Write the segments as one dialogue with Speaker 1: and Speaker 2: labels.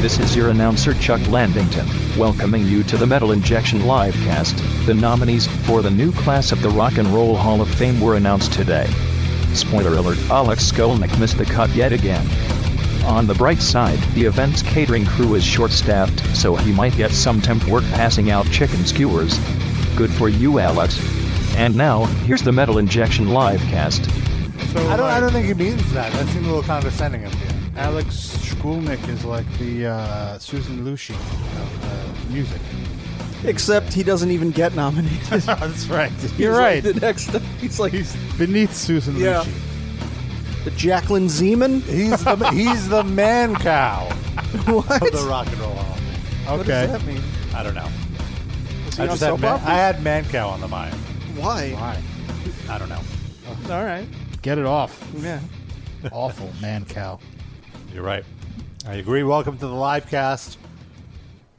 Speaker 1: This is your announcer Chuck Landington, welcoming you to the Metal Injection Livecast. The nominees for the new class of the Rock and Roll Hall of Fame were announced today. Spoiler alert, Alex Skolnick missed the cut yet again. On the bright side, the event's catering crew is short-staffed, so he might get some temp work passing out chicken skewers. Good for you, Alex. And now, here's the Metal Injection Livecast.
Speaker 2: So
Speaker 3: I
Speaker 2: like,
Speaker 3: don't. I don't think he means that. That seemed a little condescending of you.
Speaker 2: Alex Skolnick is like the uh, Susan Lucci of uh, music.
Speaker 4: Except he doesn't even get nominated.
Speaker 2: That's right.
Speaker 4: He's
Speaker 2: You're
Speaker 4: like
Speaker 2: right.
Speaker 4: the next, he's like
Speaker 2: He's beneath Susan
Speaker 4: Yeah.
Speaker 2: Lucci.
Speaker 4: the Jacqueline Zeman.
Speaker 3: He's the he's the man cow
Speaker 4: What?
Speaker 3: of the Rock and Roll Hall. of Fame.
Speaker 2: Okay.
Speaker 4: What does that mean?
Speaker 3: I don't know.
Speaker 4: Is he
Speaker 3: I
Speaker 4: on
Speaker 3: just had
Speaker 4: soap
Speaker 3: man,
Speaker 4: opera?
Speaker 3: I had man cow on the mind.
Speaker 4: Why?
Speaker 2: Why?
Speaker 3: I don't know.
Speaker 4: All right.
Speaker 2: Get it off.
Speaker 4: Yeah.
Speaker 2: Awful man cow.
Speaker 3: You're right. I agree. Welcome to the live cast.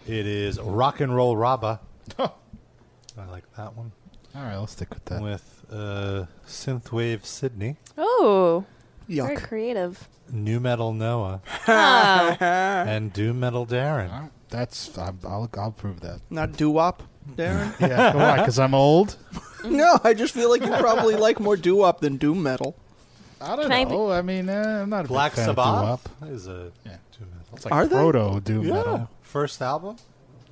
Speaker 3: It is rock and roll Rabba. Oh.
Speaker 2: All
Speaker 3: I like that one
Speaker 2: right, let's stick with that.
Speaker 3: with uh, synthwave Sydney,
Speaker 5: Oh, very
Speaker 4: Yuck.
Speaker 5: creative.
Speaker 3: new metal Noah, and doom metal Darren.
Speaker 2: All right, That's I'm, I'll I'll prove that.
Speaker 4: Not doo wop, Darren.
Speaker 2: Yeah, why? Because I'm old.
Speaker 4: no, I just feel like you probably like more doo wop than doom metal.
Speaker 2: I don't
Speaker 5: Can I be-
Speaker 2: know. I, mean, uh, I'm not a
Speaker 3: Black
Speaker 2: big fan
Speaker 3: Sabbath
Speaker 2: Of doo-wop.
Speaker 3: is a
Speaker 2: Yeah.
Speaker 3: doom metal.
Speaker 2: It's like
Speaker 4: Are they?
Speaker 2: proto doom
Speaker 3: yeah.
Speaker 2: metal.
Speaker 3: First album.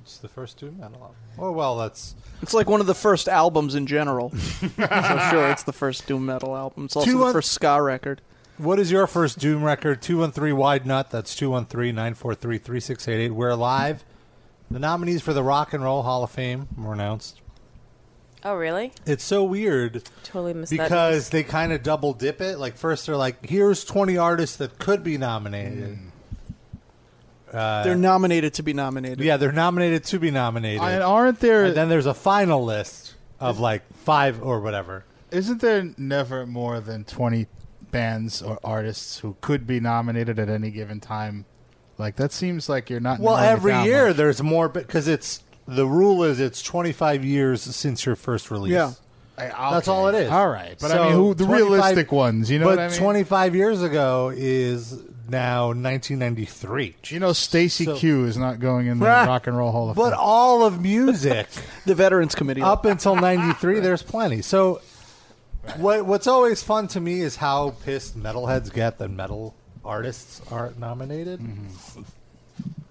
Speaker 3: It's the first doom metal album. Oh well, that's
Speaker 4: It's like one of the first albums in general. so sure, it's the first doom metal album. It's also
Speaker 3: Two
Speaker 4: the
Speaker 3: on-
Speaker 4: first ska record.
Speaker 3: What is your first Doom record? 213 Wide Nut. That's 213 943 3688. We're live. The nominees for the Rock and Roll Hall of Fame were announced.
Speaker 5: Oh, really?
Speaker 3: It's so weird
Speaker 5: Totally missed that.
Speaker 3: because they kind of double dip it. Like, first they're like, here's 20 artists that could be nominated.
Speaker 4: They're nominated to be nominated.
Speaker 3: Yeah, they're nominated to be nominated.
Speaker 2: And aren't there?
Speaker 3: and then there's a final list of like five or whatever.
Speaker 2: Isn't there never more than 20 bands or artists who could be nominated at any given time? Like that seems like you're not.
Speaker 3: Well,
Speaker 2: narrowing it
Speaker 3: every
Speaker 2: down
Speaker 3: year
Speaker 2: much.
Speaker 3: there's more because it's the rule is it's 25 years since your first release.
Speaker 4: Yeah.
Speaker 2: I-
Speaker 3: That's
Speaker 2: okay.
Speaker 3: all it is.
Speaker 2: All right, but
Speaker 3: So,
Speaker 2: I mean, who the
Speaker 3: 25
Speaker 2: realistic ones? You know
Speaker 3: but
Speaker 2: what I mean?
Speaker 3: 25 years ago is now 1993.
Speaker 2: you know, Stacy
Speaker 3: So-
Speaker 2: Q is not going in the
Speaker 3: Right.
Speaker 2: Rock and Roll Hall of
Speaker 3: But
Speaker 2: Fame.
Speaker 3: all of music
Speaker 4: The Veterans Committee.
Speaker 3: up until 93, there's plenty. So what what's always fun to me is how pissed metalheads get that metal artists aren't nominated.
Speaker 2: Mm-hmm.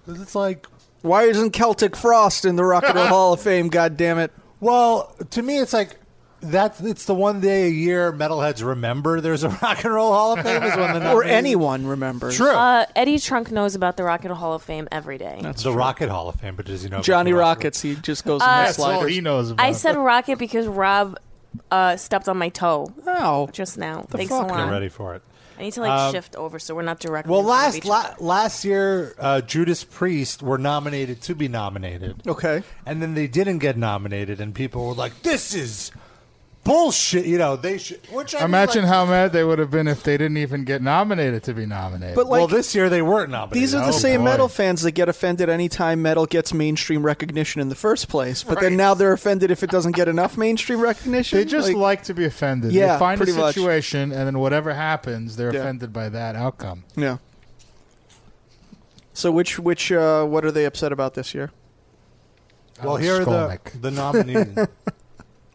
Speaker 3: Because it's like,
Speaker 4: Why isn't Celtic Frost in the Rock and Roll Hall of Fame? God damn it!
Speaker 3: well, to me, it's like, that's it's the one day a year metalheads remember there's a rock and roll hall of fame is when the
Speaker 4: Or
Speaker 3: nominees-
Speaker 4: anyone remembers.
Speaker 3: True.
Speaker 5: Uh, Eddie Trunk knows about the Rock and Roll Hall of Fame every day.
Speaker 3: the Rocket Hall of Fame, but does he know about
Speaker 4: Johnny
Speaker 3: the Rock-
Speaker 4: Rockets. He just goes in the
Speaker 2: That's all
Speaker 4: sliders.
Speaker 2: he knows about.
Speaker 5: I said rocket because Rob uh, stepped on my toe
Speaker 4: Ow.
Speaker 5: just now. Thanks
Speaker 4: fuck? Um,
Speaker 5: a
Speaker 3: Get
Speaker 5: lot.
Speaker 3: ready for it.
Speaker 5: I need to like shift over so we're not directly.
Speaker 3: Well,
Speaker 5: in front of
Speaker 3: last
Speaker 5: each
Speaker 3: la-
Speaker 5: other.
Speaker 3: last year, uh, Judas Priest were nominated to be nominated,
Speaker 4: Okay.
Speaker 3: and then they didn't get nominated, and people were like, "This is bullshit." You know, they should. Which I mean,
Speaker 2: Imagine
Speaker 3: like-
Speaker 2: how mad they would have been if they didn't even get nominated to be nominated.
Speaker 4: But like
Speaker 3: well, this year they weren't nominated.
Speaker 4: these are the
Speaker 2: Oh,
Speaker 4: same
Speaker 2: boy.
Speaker 4: metal fans that get offended anytime metal gets mainstream recognition in the first place, but then now they're offended if it doesn't get enough mainstream recognition.
Speaker 2: they just like,
Speaker 4: Like,
Speaker 2: to be offended.
Speaker 4: Yeah,
Speaker 2: they find a
Speaker 4: pretty much.
Speaker 2: situation, and then whatever happens, they're
Speaker 4: Yeah.
Speaker 2: offended by that outcome.
Speaker 4: yeah. So which which uh, what are they upset about this year?
Speaker 3: Well, here are the
Speaker 2: Skolnick.
Speaker 3: the nominees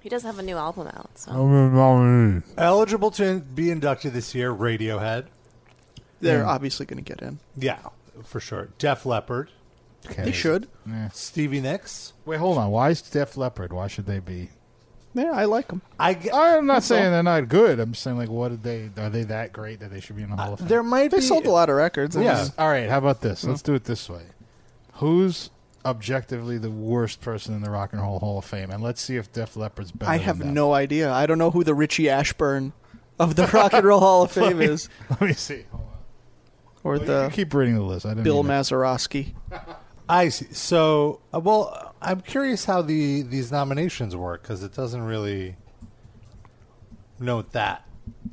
Speaker 5: he does have a new album out. So.
Speaker 3: eligible to in- be inducted this year: Radiohead,
Speaker 4: They're obviously going to get in.
Speaker 3: yeah, for sure. Def Leppard,
Speaker 2: Okay.
Speaker 4: They should.
Speaker 2: Yeah.
Speaker 3: Stevie Nicks.
Speaker 2: Wait, hold on. Why is Def Leppard? Why should they be?
Speaker 4: Yeah, I like them.
Speaker 3: I g-
Speaker 2: I'm not saying they're not good. I'm saying like, what did they? Are they that great that they should be in the
Speaker 4: Uh,
Speaker 2: Hall of Fame?
Speaker 3: there might
Speaker 4: They
Speaker 3: be
Speaker 4: sold a lot of records.
Speaker 3: Yeah.
Speaker 4: It's-
Speaker 2: All right. How about this? Let's do it this way. Who's objectively the worst person in the Rock and Roll Hall of Fame? And let's see if Def Leppard's better.
Speaker 4: I
Speaker 2: than
Speaker 4: have
Speaker 2: them.
Speaker 4: no idea. I don't know who the Richie Ashburn of the Rock and Roll Hall of Fame is,
Speaker 2: Let me see. Hold on.
Speaker 4: or
Speaker 2: Well, you
Speaker 4: the
Speaker 2: can keep reading the list. I didn't
Speaker 4: Bill
Speaker 2: even-
Speaker 4: Mazeroski.
Speaker 3: I see. So, uh, well, I'm curious how the these nominations work because it doesn't really note that.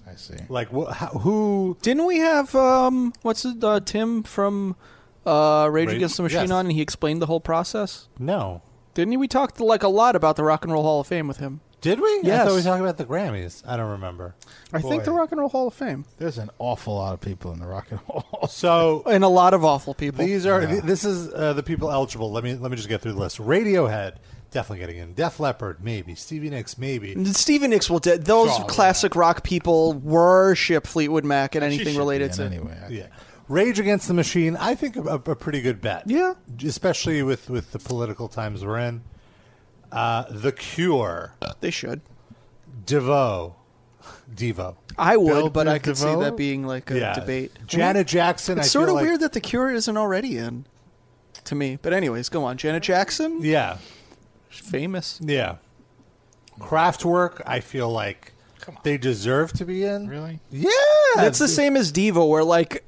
Speaker 2: I see.
Speaker 3: Like, wh- how, who?
Speaker 4: Didn't we have um what's it uh, Tim from uh, Rage
Speaker 3: Rage-
Speaker 4: Against the Machine
Speaker 3: yes.
Speaker 4: on, and he explained the whole process.
Speaker 3: No,
Speaker 4: Didn't he? We talked like a lot about the Rock and Roll Hall of Fame with him.
Speaker 3: Did we? I
Speaker 4: Yes.
Speaker 3: thought we were talking about the Grammys. I don't remember.
Speaker 4: I think the
Speaker 3: Boy.
Speaker 4: Rock and Roll Hall of Fame.
Speaker 2: There's an awful lot of people in the Rock and Roll. Hall.
Speaker 3: So
Speaker 4: And a lot of awful people.
Speaker 3: these are th- this is uh, the people eligible. Let me let me just get through the list. Radiohead definitely getting in. Def Leppard maybe. Stevie Nicks maybe.
Speaker 4: Stevie Nicks will. De- those
Speaker 2: Sure,
Speaker 4: classic rock people worship Fleetwood Mac and
Speaker 2: She should
Speaker 4: anything
Speaker 2: be
Speaker 4: related
Speaker 2: in
Speaker 4: to.
Speaker 2: anyway. I
Speaker 3: Yeah. Rage Against the Machine. I think a, a pretty good bet.
Speaker 4: Yeah.
Speaker 3: Especially with with the political times we're in. Uh, the Cure.
Speaker 4: They should.
Speaker 3: Devo. Devo.
Speaker 4: I would,
Speaker 2: Bill
Speaker 4: but I could see
Speaker 2: DeVoe?
Speaker 4: that being like a debate.
Speaker 3: Janet Jackson. I
Speaker 4: It's sort
Speaker 3: feel
Speaker 4: of
Speaker 3: like-
Speaker 4: weird that The Cure isn't already in, to me. But anyways, go on. Janet Jackson,
Speaker 3: Yeah.
Speaker 4: famous.
Speaker 3: Yeah. Kraftwerk, I feel like they deserve to be in.
Speaker 2: Really?
Speaker 3: Yeah.
Speaker 4: That's the same as Devo, where like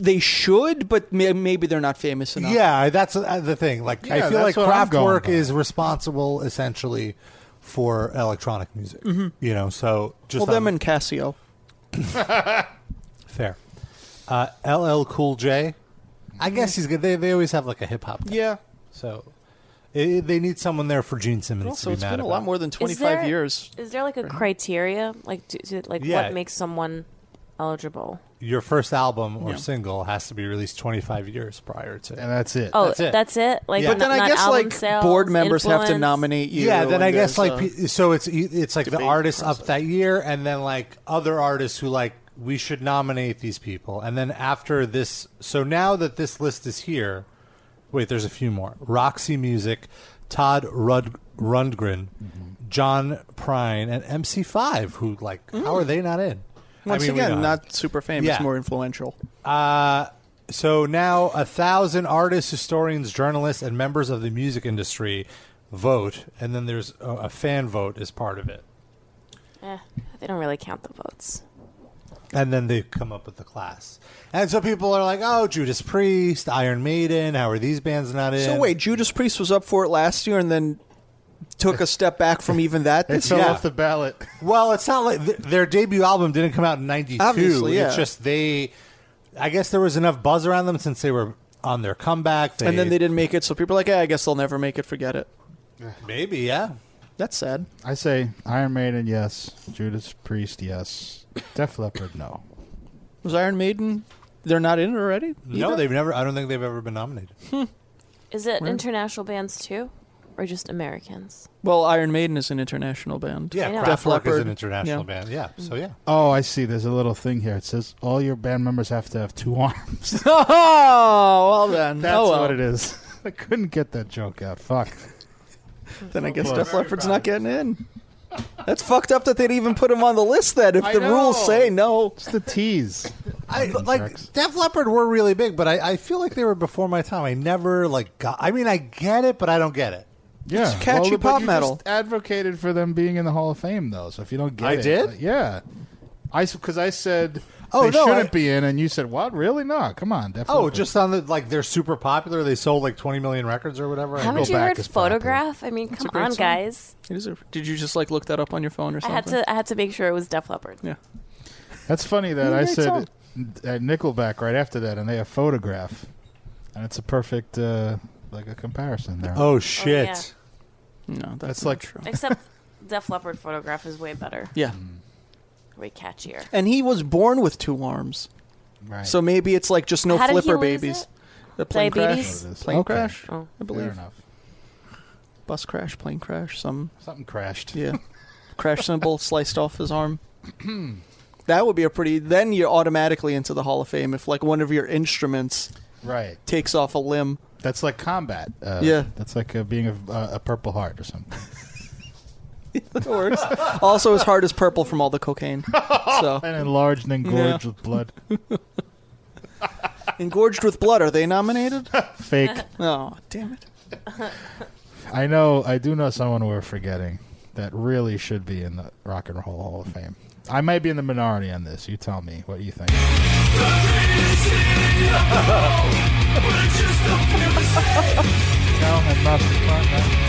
Speaker 4: they should, but may- maybe they're not famous enough.
Speaker 3: Yeah, that's uh, the thing. Like
Speaker 2: Yeah,
Speaker 3: I feel like
Speaker 2: that's what I'm going
Speaker 3: Kraftwerk
Speaker 2: by.
Speaker 3: is responsible essentially for electronic music. You know, so just
Speaker 4: Mm-hmm. Well, them
Speaker 3: on-
Speaker 4: and Casio.
Speaker 3: fair. Uh, LL Cool J. I guess he's good. They they always have like a hip hop.
Speaker 4: Yeah.
Speaker 3: So eh, they need someone there for Gene Simmons
Speaker 4: Also,
Speaker 3: to be
Speaker 4: it's
Speaker 3: mad
Speaker 4: been a
Speaker 3: about.
Speaker 4: lot more than
Speaker 5: Is
Speaker 4: 25
Speaker 5: there-
Speaker 4: years.
Speaker 5: Is there like a criteria? Like, do, do- like
Speaker 3: Yeah.
Speaker 5: what makes someone eligible?
Speaker 3: Your first album or
Speaker 4: Yeah.
Speaker 3: single has to be released 25 years prior to.
Speaker 2: And that's it.
Speaker 5: Oh,
Speaker 3: That's
Speaker 5: that's
Speaker 3: it.
Speaker 5: it. Like,
Speaker 3: Yeah.
Speaker 4: But then
Speaker 5: not-
Speaker 4: I
Speaker 5: not
Speaker 4: guess
Speaker 5: album
Speaker 4: like
Speaker 5: sales,
Speaker 4: board members have to
Speaker 5: influence?
Speaker 4: nominate you.
Speaker 3: yeah, then I
Speaker 4: and uh,
Speaker 3: guess
Speaker 4: there's
Speaker 3: like
Speaker 4: a-
Speaker 3: pe- so it's e, it's like the
Speaker 4: debate
Speaker 3: artists up that year, and then like other artists who like we should nominate these people, and then after this, so now that this list is here, wait, there's a few more: Roxy Music, Todd Rud- Rundgren,
Speaker 4: Mm-hmm.
Speaker 3: John Prine, and MC5. Who like how are they not in? I
Speaker 4: Mm. once
Speaker 3: mean, we
Speaker 4: again
Speaker 3: know.
Speaker 4: not super famous,
Speaker 3: Yeah.
Speaker 4: more influential.
Speaker 3: Uh, so now a thousand artists, historians, journalists, and members of the music industry vote, and then there's a, a fan vote as part of it,
Speaker 5: Eh, they don't really count the votes.
Speaker 3: and then they come up with the class. And so people are like, "Oh, Judas Priest, Iron Maiden, how are these bands not in?"
Speaker 4: So wait, Judas Priest was up for it last year and then took a step back from even that.
Speaker 2: They
Speaker 4: This
Speaker 2: fell
Speaker 3: yeah.
Speaker 2: off the ballot.
Speaker 3: Well, it's not like th- their debut album didn't come out in '92.
Speaker 4: Obviously, yeah.
Speaker 3: It's just they. I guess there was enough buzz around them since they were on their comeback.
Speaker 4: and then they didn't make it, so people are like, eh, I guess they'll never make it. Forget it.
Speaker 3: maybe, yeah.
Speaker 4: That's sad.
Speaker 2: I say Iron Maiden, yes. Judas Priest, yes. Def Leppard, no.
Speaker 4: Was Iron Maiden? They're not in it already.
Speaker 3: No, they've never. I don't think they've ever been nominated.
Speaker 5: Is it international bands too, or just Americans?
Speaker 4: Well, Iron Maiden is an international band.
Speaker 5: I
Speaker 3: Yeah,
Speaker 5: know.
Speaker 3: Def
Speaker 5: Def
Speaker 3: Leppard is
Speaker 4: Leppard.
Speaker 3: an international
Speaker 4: Yeah.
Speaker 3: band. Yeah, so yeah.
Speaker 2: Oh, I see. There's a little thing here. It says all your band members have to have two arms.
Speaker 4: Oh, well then.
Speaker 2: That's
Speaker 4: oh, well.
Speaker 2: what it is. I couldn't get that joke out. Fuck.
Speaker 4: Then I guess
Speaker 2: Well,
Speaker 4: Def Leppard's not getting in. That's fucked up that they'd even put him on the list then if
Speaker 2: I
Speaker 4: the rules
Speaker 2: know.
Speaker 4: say no.
Speaker 2: It's the tease.
Speaker 3: I
Speaker 2: jerks.
Speaker 3: like Def Leppard were really big, but I, I feel like they were before my time. I never like got. I mean, I get it, but I don't get it.
Speaker 2: Yeah.
Speaker 4: It's catchy
Speaker 2: but
Speaker 4: pop
Speaker 2: you
Speaker 4: metal.
Speaker 2: just advocated for them being in the Hall of Fame, though. So if you don't get
Speaker 3: I
Speaker 2: it.
Speaker 3: did?
Speaker 2: uh, yeah. I because I said
Speaker 3: Oh,
Speaker 2: they
Speaker 3: no,
Speaker 2: shouldn't
Speaker 3: I-
Speaker 2: be in, and you said what? Really? No. Come on. Def
Speaker 3: Oh,
Speaker 2: Leppard.
Speaker 3: just on the like they're super popular. They sold like twenty million records or whatever. I
Speaker 5: Haven't
Speaker 3: go
Speaker 5: you
Speaker 3: back
Speaker 5: heard
Speaker 3: as popular.
Speaker 5: "Photograph"? I mean, come
Speaker 4: great
Speaker 5: on,
Speaker 4: song.
Speaker 5: guys.
Speaker 4: It is a- Did you just like look that up on your phone or
Speaker 5: I
Speaker 4: something?
Speaker 5: had to. I had to make sure it was Def Leppard.
Speaker 4: Yeah.
Speaker 2: That's funny that
Speaker 4: Yeah,
Speaker 2: I
Speaker 4: it's
Speaker 2: said
Speaker 4: all-
Speaker 2: at Nickelback right after that, and they have photograph, and it's a perfect uh, like a comparison there.
Speaker 3: Oh shit!
Speaker 5: yeah.
Speaker 4: No, that's,
Speaker 2: That's
Speaker 4: not
Speaker 2: like-
Speaker 4: true.
Speaker 5: Except Def Leppard "Photograph" is way better,
Speaker 4: Yeah.
Speaker 2: Hmm.
Speaker 5: way catchier.
Speaker 4: And he was born with two arms.
Speaker 2: right.
Speaker 4: So maybe it's like just no
Speaker 5: How did he
Speaker 4: flipper
Speaker 5: lose
Speaker 4: babies.
Speaker 5: it?
Speaker 4: The plane
Speaker 2: That's
Speaker 4: crash.
Speaker 5: Diabetes?
Speaker 2: what it
Speaker 4: Plane
Speaker 2: is.
Speaker 4: crash,
Speaker 5: Oh.
Speaker 4: I
Speaker 2: Fair
Speaker 4: believe.
Speaker 2: enough.
Speaker 4: Bus crash, plane crash, some
Speaker 2: Something crashed.
Speaker 4: yeah. crash symbol sliced off his arm. that would be a pretty then you're automatically into the Hall of Fame if like one of your instruments
Speaker 2: Right.
Speaker 4: takes off a limb.
Speaker 2: That's like combat. Uh,
Speaker 4: Yeah.
Speaker 2: That's like uh, being a, uh, a Purple Heart or something.
Speaker 4: That works. also his heart is purple from all the cocaine. So
Speaker 2: An enlarged and engorged
Speaker 4: Yeah.
Speaker 2: with blood.
Speaker 4: engorged with blood, are they nominated?
Speaker 2: Fake.
Speaker 4: Oh, damn it.
Speaker 2: I know. I do know someone we're forgetting that really should be in the Rock and Roll Hall of Fame. I might be in the minority on this. You tell me what you think. Gentlemen, not the front, no.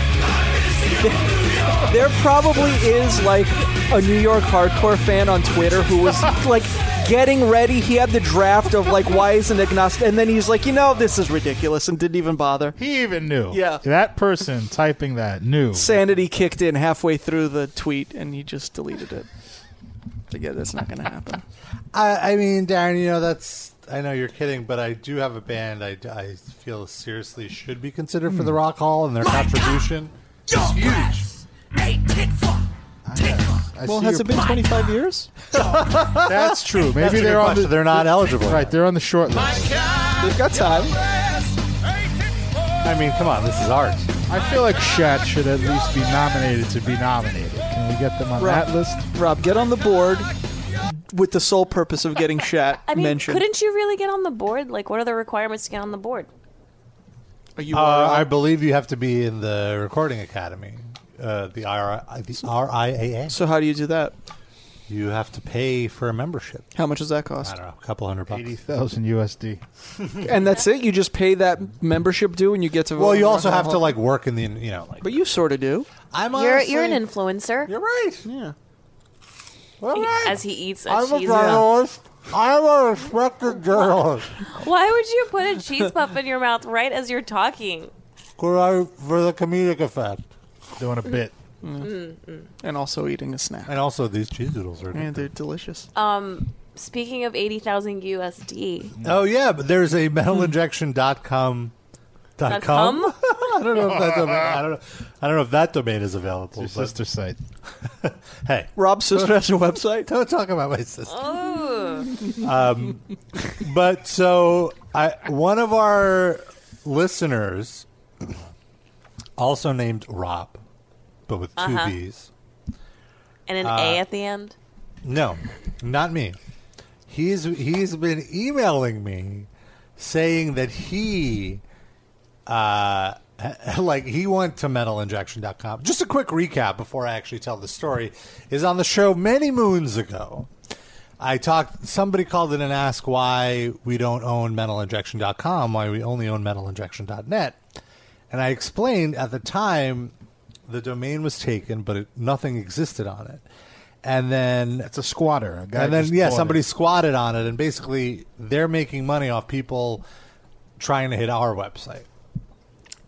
Speaker 4: There probably is like a New York hardcore fan on Twitter who was like getting ready. He had the draft of like, why is an agnostic? And then he's like, you know, this is ridiculous, and didn't even bother.
Speaker 2: He even knew.
Speaker 4: Yeah.
Speaker 2: That person typing that knew.
Speaker 4: Sanity kicked in halfway through the tweet, and he just deleted it. But yeah, that's not gonna happen.
Speaker 3: I, I mean, Darren, you know, that's. I know you're kidding, but I do have a band I, I feel seriously should be considered
Speaker 2: Hmm.
Speaker 3: for the Rock Hall and their contribution.
Speaker 6: Your huge. Hey, tit for tit for.
Speaker 3: I
Speaker 4: Well,
Speaker 3: see
Speaker 4: has
Speaker 3: your
Speaker 4: it been 25 years?
Speaker 2: That's true. Maybe
Speaker 3: That's a good
Speaker 2: they're on
Speaker 3: question.
Speaker 2: the
Speaker 3: they're not eligible.
Speaker 2: right. They're on the short list.
Speaker 4: They've got time.
Speaker 3: I mean, come on, this is art.
Speaker 2: I feel like Shat should at least be nominated to be nominated. Can we get them on
Speaker 4: Right.
Speaker 2: that list?
Speaker 4: Rob, get on the board with the sole purpose of getting Shat
Speaker 5: I mean,
Speaker 4: mentioned.
Speaker 5: couldn't you really get on the board? Like, what are the requirements to get on the board?
Speaker 4: Are you
Speaker 3: Uh, I
Speaker 4: alright?
Speaker 3: believe you have to be in the Recording Academy, uh, the, RI, the RIAA.
Speaker 4: so how do you do that?
Speaker 3: You have to pay for a membership.
Speaker 4: How much does that
Speaker 3: I
Speaker 4: cost?
Speaker 3: don't know, a couple hundred bucks.
Speaker 2: Eighty thousand USD.
Speaker 4: And that's it. You just pay that membership due, and you get to. vote
Speaker 3: Well, you
Speaker 4: on
Speaker 3: also
Speaker 4: Rock
Speaker 3: have to
Speaker 4: Hall.
Speaker 3: like work in the you know like.
Speaker 4: But you sort of do.
Speaker 3: I'm
Speaker 5: You're
Speaker 3: honestly-
Speaker 5: you're an influencer.
Speaker 3: You're right.
Speaker 4: Yeah.
Speaker 3: All right.
Speaker 5: As he eats a
Speaker 3: I'm a
Speaker 5: cheese.
Speaker 3: journalist. I'm a respected journalist.
Speaker 5: Why would you put a cheese puff in your mouth right as you're talking?
Speaker 3: Could I for the comedic effect?
Speaker 2: Doing a bit.
Speaker 4: And also eating a snack.
Speaker 3: And also, these cheese doodles are.
Speaker 4: And they're delicious.
Speaker 5: Uh, Speaking of 80,000 USD.
Speaker 3: Oh yeah, but there's a metalinjection.com. Dot
Speaker 5: Hmm. Dot
Speaker 3: com?
Speaker 5: com?
Speaker 3: I don't know if that domain, I don't know I don't know if that domain is available.
Speaker 2: Your
Speaker 3: but-
Speaker 2: sister site.
Speaker 3: hey,
Speaker 4: Rob's sister has a website.
Speaker 3: don't talk about my sister. Um,
Speaker 5: Ooh.
Speaker 3: But so I one of our listeners, also named Rob, but with 2
Speaker 5: Uh-huh.
Speaker 3: B's.
Speaker 5: And an A at the end.
Speaker 3: No, not me. He's he's been emailing me saying that he uh like he went to metalinjection.com. Just a quick recap before I actually tell the story is on the show many moons ago. I talked somebody called in and asked why we don't own metalinjection.com, why we only own metalinjection.net. And I explained at the time the domain was taken, but it, nothing existed on it. And then
Speaker 2: It's a squatter. A guy
Speaker 3: and then
Speaker 2: just
Speaker 3: yeah,
Speaker 2: bought
Speaker 3: somebody
Speaker 2: it.
Speaker 3: squatted on it, and basically they're making money off people trying to hit our website.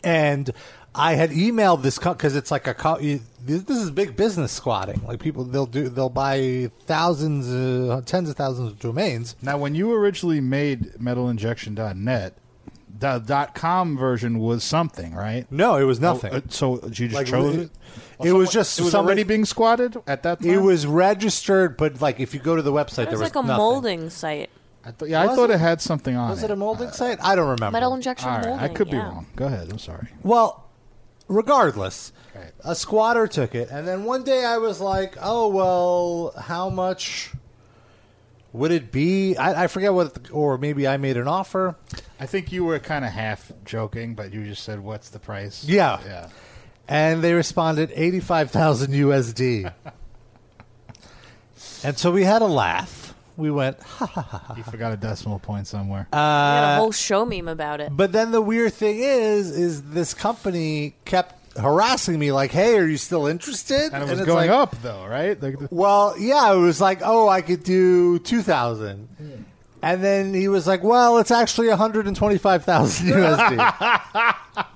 Speaker 3: And I had emailed this because it's like a co- you- this this is big business squatting. Like people, they'll do they'll buy thousands, uh, tens of thousands of domains.
Speaker 2: Now, when you originally made metalinjection.net, the dot com version was something, right?
Speaker 3: No, it was nothing.
Speaker 2: Uh, so you just
Speaker 3: Like,
Speaker 2: chose
Speaker 3: it-
Speaker 2: it.
Speaker 3: it was just
Speaker 2: It was
Speaker 3: somebody-
Speaker 2: already being squatted at that time.
Speaker 3: it was registered, but like if you go to the website,
Speaker 5: It
Speaker 3: there
Speaker 5: was
Speaker 3: was
Speaker 5: like a
Speaker 3: nothing.
Speaker 5: molding site.
Speaker 2: I thought- yeah, I
Speaker 3: Was
Speaker 2: thought
Speaker 3: it?
Speaker 2: it had something on
Speaker 3: Was
Speaker 2: it.
Speaker 3: it a molding site? I don't remember.
Speaker 5: Metal injection
Speaker 2: All right,
Speaker 5: molding.
Speaker 2: I could be
Speaker 5: yeah.
Speaker 2: wrong. Go ahead. I'm sorry.
Speaker 3: Well, regardless,
Speaker 2: Right.
Speaker 3: a squatter took it, and then one day I was like, "Oh well, how much would it be?" I, I forget what, the, or maybe I made an offer.
Speaker 2: I think you were kind of half joking, but you just said, "What's the price?"
Speaker 3: Yeah.
Speaker 2: yeah.
Speaker 3: And they responded 85,000 USD. and so we had a laugh. We went, ha ha ha.
Speaker 2: You forgot a decimal point somewhere.
Speaker 5: We had a whole show meme about it.
Speaker 3: But then the weird thing is, is this company kept harassing me like, hey, are you still interested?
Speaker 2: and it was
Speaker 3: it's
Speaker 2: going
Speaker 3: like,
Speaker 2: up though, right? Like, the-
Speaker 3: Well, yeah, it was like, oh, I could do two thousand, and then he was like, well, it's actually one hundred and twenty-five thousand USD.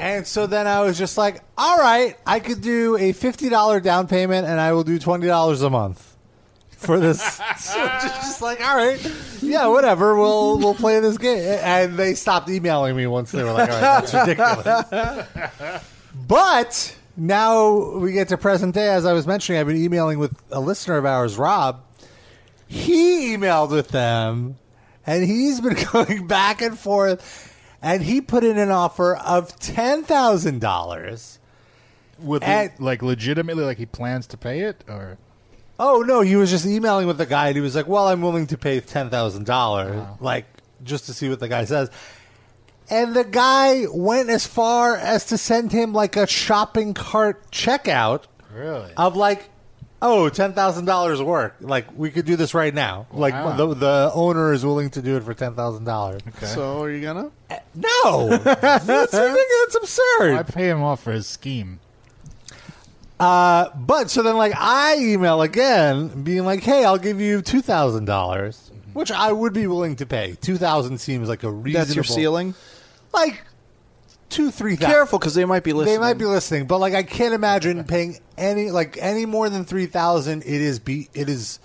Speaker 3: and so then I was just like, all right, I could do a fifty-dollar down payment, and I will do twenty dollars a month for this. so just, just like, all right, yeah, whatever, we'll we'll play this game. And they stopped emailing me once they were like, all right, that's ridiculous. But now we get to present day. As I was mentioning, I've been emailing with a listener of ours, Rob. He emailed with them, and he's been going back and forth. And he put in an offer of ten thousand dollars.
Speaker 2: with
Speaker 3: at-
Speaker 2: like legitimately, like he plans to pay it, or
Speaker 3: Oh no, he was just emailing with the guy, and he was like, "Well, I'm willing to pay ten thousand dollars, like just to see what the guy says." And the guy went as far as to send him like a shopping cart checkout
Speaker 2: really?
Speaker 3: of like oh ten thousand dollars work like we could do this right now
Speaker 2: Wow.
Speaker 3: like the, the owner is willing to do it for ten thousand dollars
Speaker 4: So are you gonna?
Speaker 3: no that's ridiculous that's
Speaker 2: I
Speaker 3: absurd
Speaker 2: pay him off for his scheme.
Speaker 3: Uh, but so then, like, I email again, being like, "Hey, I'll give you two thousand dollars,"
Speaker 4: Mm-hmm.
Speaker 3: which I would be willing to pay. Two thousand seems like a reasonable.
Speaker 4: That's your ceiling.
Speaker 3: Like two, three thousand.
Speaker 4: Careful, because they might be listening.
Speaker 3: They might be listening, but like, I can't imagine paying any like any more than three thousand. It is be it is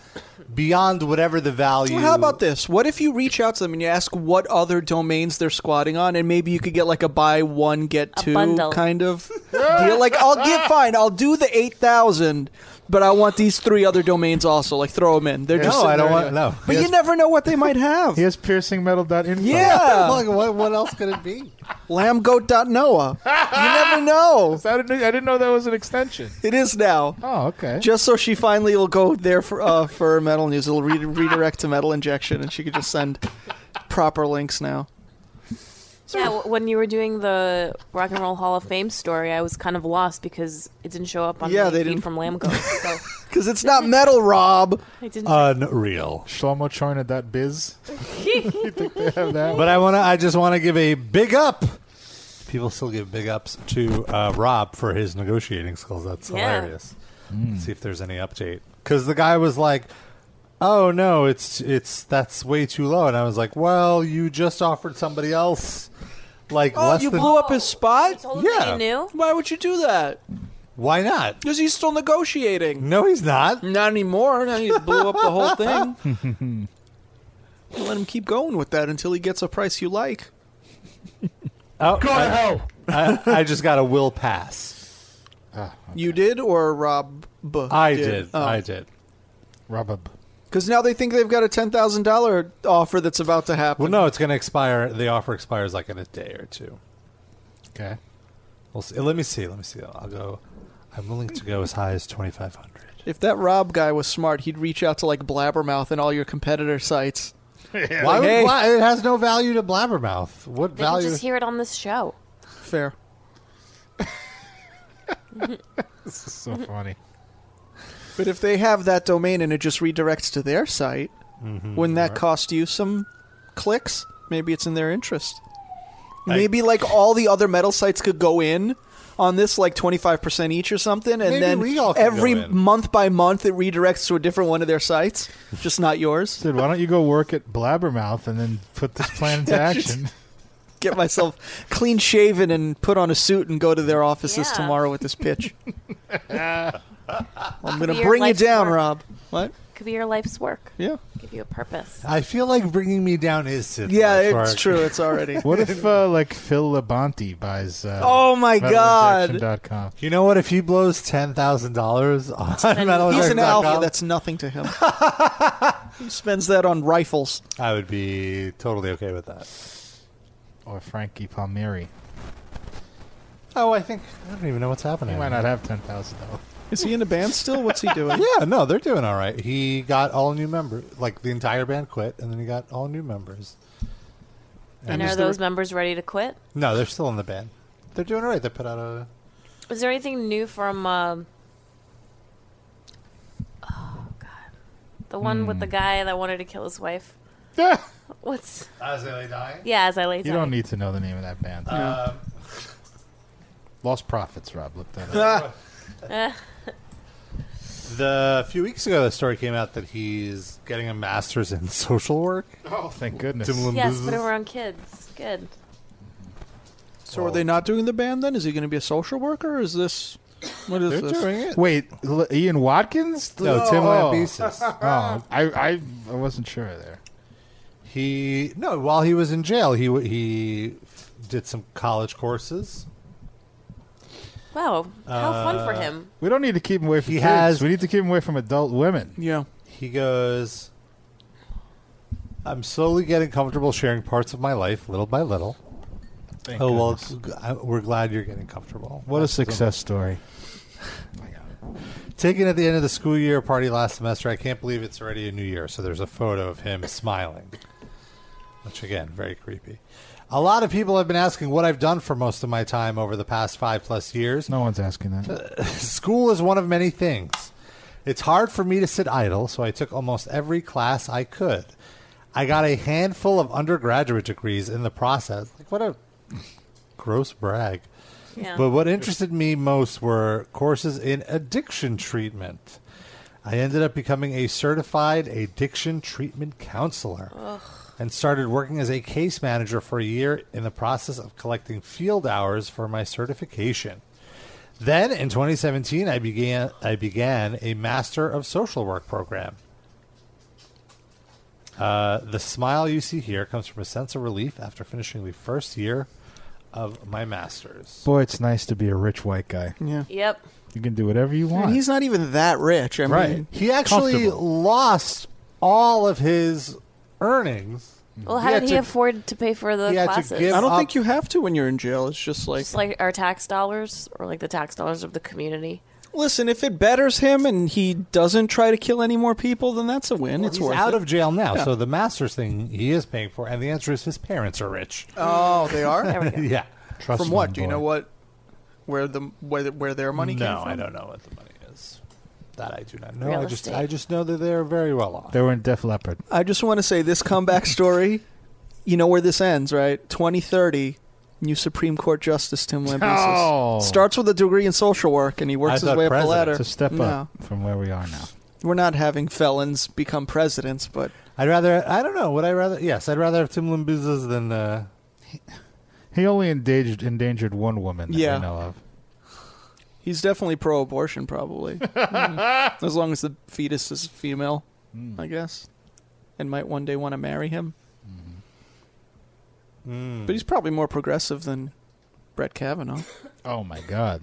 Speaker 3: beyond whatever the value.
Speaker 4: Well, how about this? What if you reach out to them and you ask what other domains they're squatting on, and maybe you could get like a buy one get two
Speaker 5: bundle.
Speaker 4: kind of deal? Like, I'll give fine, I'll do the eight thousand, but I want these three other domains also. Like, throw them in. They're just
Speaker 3: No, I
Speaker 4: sitting
Speaker 3: don't
Speaker 4: there
Speaker 3: want
Speaker 4: anyway.
Speaker 3: no.
Speaker 4: But you never know what they might have.
Speaker 2: He has piercingmetal.info.
Speaker 4: Yeah.
Speaker 3: Like, what, what else could it be?
Speaker 4: Lambgoat.noah. You never know.
Speaker 2: I didn't, I didn't know that was an extension.
Speaker 4: It is now.
Speaker 2: Oh, okay.
Speaker 4: Just so she finally will go there for uh, for metal news. It'll re- redirect to metal injection, and she could just send proper links now.
Speaker 5: Yeah, w- when you were doing the Rock and Roll Hall of Fame story, I was kind of lost because it didn't show up on
Speaker 4: Yeah,
Speaker 5: my
Speaker 4: they
Speaker 5: feed
Speaker 4: didn't-
Speaker 5: from Lamco. So
Speaker 4: Because it's not metal, Rob.
Speaker 5: I didn't.
Speaker 3: Unreal.
Speaker 2: ShlomoChoina.biz. you think they have that?
Speaker 3: But I want to. I just want to give a big up. People still give big ups to uh, Rob for his negotiating skills. That's
Speaker 5: Yeah.
Speaker 3: hilarious. Let's see if there's any update. Because the guy was like, "Oh no, it's it's that's way too low," and I was like, "Well, you just offered somebody else like
Speaker 4: Oh,
Speaker 3: less
Speaker 4: you
Speaker 3: than
Speaker 4: blew up his
Speaker 5: You
Speaker 4: spot?
Speaker 5: told
Speaker 3: Yeah.
Speaker 5: him that you knew.
Speaker 4: Why would you do that?
Speaker 3: why not?
Speaker 4: Because he's still negotiating.
Speaker 3: No, he's not.
Speaker 4: Not anymore. Now he blew up the whole thing. Let him keep going with that until he gets a price you like.
Speaker 3: Oh, Go I, I, I just got a will pass.
Speaker 2: ah,
Speaker 4: You did, or Rob? B-
Speaker 3: I did.
Speaker 4: Oh.
Speaker 3: I did.
Speaker 2: Rubub.
Speaker 4: Because now they think they've got a ten thousand dollar offer that's about to happen.
Speaker 3: Well, no, it's going to expire. The offer expires like in a day or two.
Speaker 2: Okay.
Speaker 3: We'll see. Let me see. Let me see. I'll go. I'm willing to go as high as 2,500.
Speaker 4: If that Rob guy was smart, he'd reach out to like Blabbermouth and all your competitor sites.
Speaker 3: Why, would,
Speaker 4: Hey.
Speaker 3: why? It has no value to Blabbermouth. What
Speaker 5: They can
Speaker 3: value?
Speaker 5: just hear it on this show.
Speaker 4: Fair.
Speaker 2: This is so funny.
Speaker 4: But if they have that domain and it just redirects to their site,
Speaker 3: Mm-hmm.
Speaker 4: wouldn't that cost you some clicks? Maybe it's in their interest. Maybe like all the other metal sites could go in on this like 25% each or something and
Speaker 3: Maybe
Speaker 4: then
Speaker 3: we all could
Speaker 4: every
Speaker 3: go in.
Speaker 4: month by month it redirects to a different one of their sites, just not yours.
Speaker 2: Dude, why don't you go work at Blabbermouth and then put this plan into action?
Speaker 4: Get myself clean shaven and put on a suit and go to their offices
Speaker 5: Yeah.
Speaker 4: tomorrow with this pitch. I'm going
Speaker 5: Be
Speaker 4: to
Speaker 5: your
Speaker 4: bring you
Speaker 5: life's
Speaker 4: down,
Speaker 5: work.
Speaker 4: Rob. What?
Speaker 5: Could be your life's work.
Speaker 4: Yeah.
Speaker 5: Give you a purpose.
Speaker 3: I feel like bringing me down is to
Speaker 4: Yeah,
Speaker 3: Shark.
Speaker 4: it's true. It's already.
Speaker 2: What if, uh, like, Phil Labonte buys. Uh,
Speaker 4: Oh my God.
Speaker 2: metaljection.com?
Speaker 3: You know what? If he blows ten thousand dollars on metal,
Speaker 4: He's an
Speaker 3: Shark.com,
Speaker 4: alpha. That's nothing to him. he spends that on rifles.
Speaker 3: I would be totally okay with that.
Speaker 2: Or Frankie Palmieri.
Speaker 3: Oh, I think I don't even know what's happening.
Speaker 2: He might not have 10000 though.
Speaker 4: Is he in a band still? What's he doing?
Speaker 3: Yeah, no, they're doing all right. He got all new members. Like the entire band quit, and then he got all new members.
Speaker 5: And,
Speaker 4: is
Speaker 5: are
Speaker 4: there-
Speaker 5: those members ready to quit?
Speaker 3: No, they're still in the band. They're doing all right. They put out a
Speaker 5: Is there anything new from? Um, oh God, the one with the guy that wanted to kill his wife. What's
Speaker 3: As they dying.
Speaker 5: yeah? As I lay
Speaker 2: You
Speaker 5: down.
Speaker 2: don't need to know the name of that band. Uh, Lost Profits, Rob. Look that up.
Speaker 4: Ah,
Speaker 5: Uh,
Speaker 3: The a few weeks ago, the story came out that he's getting a master's in social work.
Speaker 2: Oh, thank goodness.
Speaker 3: Timbaland
Speaker 5: yes,
Speaker 3: business.
Speaker 5: but around kids. Good.
Speaker 4: so are they not doing the band then? Is he going to be a social worker? Or is this what is this?
Speaker 3: it.
Speaker 2: Wait, L- Ian Watkins?
Speaker 3: No,
Speaker 2: oh.
Speaker 3: Tim Lambesis.
Speaker 2: Oh, I, I, I wasn't sure there.
Speaker 3: He no, while he was in jail, he w- he did some college courses.
Speaker 5: Wow, how fun
Speaker 3: Uh,
Speaker 5: for him.
Speaker 2: We don't need to keep him away from
Speaker 3: He
Speaker 2: kids.
Speaker 3: has-
Speaker 2: We need to keep him away from adult women.
Speaker 4: Yeah.
Speaker 3: He goes, I'm slowly getting comfortable sharing parts of my life, little by little.
Speaker 2: Thank
Speaker 3: Oh well,
Speaker 2: goodness.
Speaker 3: g- I- we're glad you're getting comfortable.
Speaker 2: What a success story.
Speaker 3: Taken at the end of the school year party last semester, I can't believe it's already a new year. So there's a photo of him smiling, which again, very creepy. A lot of people have been asking what I've done for most of my time over the past five plus years.
Speaker 2: No one's asking
Speaker 3: Uh,
Speaker 2: that.
Speaker 3: School is one of many things. It's hard for me to sit idle, so I took almost every class I could. I got a handful of undergraduate degrees in the process. Like, what a gross brag.
Speaker 5: Yeah.
Speaker 3: But what interested me most were courses in addiction treatment. I ended up becoming a certified addiction treatment counselor and started working as a case manager for a year in the process of collecting field hours for my certification. Then in 2017 I began I began a Master of Social Work program. Uh, the smile you see here comes from a sense of relief after finishing the first year of my master's.
Speaker 2: Boy, it's nice to be a rich white guy.
Speaker 4: Yeah.
Speaker 5: Yep.
Speaker 3: Mm-hmm.
Speaker 2: You can do whatever you want.
Speaker 4: And he's not even that rich. I mean,
Speaker 3: He actually
Speaker 2: Comfortable.
Speaker 3: lost all of his earnings.
Speaker 5: Well,
Speaker 3: He
Speaker 5: how
Speaker 3: had
Speaker 5: did he
Speaker 3: to-
Speaker 5: afford to pay for the
Speaker 3: he had to
Speaker 5: classes?
Speaker 3: give
Speaker 4: I don't
Speaker 3: up-
Speaker 4: think you have to when you're in jail. It's just like,
Speaker 5: Just like our tax dollars, or like the tax dollars of the community.
Speaker 4: listen, if it betters him and he doesn't try to kill any more people, then that's a win. it's
Speaker 3: He's
Speaker 4: worth
Speaker 3: out
Speaker 4: it.
Speaker 3: of jail now,
Speaker 4: Yeah.
Speaker 3: so the master's thing he is paying for, and the answer is his parents are rich.
Speaker 4: oh, they
Speaker 5: There
Speaker 4: are.
Speaker 5: we go.
Speaker 3: yeah,
Speaker 2: Trust
Speaker 4: from
Speaker 2: me,
Speaker 4: what? Do you
Speaker 2: boy.
Speaker 4: know what? Where the where, where their money came
Speaker 3: no,
Speaker 4: from?
Speaker 3: I don't know what the money is. That I do not know.
Speaker 5: Real
Speaker 3: I just
Speaker 5: estate.
Speaker 3: I just know that they're very well off.
Speaker 2: They were in Def Leppard.
Speaker 4: I just want to say this comeback story. You know where this ends, right? 2030, new Supreme Court Justice Tim Lambesis.
Speaker 2: Oh.
Speaker 4: Starts with a degree in social work and he
Speaker 3: I
Speaker 4: works his
Speaker 3: thought
Speaker 4: way up the
Speaker 3: president.
Speaker 4: ladder.
Speaker 2: It's a step
Speaker 4: no,
Speaker 2: up from where we are now.
Speaker 4: We're not having felons become presidents, but
Speaker 3: I'd rather I don't know. Would I rather? Yes, I'd rather have Tim Limbuzas than uh,
Speaker 2: He only endangered endangered one woman that
Speaker 4: Yeah.
Speaker 2: we know of.
Speaker 4: he's definitely pro abortion, probably. Mm. As long as the fetus is female,
Speaker 2: Hmm.
Speaker 4: I guess. And might one day want to marry him.
Speaker 2: Mm-hmm. Hmm.
Speaker 4: But he's probably more progressive than Brett Kavanaugh.
Speaker 2: Oh my God!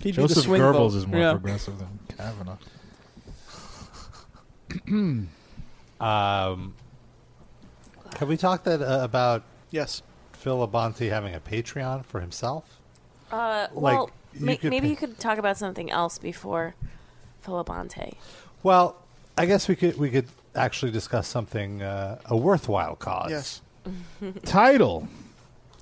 Speaker 4: He'd be the
Speaker 2: Joseph
Speaker 4: swing
Speaker 2: Goebbels
Speaker 4: vote.
Speaker 2: is more
Speaker 4: Yeah.
Speaker 2: progressive than Kavanaugh.
Speaker 3: Um, have we talked that uh, about
Speaker 4: Yes.
Speaker 3: Phil Labonte having a Patreon for himself?
Speaker 5: Uh,
Speaker 3: Like,
Speaker 5: well,
Speaker 3: you
Speaker 5: ma-
Speaker 3: could
Speaker 5: maybe
Speaker 3: pay-
Speaker 5: you could talk about something else before Filibante.
Speaker 3: Well, I guess we could we could actually discuss something uh, a worthwhile cause.
Speaker 4: Yes.
Speaker 2: Title.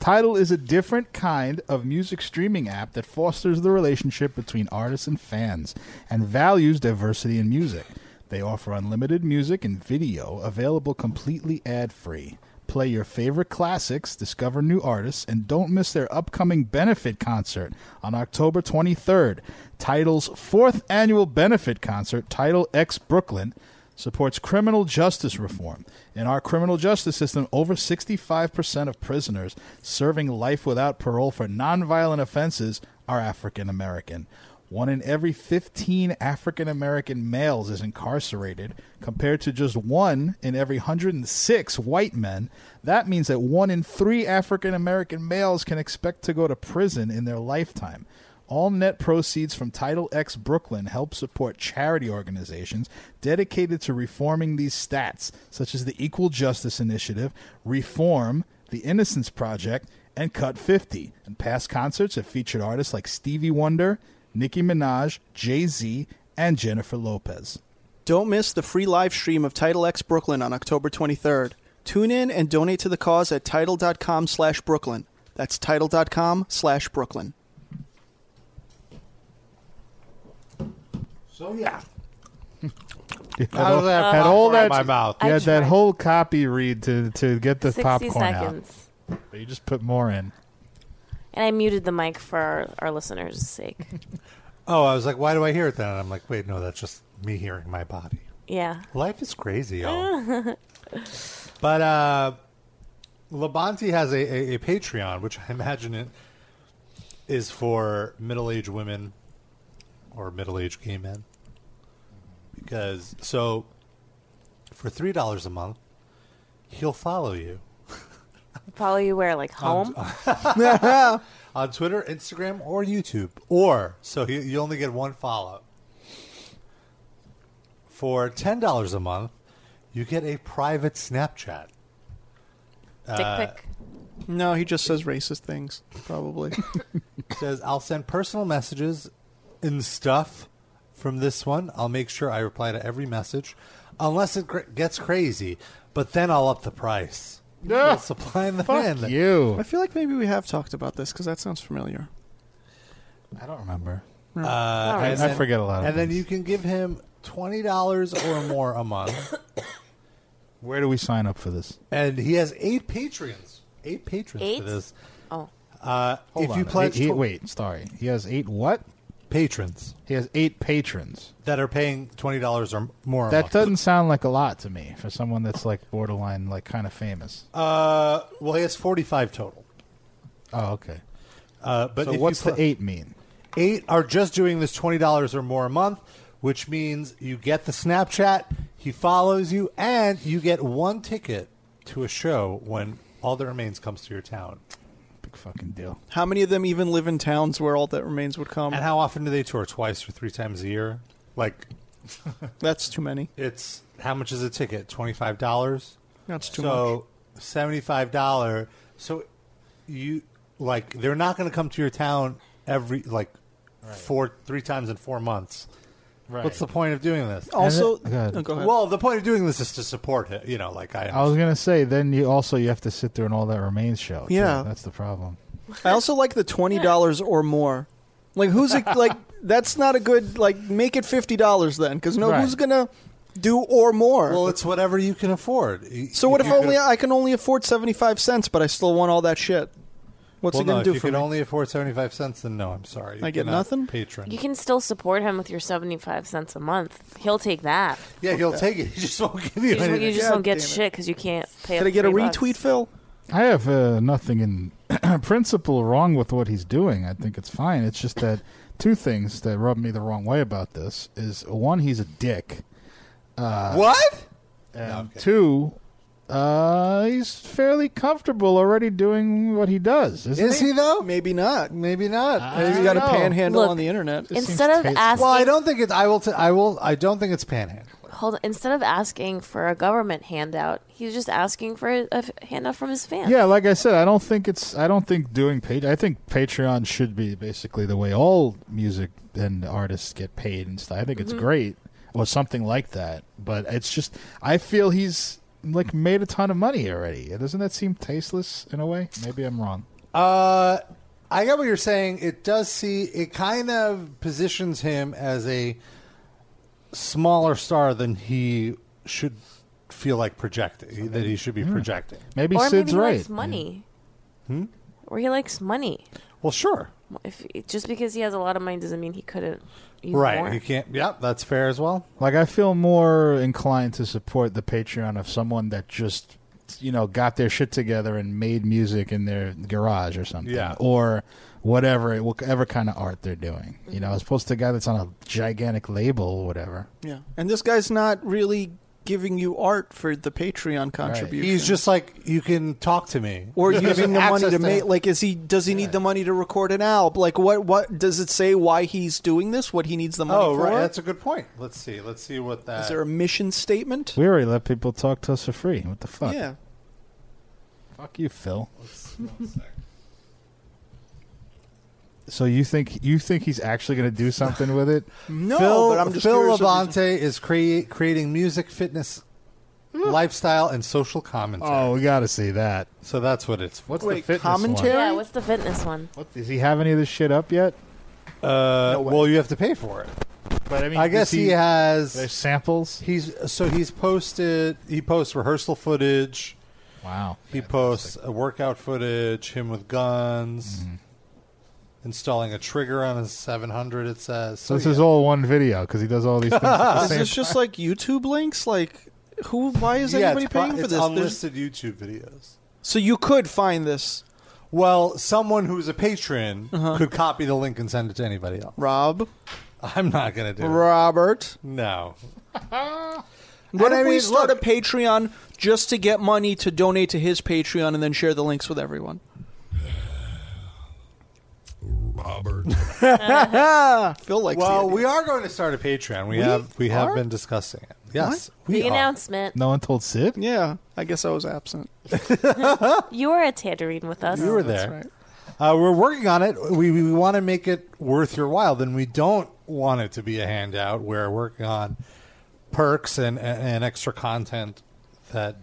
Speaker 2: Title is a different kind of music streaming app that fosters the relationship between artists and fans and values diversity in music. They offer unlimited music and video available completely ad free. Play your favorite classics, discover new artists, and don't miss their upcoming benefit concert on October 23rd. Title's fourth annual benefit concert, Title X Brooklyn, supports criminal justice reform. In our criminal justice system, over 65% of prisoners serving life without parole for nonviolent offenses are African American. One in every 15 African American males is incarcerated, compared to just one in every 106 white men. That means that one in three African American males can expect to go to prison in their lifetime. All net proceeds from Title X Brooklyn help support charity organizations dedicated to reforming these stats, such as the Equal Justice Initiative, Reform, the Innocence Project, and Cut 50. And past concerts have featured artists like Stevie Wonder, Nicki Minaj, Jay Z, and Jennifer Lopez.
Speaker 4: Don't miss the free live stream of Title X Brooklyn on October 23rd. Tune in and donate to the cause at title.com slash Brooklyn. That's title.com slash Brooklyn.
Speaker 3: So yeah.
Speaker 2: Had
Speaker 3: How
Speaker 2: all,
Speaker 3: does that
Speaker 2: had
Speaker 3: popcorn
Speaker 2: all
Speaker 3: in
Speaker 2: that
Speaker 3: my mouth?
Speaker 5: I
Speaker 2: You had that
Speaker 5: tried.
Speaker 2: whole copy read to, to get the
Speaker 5: 60
Speaker 2: popcorn out.
Speaker 5: seconds.
Speaker 2: But you just put more in.
Speaker 5: And I muted the mic for our, our listeners' sake.
Speaker 3: Oh, I was like, why do I hear it then? And I'm like, wait, no, that's just me hearing my body.
Speaker 5: yeah.
Speaker 3: Life is crazy, y'all. but uh, Labonte has a, a, a Patreon, which I imagine it is for middle-aged women or middle-aged gay men. Because so for three dollars a month, he'll follow you
Speaker 5: Follow you where? Like home?
Speaker 3: on Twitter, Instagram, or YouTube. Or so you, you only get one follow. For ten dollars a month, you get a private Snapchat. uh,
Speaker 5: Dick pic.
Speaker 4: No, he just says racist things, probably.
Speaker 3: says I'll send personal messages and stuff from this one. I'll make sure I reply to every message, unless it gr- gets crazy. But then I'll up the price.
Speaker 2: Yeah.
Speaker 3: supply and
Speaker 2: Fuck
Speaker 3: demand.
Speaker 4: I
Speaker 2: you.
Speaker 4: feel like maybe we have talked about this because that sounds familiar.
Speaker 2: I don't remember.
Speaker 3: Uh,
Speaker 5: right.
Speaker 3: and
Speaker 2: I
Speaker 3: then-
Speaker 2: forget a lot of
Speaker 3: And then
Speaker 2: things.
Speaker 3: you can give him twenty dollars or more a month,
Speaker 2: Where do we sign up for this?
Speaker 3: and he has eight patrons. Eight patrons
Speaker 5: Eight?
Speaker 3: for this.
Speaker 5: Oh.
Speaker 3: Uh,
Speaker 2: Hold
Speaker 3: if
Speaker 2: on.
Speaker 3: you pledge
Speaker 2: Eight- eight-
Speaker 3: tw-
Speaker 2: wait, sorry. He has eight what?
Speaker 3: patrons
Speaker 2: He has eight patrons.
Speaker 3: that are paying twenty dollars or more, a
Speaker 2: That
Speaker 3: month.
Speaker 2: doesn't sound like a lot to me for someone that's like borderline, like kind of famous.
Speaker 3: Uh, well, he has forty-five total.
Speaker 2: Oh, okay.
Speaker 3: Uh, but
Speaker 2: So
Speaker 3: if you
Speaker 2: what's the
Speaker 3: pl-
Speaker 2: eight mean?
Speaker 3: Eight are just doing this twenty dollars or more a month, which means you get the Snapchat, he follows you, and you get one ticket to a show when All That Remains comes to your town.
Speaker 2: Big fucking deal.
Speaker 4: How many of them even live in towns where all that remains would come?
Speaker 3: And how often do they tour? Twice or three times a year? Like
Speaker 4: That's too many.
Speaker 3: it's how much is a ticket? Twenty five dollars.
Speaker 4: That's too
Speaker 3: so seventy five dollar. So you like they're not going to come to your town every like four three times in four months.
Speaker 2: Right.
Speaker 3: What's the point of doing this?
Speaker 4: much. Also,
Speaker 2: And it- go ahead.
Speaker 4: Oh, go ahead.
Speaker 3: Well, the point of doing this is to support it. You know, like I,
Speaker 2: I was gonna say. Then you also you have to sit through an all that remains show. too.
Speaker 4: Yeah.
Speaker 2: that's the problem.
Speaker 4: I also like the twenty dollars or more. Like who's it, like that's not a good like make it fifty dollars then because no
Speaker 2: Right.
Speaker 4: who's gonna do or more.
Speaker 3: well, it's whatever you can afford. Y-
Speaker 4: so what if
Speaker 3: you
Speaker 4: only
Speaker 3: could-
Speaker 4: I can only afford seventy five cents, but I still want all that shit? What's
Speaker 3: well,
Speaker 4: it
Speaker 3: no,
Speaker 4: gonna
Speaker 3: if
Speaker 4: do
Speaker 3: you
Speaker 4: for
Speaker 3: can
Speaker 4: me?
Speaker 3: only afford seventy five cents, then no, I'm sorry, you
Speaker 4: I get
Speaker 3: cannot
Speaker 4: nothing?
Speaker 3: Patron,
Speaker 5: You can still support him with your seventy-five cents a month. He'll take that.
Speaker 3: yeah, he'll take it. He just won't give
Speaker 5: You
Speaker 3: you
Speaker 5: just,
Speaker 3: anything.
Speaker 5: you just
Speaker 4: God
Speaker 5: don't get
Speaker 4: damn it.
Speaker 5: shit because you can't pay.
Speaker 4: Can
Speaker 5: up
Speaker 4: I get a
Speaker 5: three bucks.
Speaker 4: retweet, Phil?
Speaker 2: I have uh, nothing in principle wrong with what he's doing. I think it's fine. It's just that two things that rub me the wrong way about this is one, he's a dick.
Speaker 3: Uh, what?
Speaker 2: And
Speaker 3: No, I'm kidding.
Speaker 2: two, uh, he's fairly comfortable already doing what he does. Isn't
Speaker 3: Is he though?
Speaker 4: Maybe not.
Speaker 3: Maybe not.
Speaker 4: Maybe
Speaker 2: I
Speaker 4: you got a
Speaker 2: don't know.
Speaker 4: panhandle
Speaker 5: Look,
Speaker 4: on the internet.
Speaker 2: seems
Speaker 5: Instead of
Speaker 2: tasteful.
Speaker 5: asking,
Speaker 3: Well, I don't think it's. I will. T- I will. I don't think it's panhandling.
Speaker 5: hold, instead of asking for a government handout, he's just asking for a, a handout from his fans.
Speaker 2: Yeah, like I said, I don't think it's. I don't think doing page. I think Patreon should be basically the way all music and artists get paid and stuff. I think it's
Speaker 5: Mm-hmm.
Speaker 2: great or something like that. But it's just, I feel he's like made a ton of money already. Doesn't that seem tasteless in a way? Maybe I'm wrong.
Speaker 3: Uh, I get what you're saying. It does see. It kind of positions him as a smaller star than he should feel like projecting. That he should be
Speaker 4: Hmm.
Speaker 3: projecting.
Speaker 2: Maybe
Speaker 5: or maybe
Speaker 2: Sid's
Speaker 5: he
Speaker 2: right.
Speaker 5: likes money. Or he likes money.
Speaker 3: Well, sure.
Speaker 5: If just because he has a lot of money doesn't mean he couldn't. use
Speaker 3: Right.
Speaker 5: more.
Speaker 3: You can't. Yep. That's fair as well.
Speaker 2: Like I feel more inclined to support the Patreon of someone that just you know got their shit together and made music in their garage or something,
Speaker 3: Yeah.
Speaker 2: or whatever, whatever kind of art they're doing. You know, as opposed to a guy that's on a gigantic label or whatever.
Speaker 4: yeah, and this guy's not really giving you art for the Patreon contribution.
Speaker 3: He's just like you can talk to me
Speaker 4: or
Speaker 3: Give me
Speaker 4: using the money
Speaker 3: access
Speaker 4: to make like is he does he need the money to record an album like what what does it say why he's doing this what he needs the money
Speaker 3: Oh,
Speaker 4: for
Speaker 3: right. That's a good point. Let's see. Let's see what that.
Speaker 4: is there a mission statement
Speaker 2: We already let people talk to us for free. What the fuck?
Speaker 4: yeah
Speaker 2: Fuck you, Phil. So you think you think he's actually going to do something with it?
Speaker 4: no
Speaker 3: Phil,
Speaker 4: but i'm just
Speaker 3: Phil
Speaker 4: curious if he's-
Speaker 3: Labonte is crea- creating music, fitness,
Speaker 4: Hmm.
Speaker 3: lifestyle, and social commentary.
Speaker 2: Oh, we got to see that.
Speaker 3: So that's what it's. What's
Speaker 4: Wait,
Speaker 2: fitness
Speaker 4: commentary?
Speaker 5: Yeah. What's the fitness one?
Speaker 2: What does he have any of this shit up yet?
Speaker 3: the, uh, well, you have to pay for it.
Speaker 2: But mean,
Speaker 3: I guess he,
Speaker 2: There's
Speaker 3: has.
Speaker 2: samples.
Speaker 3: He's so he's posted. He posts rehersal footage.
Speaker 2: Wow.
Speaker 3: He posts a workout footage. Him with guns. Installing a trigger on his 700, it says.
Speaker 2: So
Speaker 3: So
Speaker 2: this
Speaker 3: yeah.
Speaker 2: is all one video because he does all these things. at the
Speaker 4: is
Speaker 2: same
Speaker 4: this just like youtube links like who why is
Speaker 3: yeah,
Speaker 4: anybody
Speaker 3: it's pro-
Speaker 4: paying for
Speaker 3: it's
Speaker 4: this There's-
Speaker 3: Unlisted YouTube videos.
Speaker 4: so you could find this
Speaker 3: Well, someone who's a patron could copy the link and send it to anybody else.
Speaker 4: rob
Speaker 3: I'm not going to do it.
Speaker 4: robert
Speaker 3: No.
Speaker 4: what
Speaker 3: And
Speaker 4: if
Speaker 3: I
Speaker 4: we
Speaker 3: mean,
Speaker 4: start
Speaker 3: look-
Speaker 4: a patreon just to get money to donate to his patreon and then share the links with everyone
Speaker 7: Robert.
Speaker 4: ah phil likes the
Speaker 3: Well,
Speaker 4: idea.
Speaker 3: we are going to start a Patreon. We, have we have been discussing it. Yes, we
Speaker 5: The
Speaker 3: are.
Speaker 5: announcement.
Speaker 2: no one told Sid.
Speaker 4: yeah i guess i was absent
Speaker 5: You were at Tangerine with us.
Speaker 3: You were
Speaker 4: that's
Speaker 3: there.
Speaker 4: right
Speaker 3: Uh, we're working on it. We we, we want to make it worth your while. Then we don't want it to be a handout. We're working on perks and and, and extra content that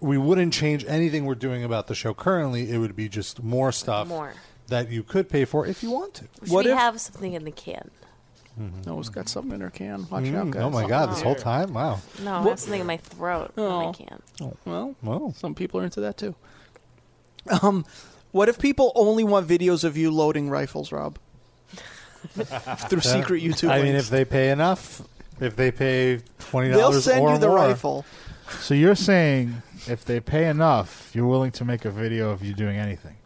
Speaker 3: we wouldn't change anything we're doing about the show currently. It would be just more stuff
Speaker 5: More.
Speaker 3: that you could pay for if you want to.
Speaker 5: Should
Speaker 4: What
Speaker 5: we
Speaker 4: if-
Speaker 5: have something in the can?
Speaker 4: No, it's got something in her can. Watch out,
Speaker 3: Mm,
Speaker 4: guys.
Speaker 3: oh my god! This whole time, wow.
Speaker 5: No, I have something in my throat. in
Speaker 4: Oh.
Speaker 5: my can.
Speaker 4: Well,
Speaker 3: Whoa.
Speaker 4: some people are into that too. Um, What if people only want videos of you loading rifles, Rob? Through secret YouTube
Speaker 3: I
Speaker 4: links.
Speaker 3: mean, if they pay enough, if they pay twenty
Speaker 4: They'll
Speaker 3: dollars
Speaker 4: send
Speaker 3: or
Speaker 4: you the
Speaker 3: more,
Speaker 4: rifle.
Speaker 2: So you're saying if they pay enough, you're willing to make a video of you doing anything.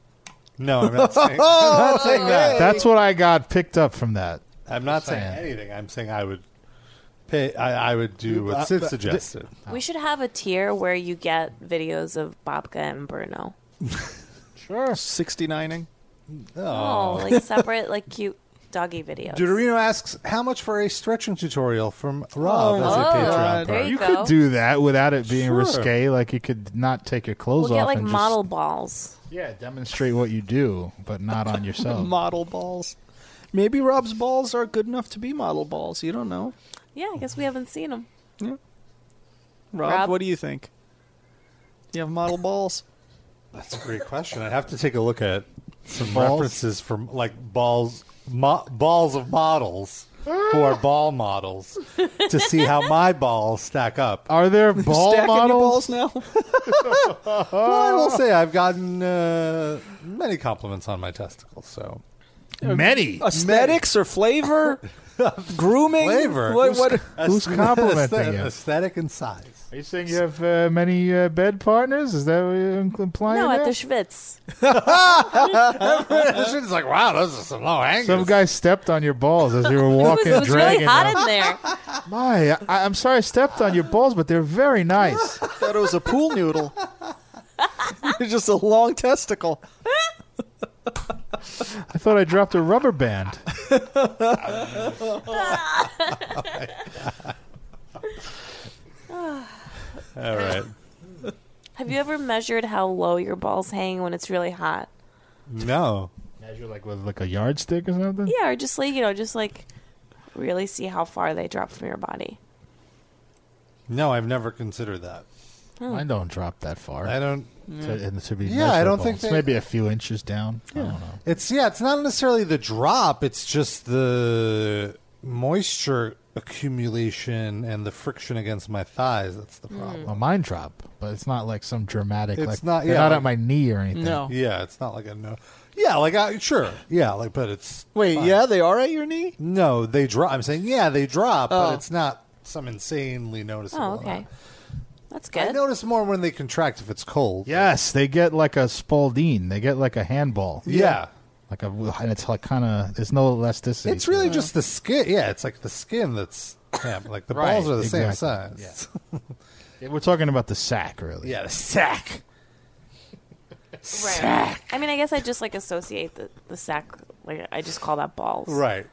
Speaker 3: No, I'm not saying, I'm not saying that.
Speaker 2: That's what I got picked up from that.
Speaker 3: I'm Oh, not saying anything. I'm saying I would pay. I, I would do
Speaker 2: Uh,
Speaker 3: what Sid
Speaker 2: but-
Speaker 3: suggested.
Speaker 5: We should have a tier where you get videos of Bobka and Bruno.
Speaker 2: Sure.
Speaker 4: 69ing.
Speaker 5: Oh, like separate, like cute doggy videos.
Speaker 3: Deuterino asks how much for a stretching tutorial from Rob as a
Speaker 5: Oh,
Speaker 3: Patreon.
Speaker 5: there
Speaker 3: part?
Speaker 5: you,
Speaker 2: You
Speaker 5: go.
Speaker 2: could do that without it being
Speaker 3: Sure.
Speaker 2: risque. Like you could not take your clothes
Speaker 5: we'll get
Speaker 2: off
Speaker 5: like
Speaker 2: and
Speaker 5: model balls.
Speaker 2: just yeah demonstrate what you do, but not on yourself.
Speaker 4: Model balls. Maybe Rob's balls are good enough to be model balls. You don't know.
Speaker 5: Yeah, I guess we haven't seen them.
Speaker 4: Rob,
Speaker 5: Rob?
Speaker 4: what do you think? Do you have model balls?
Speaker 3: That's a great question. I'd have to take a look at some
Speaker 2: Balls?
Speaker 3: references from like balls, mo- balls of models who are ball models to see how my balls stack up.
Speaker 2: Are there ball
Speaker 4: Stacking your
Speaker 2: models?
Speaker 4: balls now?
Speaker 3: Well, I will say I've gotten uh, many compliments on my testicles. So
Speaker 2: Many.
Speaker 4: Aesthetics or flavor? Grooming?
Speaker 3: flavor,
Speaker 4: What, what,
Speaker 2: who's complimenting
Speaker 3: aesthet-
Speaker 2: you?
Speaker 3: Aesthetic and size.
Speaker 2: Are you saying you have uh, many uh, bed partners? Is that what you're im- implying?
Speaker 5: No, at
Speaker 2: there?
Speaker 5: the Schwitz.
Speaker 3: This shit's like wow, those are some low hangers.
Speaker 2: Some guy stepped on your balls as you were
Speaker 5: It was,
Speaker 2: walking,
Speaker 5: it was really
Speaker 2: dragging.
Speaker 5: hot
Speaker 2: them.
Speaker 5: in there.
Speaker 2: My, I, I'm sorry, I stepped on your balls, but they're very nice.
Speaker 4: thought it was a pool noodle. It's just a long testicle.
Speaker 2: I thought I dropped a rubber band.
Speaker 3: All right,
Speaker 5: Have you ever measured how low your balls hang when it's really hot?
Speaker 3: no.
Speaker 2: Measure like with like a yardstick or something.
Speaker 5: Yeah, or just like you know, just like really see how far they drop from your body.
Speaker 3: No, I've never considered that.
Speaker 2: Mine don't drop that far.
Speaker 3: I don't.
Speaker 2: To, and to be
Speaker 3: Yeah, I don't
Speaker 2: measurable.
Speaker 3: think
Speaker 2: it's
Speaker 3: they-
Speaker 2: maybe a few inches down. I don't know.
Speaker 3: It's yeah. It's not necessarily the drop. It's just the moisture accumulation and the friction against my thighs. That's the problem.
Speaker 2: Well, mine drop, but it's not like some dramatic.
Speaker 3: It's
Speaker 2: like
Speaker 3: not-
Speaker 2: they're
Speaker 3: yeah,
Speaker 2: not
Speaker 3: like-
Speaker 2: at my knee or anything.
Speaker 4: No.
Speaker 3: Yeah, it's not like a no. Yeah, like I sure. Yeah, like but it's
Speaker 4: Wait,
Speaker 3: fine.
Speaker 4: yeah, they are at your knee?
Speaker 3: No, they drop. I'm saying yeah, they drop,
Speaker 4: Oh.
Speaker 3: but it's not some insanely noticeable.
Speaker 5: Oh, okay,
Speaker 3: amount.
Speaker 5: that's
Speaker 3: I
Speaker 5: good.
Speaker 3: notice more when they contract if it's cold.
Speaker 2: Yes, they get like a Spaldine. They get like a handball.
Speaker 3: Yeah.
Speaker 2: Like a, and it's like kind of. There's no elasticity.
Speaker 3: It's
Speaker 2: to
Speaker 3: really
Speaker 2: it.
Speaker 3: just the skin. Yeah, it's like the skin that's yeah, like the
Speaker 2: Right,
Speaker 3: balls are the same
Speaker 2: exactly.
Speaker 3: size.
Speaker 2: We're talking about the sack, really.
Speaker 3: yeah the sack.
Speaker 5: Right. I mean, I guess I just like associate the, the sack. Like I just call that balls.
Speaker 3: Right.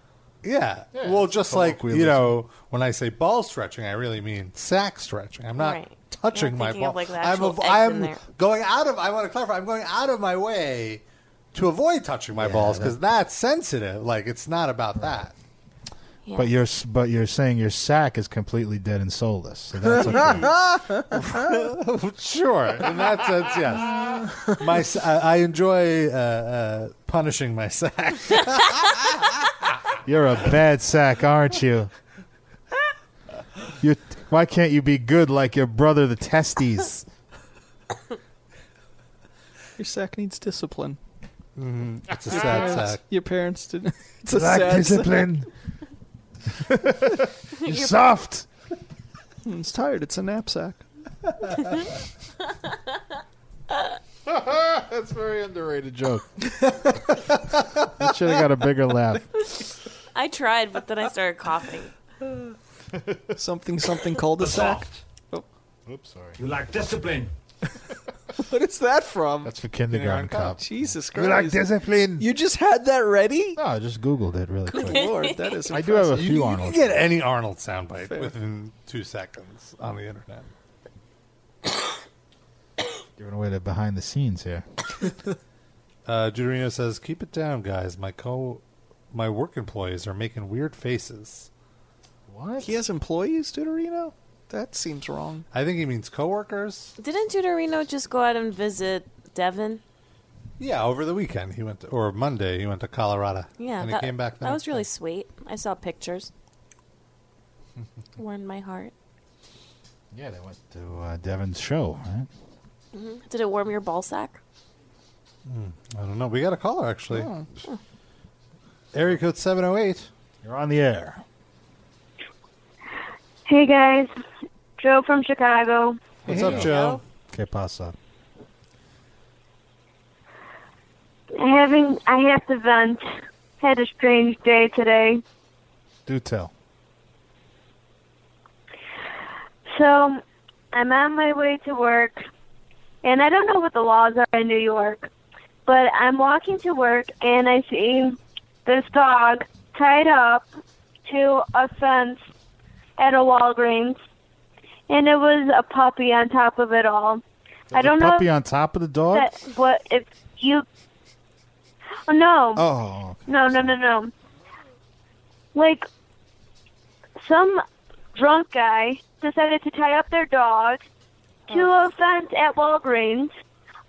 Speaker 3: Yeah. well, just like you know, when I say ball stretching, I really mean sack stretching. I'm not
Speaker 5: Right.
Speaker 3: touching
Speaker 5: You're
Speaker 3: my
Speaker 5: thinking
Speaker 3: ball.
Speaker 5: of, like, the
Speaker 3: I'm
Speaker 5: actual
Speaker 3: av-
Speaker 5: eggs in
Speaker 3: I'm
Speaker 5: there.
Speaker 3: going out of. I want to clarify. I'm going out of my way to avoid touching my balls because that's sensitive. Like it's not about that.
Speaker 5: Yeah.
Speaker 2: But you're s- but you're saying your sack is completely dead and soulless. So that's okay.
Speaker 3: Sure. In that sense, yes. My s- I I enjoy uh, uh, punishing my sack.
Speaker 2: you're a bad sack, aren't you? You why can't you be good like your brother the testes?
Speaker 4: Your sack needs discipline.
Speaker 3: It's a sad sack.
Speaker 4: Your parents didn't. It's a
Speaker 2: Lack
Speaker 4: sad sack.
Speaker 2: discipline. you soft.
Speaker 4: It's tired. It's a knapsack.
Speaker 2: That's a very underrated joke. I should have got a bigger laugh.
Speaker 5: I tried, but then I started coughing.
Speaker 4: Something, something cul-de-sac.
Speaker 2: Oops, sorry.
Speaker 6: You lack discipline.
Speaker 4: What is that from?
Speaker 2: Oh. That's for kindergarten cops.
Speaker 4: Jesus
Speaker 2: You
Speaker 4: Christ.
Speaker 2: like discipline?
Speaker 4: You just had that ready?
Speaker 2: No, I just googled it really quick.
Speaker 4: Lord, that is
Speaker 2: I do have a
Speaker 3: You,
Speaker 2: few
Speaker 3: you can
Speaker 2: Arnold.
Speaker 3: get any Arnold soundbite
Speaker 4: Fair.
Speaker 3: within two seconds on the internet.
Speaker 2: Giving away the behind the scenes here.
Speaker 3: Uh, Judorino says, "Keep it down, guys. My co, my work employees are making weird faces.
Speaker 2: What?
Speaker 4: He has employees, Deuterino? That seems wrong.
Speaker 3: I think he means coworkers.
Speaker 5: Didn't Tutorino just go out and visit Devin?
Speaker 3: Yeah, over the weekend he went, to, or Monday he went to Colorado.
Speaker 5: Yeah,
Speaker 3: and
Speaker 5: that,
Speaker 3: he came back. the
Speaker 5: that
Speaker 3: next
Speaker 5: was really
Speaker 3: day.
Speaker 5: sweet. I saw pictures. Warmed my heart.
Speaker 2: Yeah, they went to uh, Devin's show. Right?
Speaker 5: Did it warm your ball sack?
Speaker 3: I don't know. We got a caller actually.
Speaker 5: Oh.
Speaker 3: Area code seven zero eight.
Speaker 2: You're on the air.
Speaker 8: Hey guys, Joe from Chicago.
Speaker 3: What's up, Joe?
Speaker 2: Que pasa?
Speaker 8: Having I have to vent. Had a strange day today.
Speaker 2: Do tell.
Speaker 8: So I'm on my way to work, and I don't know what the laws are in New York, but I'm walking to work and I see this dog tied up to a fence at a Walgreens, and it was a puppy on top of it all. I
Speaker 2: The
Speaker 8: don't know
Speaker 2: puppy on top of the dog.
Speaker 8: that what if you? Oh, no.
Speaker 2: oh,
Speaker 8: No, no, no, no. Like, some drunk guy decided to tie up their dog to a fence at Walgreens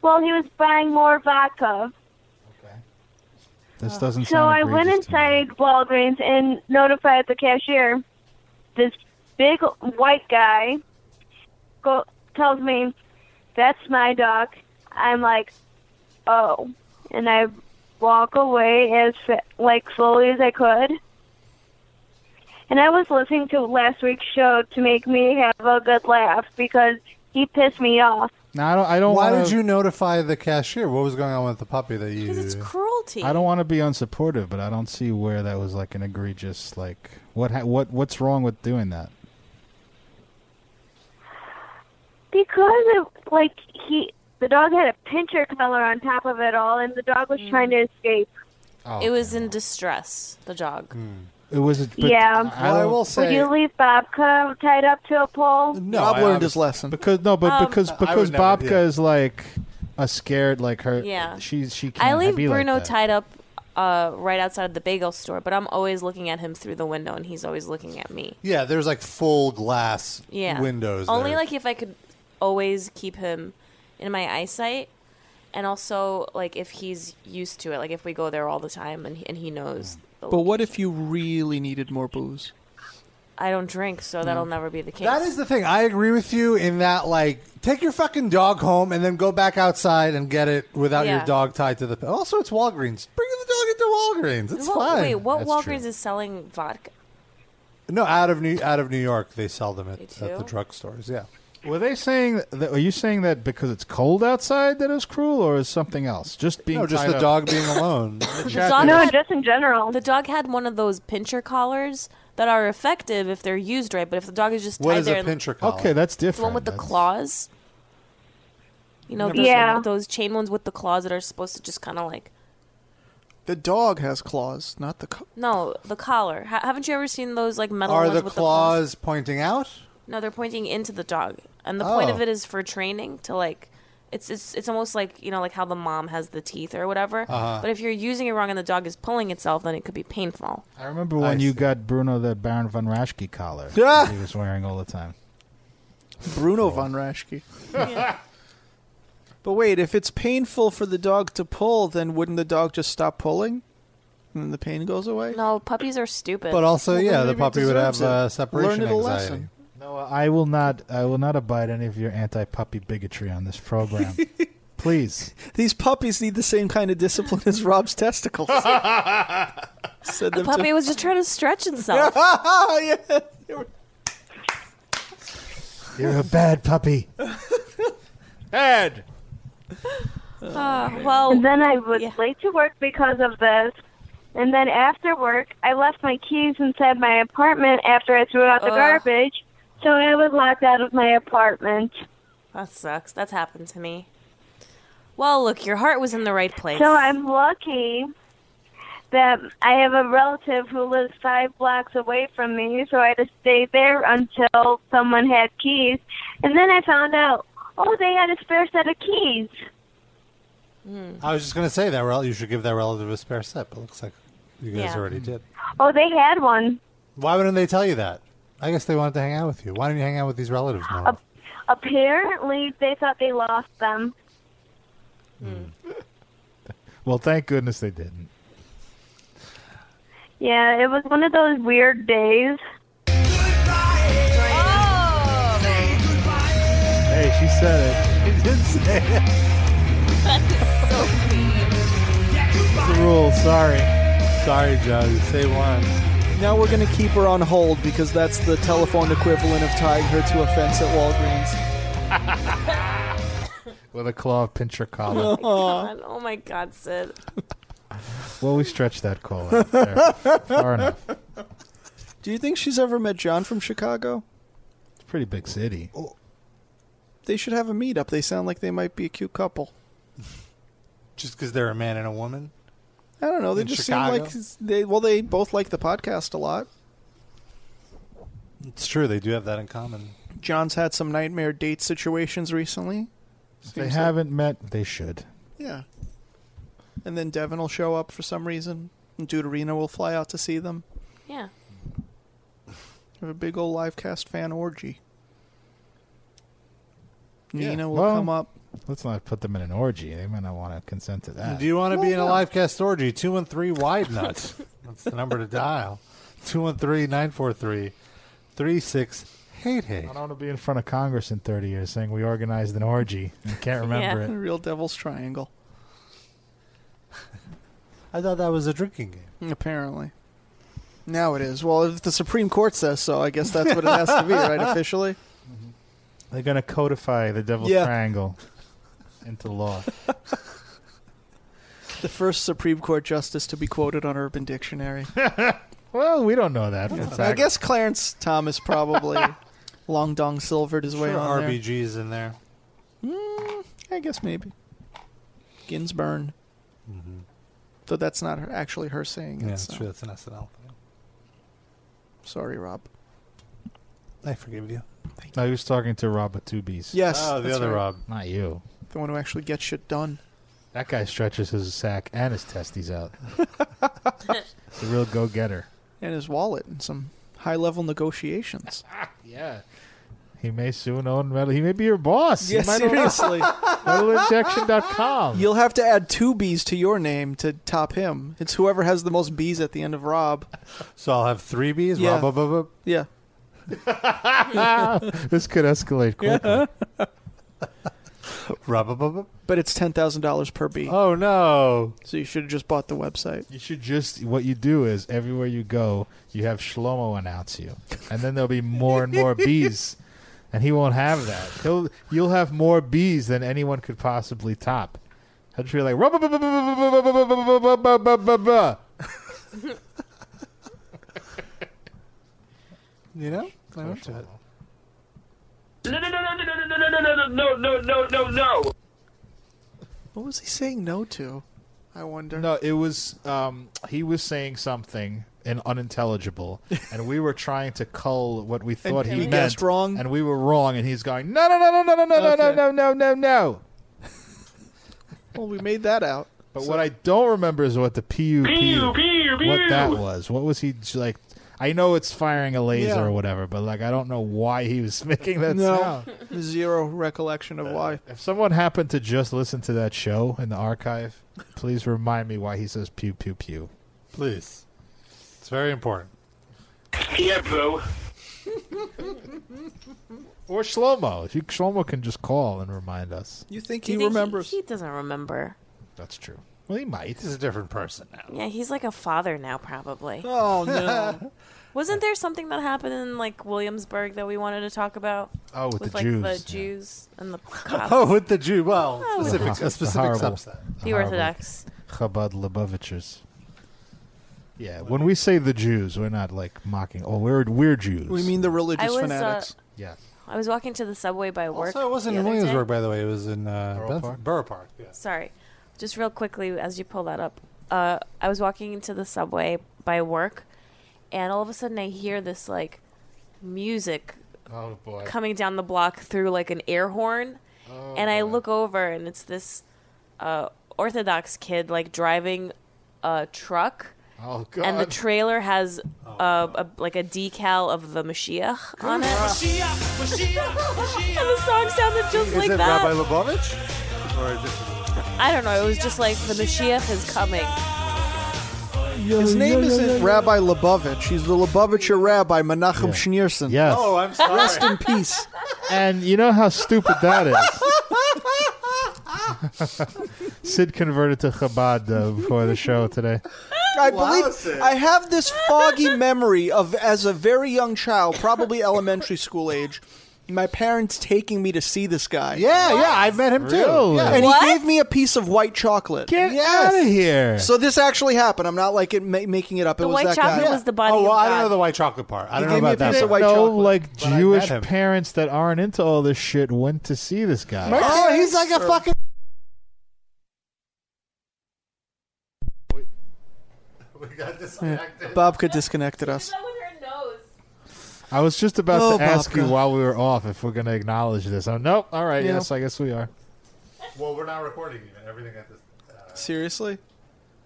Speaker 8: while he was buying more vodka.
Speaker 2: this doesn't
Speaker 8: Uh, So I
Speaker 2: sound.
Speaker 8: went
Speaker 2: egregious to me.
Speaker 8: inside Walgreens and notified the cashier. This big white guy go, tells me, "That's my dog." I'm like, "Oh," and I walk away as fa- like slowly as I could. And I was listening to last week's show to make me have a good laugh because he pissed me off.
Speaker 2: No, I don't. I don't
Speaker 3: Why
Speaker 2: wanna,
Speaker 3: did you notify the cashier? What was going on with the puppy that you?
Speaker 5: Because it's cruelty.
Speaker 2: I don't want to be unsupportive, but I don't see where that was like an egregious like what ha- what what's wrong with doing that?
Speaker 8: Because it, like he, the dog had a pincher collar on top of it all, and the dog was trying to escape.
Speaker 5: It was in distress. The dog.
Speaker 3: Mm.
Speaker 2: It was a, but
Speaker 8: Yeah.
Speaker 2: I
Speaker 3: Well, I
Speaker 2: don't-
Speaker 3: will
Speaker 8: Would
Speaker 3: say
Speaker 8: you leave Bobka tied up to a pole?
Speaker 3: no.
Speaker 4: Bob
Speaker 3: I
Speaker 4: learned
Speaker 3: obvi-
Speaker 4: his lesson.
Speaker 2: because no, but
Speaker 5: Um,
Speaker 2: because because
Speaker 3: never-
Speaker 2: Bobka
Speaker 3: yeah.
Speaker 2: is like a scared like her.
Speaker 5: Yeah.
Speaker 2: she she can't
Speaker 5: I leave
Speaker 2: be
Speaker 5: Bruno
Speaker 2: like that.
Speaker 5: tied up uh, right outside the bagel store, but I'm always looking at him through the window, and he's always looking at me.
Speaker 3: Yeah, there's like full glass
Speaker 5: Yeah,
Speaker 3: windows.
Speaker 5: Only
Speaker 3: there.
Speaker 5: like if I could always keep him in my eyesight, and also like if he's used to it, like if we go there all the time and he, and he knows. the-
Speaker 4: But what if you really needed more booze?
Speaker 5: I don't drink, so that'll never be the case.
Speaker 3: That is the thing. I agree with you in that, like, take your fucking dog home and then go back outside and get it without
Speaker 5: Yeah.
Speaker 3: your dog tied to the. Also, it's Walgreens. Bring the dog into Walgreens. It's
Speaker 5: Well,
Speaker 3: fine.
Speaker 5: Wait, what
Speaker 3: That's
Speaker 5: Walgreens
Speaker 3: true.
Speaker 5: is selling vodka?
Speaker 3: No, out of New out of New York, they sell them at,
Speaker 5: They
Speaker 3: at the
Speaker 5: do?
Speaker 3: drugstores. Yeah,
Speaker 2: Were they saying? That, are you saying that because it's cold outside that is cruel, or is something else? Just being
Speaker 3: no, just
Speaker 2: tied
Speaker 3: the
Speaker 2: up.
Speaker 3: dog being alone.
Speaker 5: The dog,
Speaker 8: No,
Speaker 5: had,
Speaker 8: just in general.
Speaker 5: the dog had one of those pincher collars that are effective if they're used right, but if the dog is just
Speaker 3: what
Speaker 5: tied
Speaker 3: is
Speaker 5: there,
Speaker 3: a
Speaker 5: and-
Speaker 3: pincher collar?
Speaker 2: Okay, that's different.
Speaker 5: the one with the
Speaker 2: That's-
Speaker 5: claws. You know,
Speaker 8: Never
Speaker 5: those,
Speaker 8: Yeah.
Speaker 5: those chain ones with the claws that are supposed to just kind of like
Speaker 4: The dog has claws, not the. Co-
Speaker 5: No, the collar. Ha- haven't you ever seen those like metal
Speaker 3: Are
Speaker 5: ones
Speaker 3: the
Speaker 5: with
Speaker 3: claws pointing out?
Speaker 5: the claws? No, they're pointing into the dog, and the point
Speaker 3: Oh.
Speaker 5: of it is for training to like. It's, it's, it's almost like you know like how the mom has the teeth or whatever
Speaker 3: Uh-huh.
Speaker 5: but if you're using it wrong and the dog is pulling itself then it could be painful
Speaker 2: I remember when
Speaker 3: I
Speaker 2: you
Speaker 3: see.
Speaker 2: got Bruno that Baron von Raschke collar
Speaker 3: Yeah.
Speaker 2: that he was wearing all the time.
Speaker 4: Bruno von Raschke. but wait, if it's painful for the dog to pull, then wouldn't the dog just stop pulling, and then the pain goes away?
Speaker 5: no puppies are stupid
Speaker 3: But also,
Speaker 4: Well, then
Speaker 3: yeah, the
Speaker 4: maybe it
Speaker 3: puppy would
Speaker 4: deserves
Speaker 3: have uh,
Speaker 4: it.
Speaker 3: separation
Speaker 4: Learned it a
Speaker 3: anxiety.
Speaker 4: lesson.
Speaker 2: No, I will not. I will not abide any of your anti-puppy bigotry on this program. Please,
Speaker 4: These puppies need the same kind of discipline as Rob's testicles. Said
Speaker 5: the
Speaker 4: them
Speaker 5: puppy was just trying to stretch itself
Speaker 4: to. yeah.
Speaker 2: you're a bad puppy.
Speaker 5: Uh, well
Speaker 8: then I was
Speaker 5: Yeah.
Speaker 8: late to work because of this. And then after work, I left my keys inside my apartment after I threw out the
Speaker 5: Ugh.
Speaker 8: garbage. So I was locked out of my apartment.
Speaker 5: that sucks that's happened to me well look your heart was in the right place
Speaker 8: So I'm lucky that I have a relative who lives five blocks away from me, so I had to stay there until someone had keys. And then I found out, oh, they had a spare set of keys.
Speaker 3: I was just gonna say that. Well, you should give that relative a spare set. But it looks like you guys
Speaker 5: Yeah.
Speaker 3: already did.
Speaker 8: Oh, they had one.
Speaker 3: Why wouldn't they tell you that? I guess they wanted to hang out with you. Why don't you hang out with these relatives more?
Speaker 8: Uh, Apparently, they thought they lost them.
Speaker 2: Well, thank goodness they didn't.
Speaker 8: Yeah, it was one of those weird days.
Speaker 2: Hey, she said it.
Speaker 5: so mean.
Speaker 4: Sorry.
Speaker 3: Sorry, Joe. You say once.
Speaker 4: Now we're going to keep her on hold because that's the telephone equivalent of tying her to a fence at Walgreens.
Speaker 2: With a claw, pinch her collar.
Speaker 5: God, oh my God, Sid.
Speaker 2: well, we stretched that collar out there. far enough.
Speaker 4: Do you think she's ever met John from Chicago?
Speaker 2: It's a pretty big city.
Speaker 3: Oh,
Speaker 4: They should have a meetup. They sound like they might be a cute couple.
Speaker 3: Just because they're a man and a woman.
Speaker 4: I don't know. They
Speaker 3: In
Speaker 4: just
Speaker 3: Chicago?
Speaker 4: seem like they. Well, they both like the podcast a lot.
Speaker 3: It's true. They do have that in common.
Speaker 4: John's had some nightmare date situations recently.
Speaker 2: If they
Speaker 4: Seems
Speaker 2: haven't met, they should.
Speaker 4: Yeah. And then Devin will show up for some reason. And Deuterino will fly out to see them.
Speaker 5: Yeah.
Speaker 4: Have a big old live cast fan orgy. Nina will
Speaker 2: Well,
Speaker 4: come up.
Speaker 2: Let's not put them in an orgy. They might not want to consent to that.
Speaker 3: Do you want to be in a live cast orgy? 213 Wide Nuts. That's the number to dial. 213 943 36 Hate Hate.
Speaker 2: I don't want to be in front of Congress in 30 years saying we organized an orgy and can't remember
Speaker 5: Yeah.
Speaker 4: A real devil's triangle,
Speaker 3: I thought that was a drinking game.
Speaker 4: apparently. Now it is. Well, if the Supreme Court says so, I guess that's what it has to be, right? Officially.
Speaker 2: it. They're going to codify the Devil's
Speaker 4: Yeah.
Speaker 2: Triangle into law.
Speaker 4: The first Supreme Court justice to be quoted on Urban Dictionary.
Speaker 2: Well, we don't know that. for a
Speaker 4: I
Speaker 2: fact.
Speaker 4: guess Clarence Thomas probably long dong silvered his way
Speaker 3: Sure,
Speaker 4: on
Speaker 3: RBG's in there.
Speaker 4: there. I guess maybe Ginsburn. Though that's not her, actually her saying
Speaker 3: Mm-hmm.
Speaker 4: it.
Speaker 3: Yeah, that's
Speaker 4: so.
Speaker 3: true. Oh, That's an SNL thing.
Speaker 4: Sorry, Rob.
Speaker 3: I forgive you.
Speaker 2: No, he was talking to Rob with two B's.
Speaker 4: Yes,
Speaker 3: Oh, the
Speaker 4: that's
Speaker 3: other
Speaker 4: right.
Speaker 3: Rob.
Speaker 2: Not you.
Speaker 4: the one who actually gets shit done.
Speaker 2: That guy stretches his sack and his testes out. He's a real go getter.
Speaker 4: and his wallet and some high level negotiations.
Speaker 2: Yeah. He may soon own metal. He may be your boss. He might own
Speaker 4: seriously.
Speaker 2: metalinjection.com.
Speaker 4: You'll have to add two B's to your name to top him. It's whoever has the most B's at the end of Rob.
Speaker 3: So I'll have three B's.
Speaker 4: Yeah.
Speaker 3: Rob, bub, bub, bub.
Speaker 4: Yeah.
Speaker 2: this could escalate quickly.
Speaker 3: Rob, bub, bub, bub.
Speaker 4: But it's ten thousand dollars per B.
Speaker 3: Oh, no.
Speaker 4: So you should have just bought the website.
Speaker 2: You should just what you do is everywhere you go, you have Shlomo announce you, and then there'll be more and more bees, and he won't have that. He'll you'll have more bees than anyone could possibly top. He'll just be like, "Rub-a-ba-ba-ba-ba-ba-ba-ba-ba-ba-ba-ba-ba."
Speaker 3: You know? I went to it.
Speaker 4: What was he saying no to? I wonder.
Speaker 2: no, it was um, he was saying something and unintelligible, and we were trying to cull what we thought
Speaker 4: and
Speaker 2: he
Speaker 4: we
Speaker 2: meant
Speaker 4: guessed wrong?
Speaker 2: and we were wrong, and he's going, "No, no, no, no, no, no, no, no,
Speaker 4: Okay.
Speaker 2: no, no, no, no."
Speaker 4: Well, we made that out.
Speaker 2: But what I don't remember is what the PU, what that was. What was he like? I know it's firing a laser
Speaker 4: Yeah.
Speaker 2: or whatever, but like I don't know why he was making that sound.
Speaker 4: Zero recollection of why.
Speaker 2: If someone happened to just listen to that show in the archive, please remind me why he says pew pew pew.
Speaker 3: Please. It's very important.
Speaker 2: Or Shlomo. You- Shlomo can just call and remind us.
Speaker 4: You think
Speaker 5: Do
Speaker 4: he
Speaker 5: you think
Speaker 4: remembers?
Speaker 5: He, doesn't remember.
Speaker 2: That's true. Well, he might.
Speaker 3: He's a different person now.
Speaker 5: Yeah, he's like a father now, probably.
Speaker 4: Oh no.
Speaker 5: Wasn't there something that happened in like Williamsburg that we wanted to talk about
Speaker 2: Oh, with,
Speaker 5: with
Speaker 2: the
Speaker 5: like
Speaker 2: Jews.
Speaker 5: the Jews and the cops,
Speaker 3: Oh, with the Jew. Well,
Speaker 5: Oh, with
Speaker 3: specific,
Speaker 2: the-
Speaker 3: a specific
Speaker 2: Horrible.
Speaker 3: subset.
Speaker 5: the
Speaker 2: Horrible.
Speaker 5: Orthodox?
Speaker 2: Chabad Lubavitchers. Yeah, when we say the Jews, we're not like mocking. Oh, we're we're Jews.
Speaker 4: we mean the religious
Speaker 5: I was, uh,
Speaker 4: fanatics.
Speaker 2: yes.
Speaker 5: I was walking to the subway by work.
Speaker 3: Also, it wasn't
Speaker 5: the
Speaker 3: in
Speaker 5: other day.
Speaker 3: Williamsburg, by the way. It was in uh, Borough, Park? Borough Park. Yeah.
Speaker 5: sorry. Just real quickly, as you pull that up, uh, I was walking into the subway by work, and all of a sudden I hear this like music
Speaker 2: Oh boy.
Speaker 5: coming down the block through like an air horn,
Speaker 3: Oh,
Speaker 5: and I look over and it's this uh, Orthodox kid like driving a truck,
Speaker 2: Oh god.
Speaker 5: and the trailer has a, a like a decal of the Mashiach on it, and the song sounded just
Speaker 3: Is
Speaker 5: like
Speaker 3: it
Speaker 5: that.
Speaker 3: Rabbi Lubavitch? Or a different?
Speaker 5: I don't know. It was just like the Mashiach is coming.
Speaker 4: His name isn't Rabbi Lubavitch. He's the Lubavitcher Rabbi Menachem Schneerson.
Speaker 2: yes.
Speaker 3: Oh, I'm sorry.
Speaker 4: Rest in peace.
Speaker 2: and you know how stupid that is. Sid converted to Chabad uh, before the show today.
Speaker 4: I believe I have this foggy memory of as a very young child, probably elementary school age, my parents taking me to see this guy.
Speaker 3: Yeah, yeah, I met him too.
Speaker 2: Really?
Speaker 3: Yeah.
Speaker 4: And
Speaker 5: What?
Speaker 4: he gave me a piece of white chocolate.
Speaker 2: Get
Speaker 3: Yes.
Speaker 2: out of here.
Speaker 4: So this actually happened. I'm not like it ma- making it up. it
Speaker 5: The
Speaker 4: was
Speaker 5: white
Speaker 4: that
Speaker 5: chocolate
Speaker 4: guy.
Speaker 5: was the body.
Speaker 3: oh, well,
Speaker 5: of
Speaker 3: I don't
Speaker 5: God.
Speaker 3: know the white chocolate part. I don't know
Speaker 4: gave me a
Speaker 3: about that.
Speaker 4: piece
Speaker 2: I
Speaker 4: of
Speaker 3: part.
Speaker 2: didn't
Speaker 4: white
Speaker 2: know
Speaker 4: chocolate,
Speaker 2: like
Speaker 3: I met
Speaker 2: Jewish
Speaker 3: him.
Speaker 2: parents that aren't into all this shit went to see this guy.
Speaker 4: My
Speaker 3: Oh, he's
Speaker 4: parents
Speaker 3: like a
Speaker 4: are-
Speaker 3: fucking. We got disconnected.
Speaker 4: Bob could disconnected us.
Speaker 2: I was just about
Speaker 4: Oh,
Speaker 2: to ask
Speaker 4: Bobka.
Speaker 2: you while we were off if we're going to acknowledge this. Oh, nope. All right.
Speaker 4: Yeah.
Speaker 2: Yes, I guess we are.
Speaker 3: Well, we're not recording even. Everything at this.
Speaker 4: Seriously?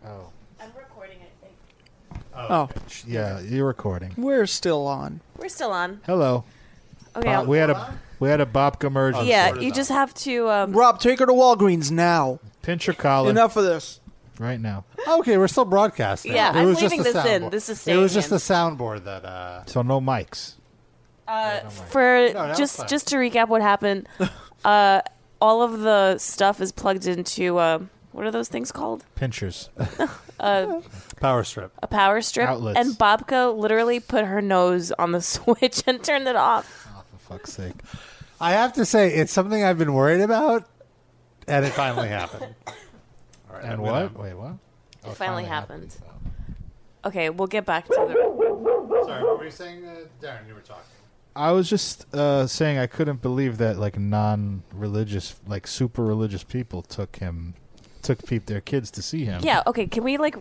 Speaker 2: Oh,
Speaker 5: I'm recording, I think.
Speaker 4: Oh,
Speaker 2: yeah. You're recording.
Speaker 4: we're still on.
Speaker 5: We're still on.
Speaker 2: Hello.
Speaker 5: Okay.
Speaker 3: Uh,
Speaker 2: Bob-
Speaker 5: I'll-
Speaker 2: we had a we had a Bobka merge.
Speaker 5: yeah,
Speaker 3: sorted
Speaker 5: you
Speaker 3: out.
Speaker 5: just have to. Um,
Speaker 4: Rob, take her to Walgreens now.
Speaker 2: Pinch your collar
Speaker 4: Enough of this.
Speaker 2: right now.
Speaker 3: Okay, we're still broadcasting.
Speaker 5: Yeah, I'm
Speaker 3: just
Speaker 5: leaving
Speaker 3: the
Speaker 5: this in.
Speaker 3: soundboard.
Speaker 5: This is
Speaker 3: It was just
Speaker 5: staying in.
Speaker 3: the soundboard that. Uh,
Speaker 2: So no mics.
Speaker 5: uh, for
Speaker 3: No, that's
Speaker 5: just
Speaker 3: fine.
Speaker 5: just to recap what happened, uh, all of the stuff is plugged into uh, what are those things called?
Speaker 2: Pinchers.
Speaker 3: power strip.
Speaker 5: A power strip.
Speaker 2: Outlets.
Speaker 5: And Bobka literally put her nose on the switch and turned it off.
Speaker 2: For fuck's sake.
Speaker 3: I have to say, it's something I've been worried about, and it finally happened. All right,
Speaker 2: And
Speaker 3: I'm
Speaker 2: what?
Speaker 3: gonna-
Speaker 2: Wait, what?
Speaker 5: it finally happened. Okay, we'll get back to the.
Speaker 3: Sorry, what were you saying, uh, Darren? You were talking.
Speaker 2: I was just uh, saying I couldn't believe that like non-religious, like super religious people took him, took peep their kids to see him.
Speaker 5: Yeah. Okay. Can we like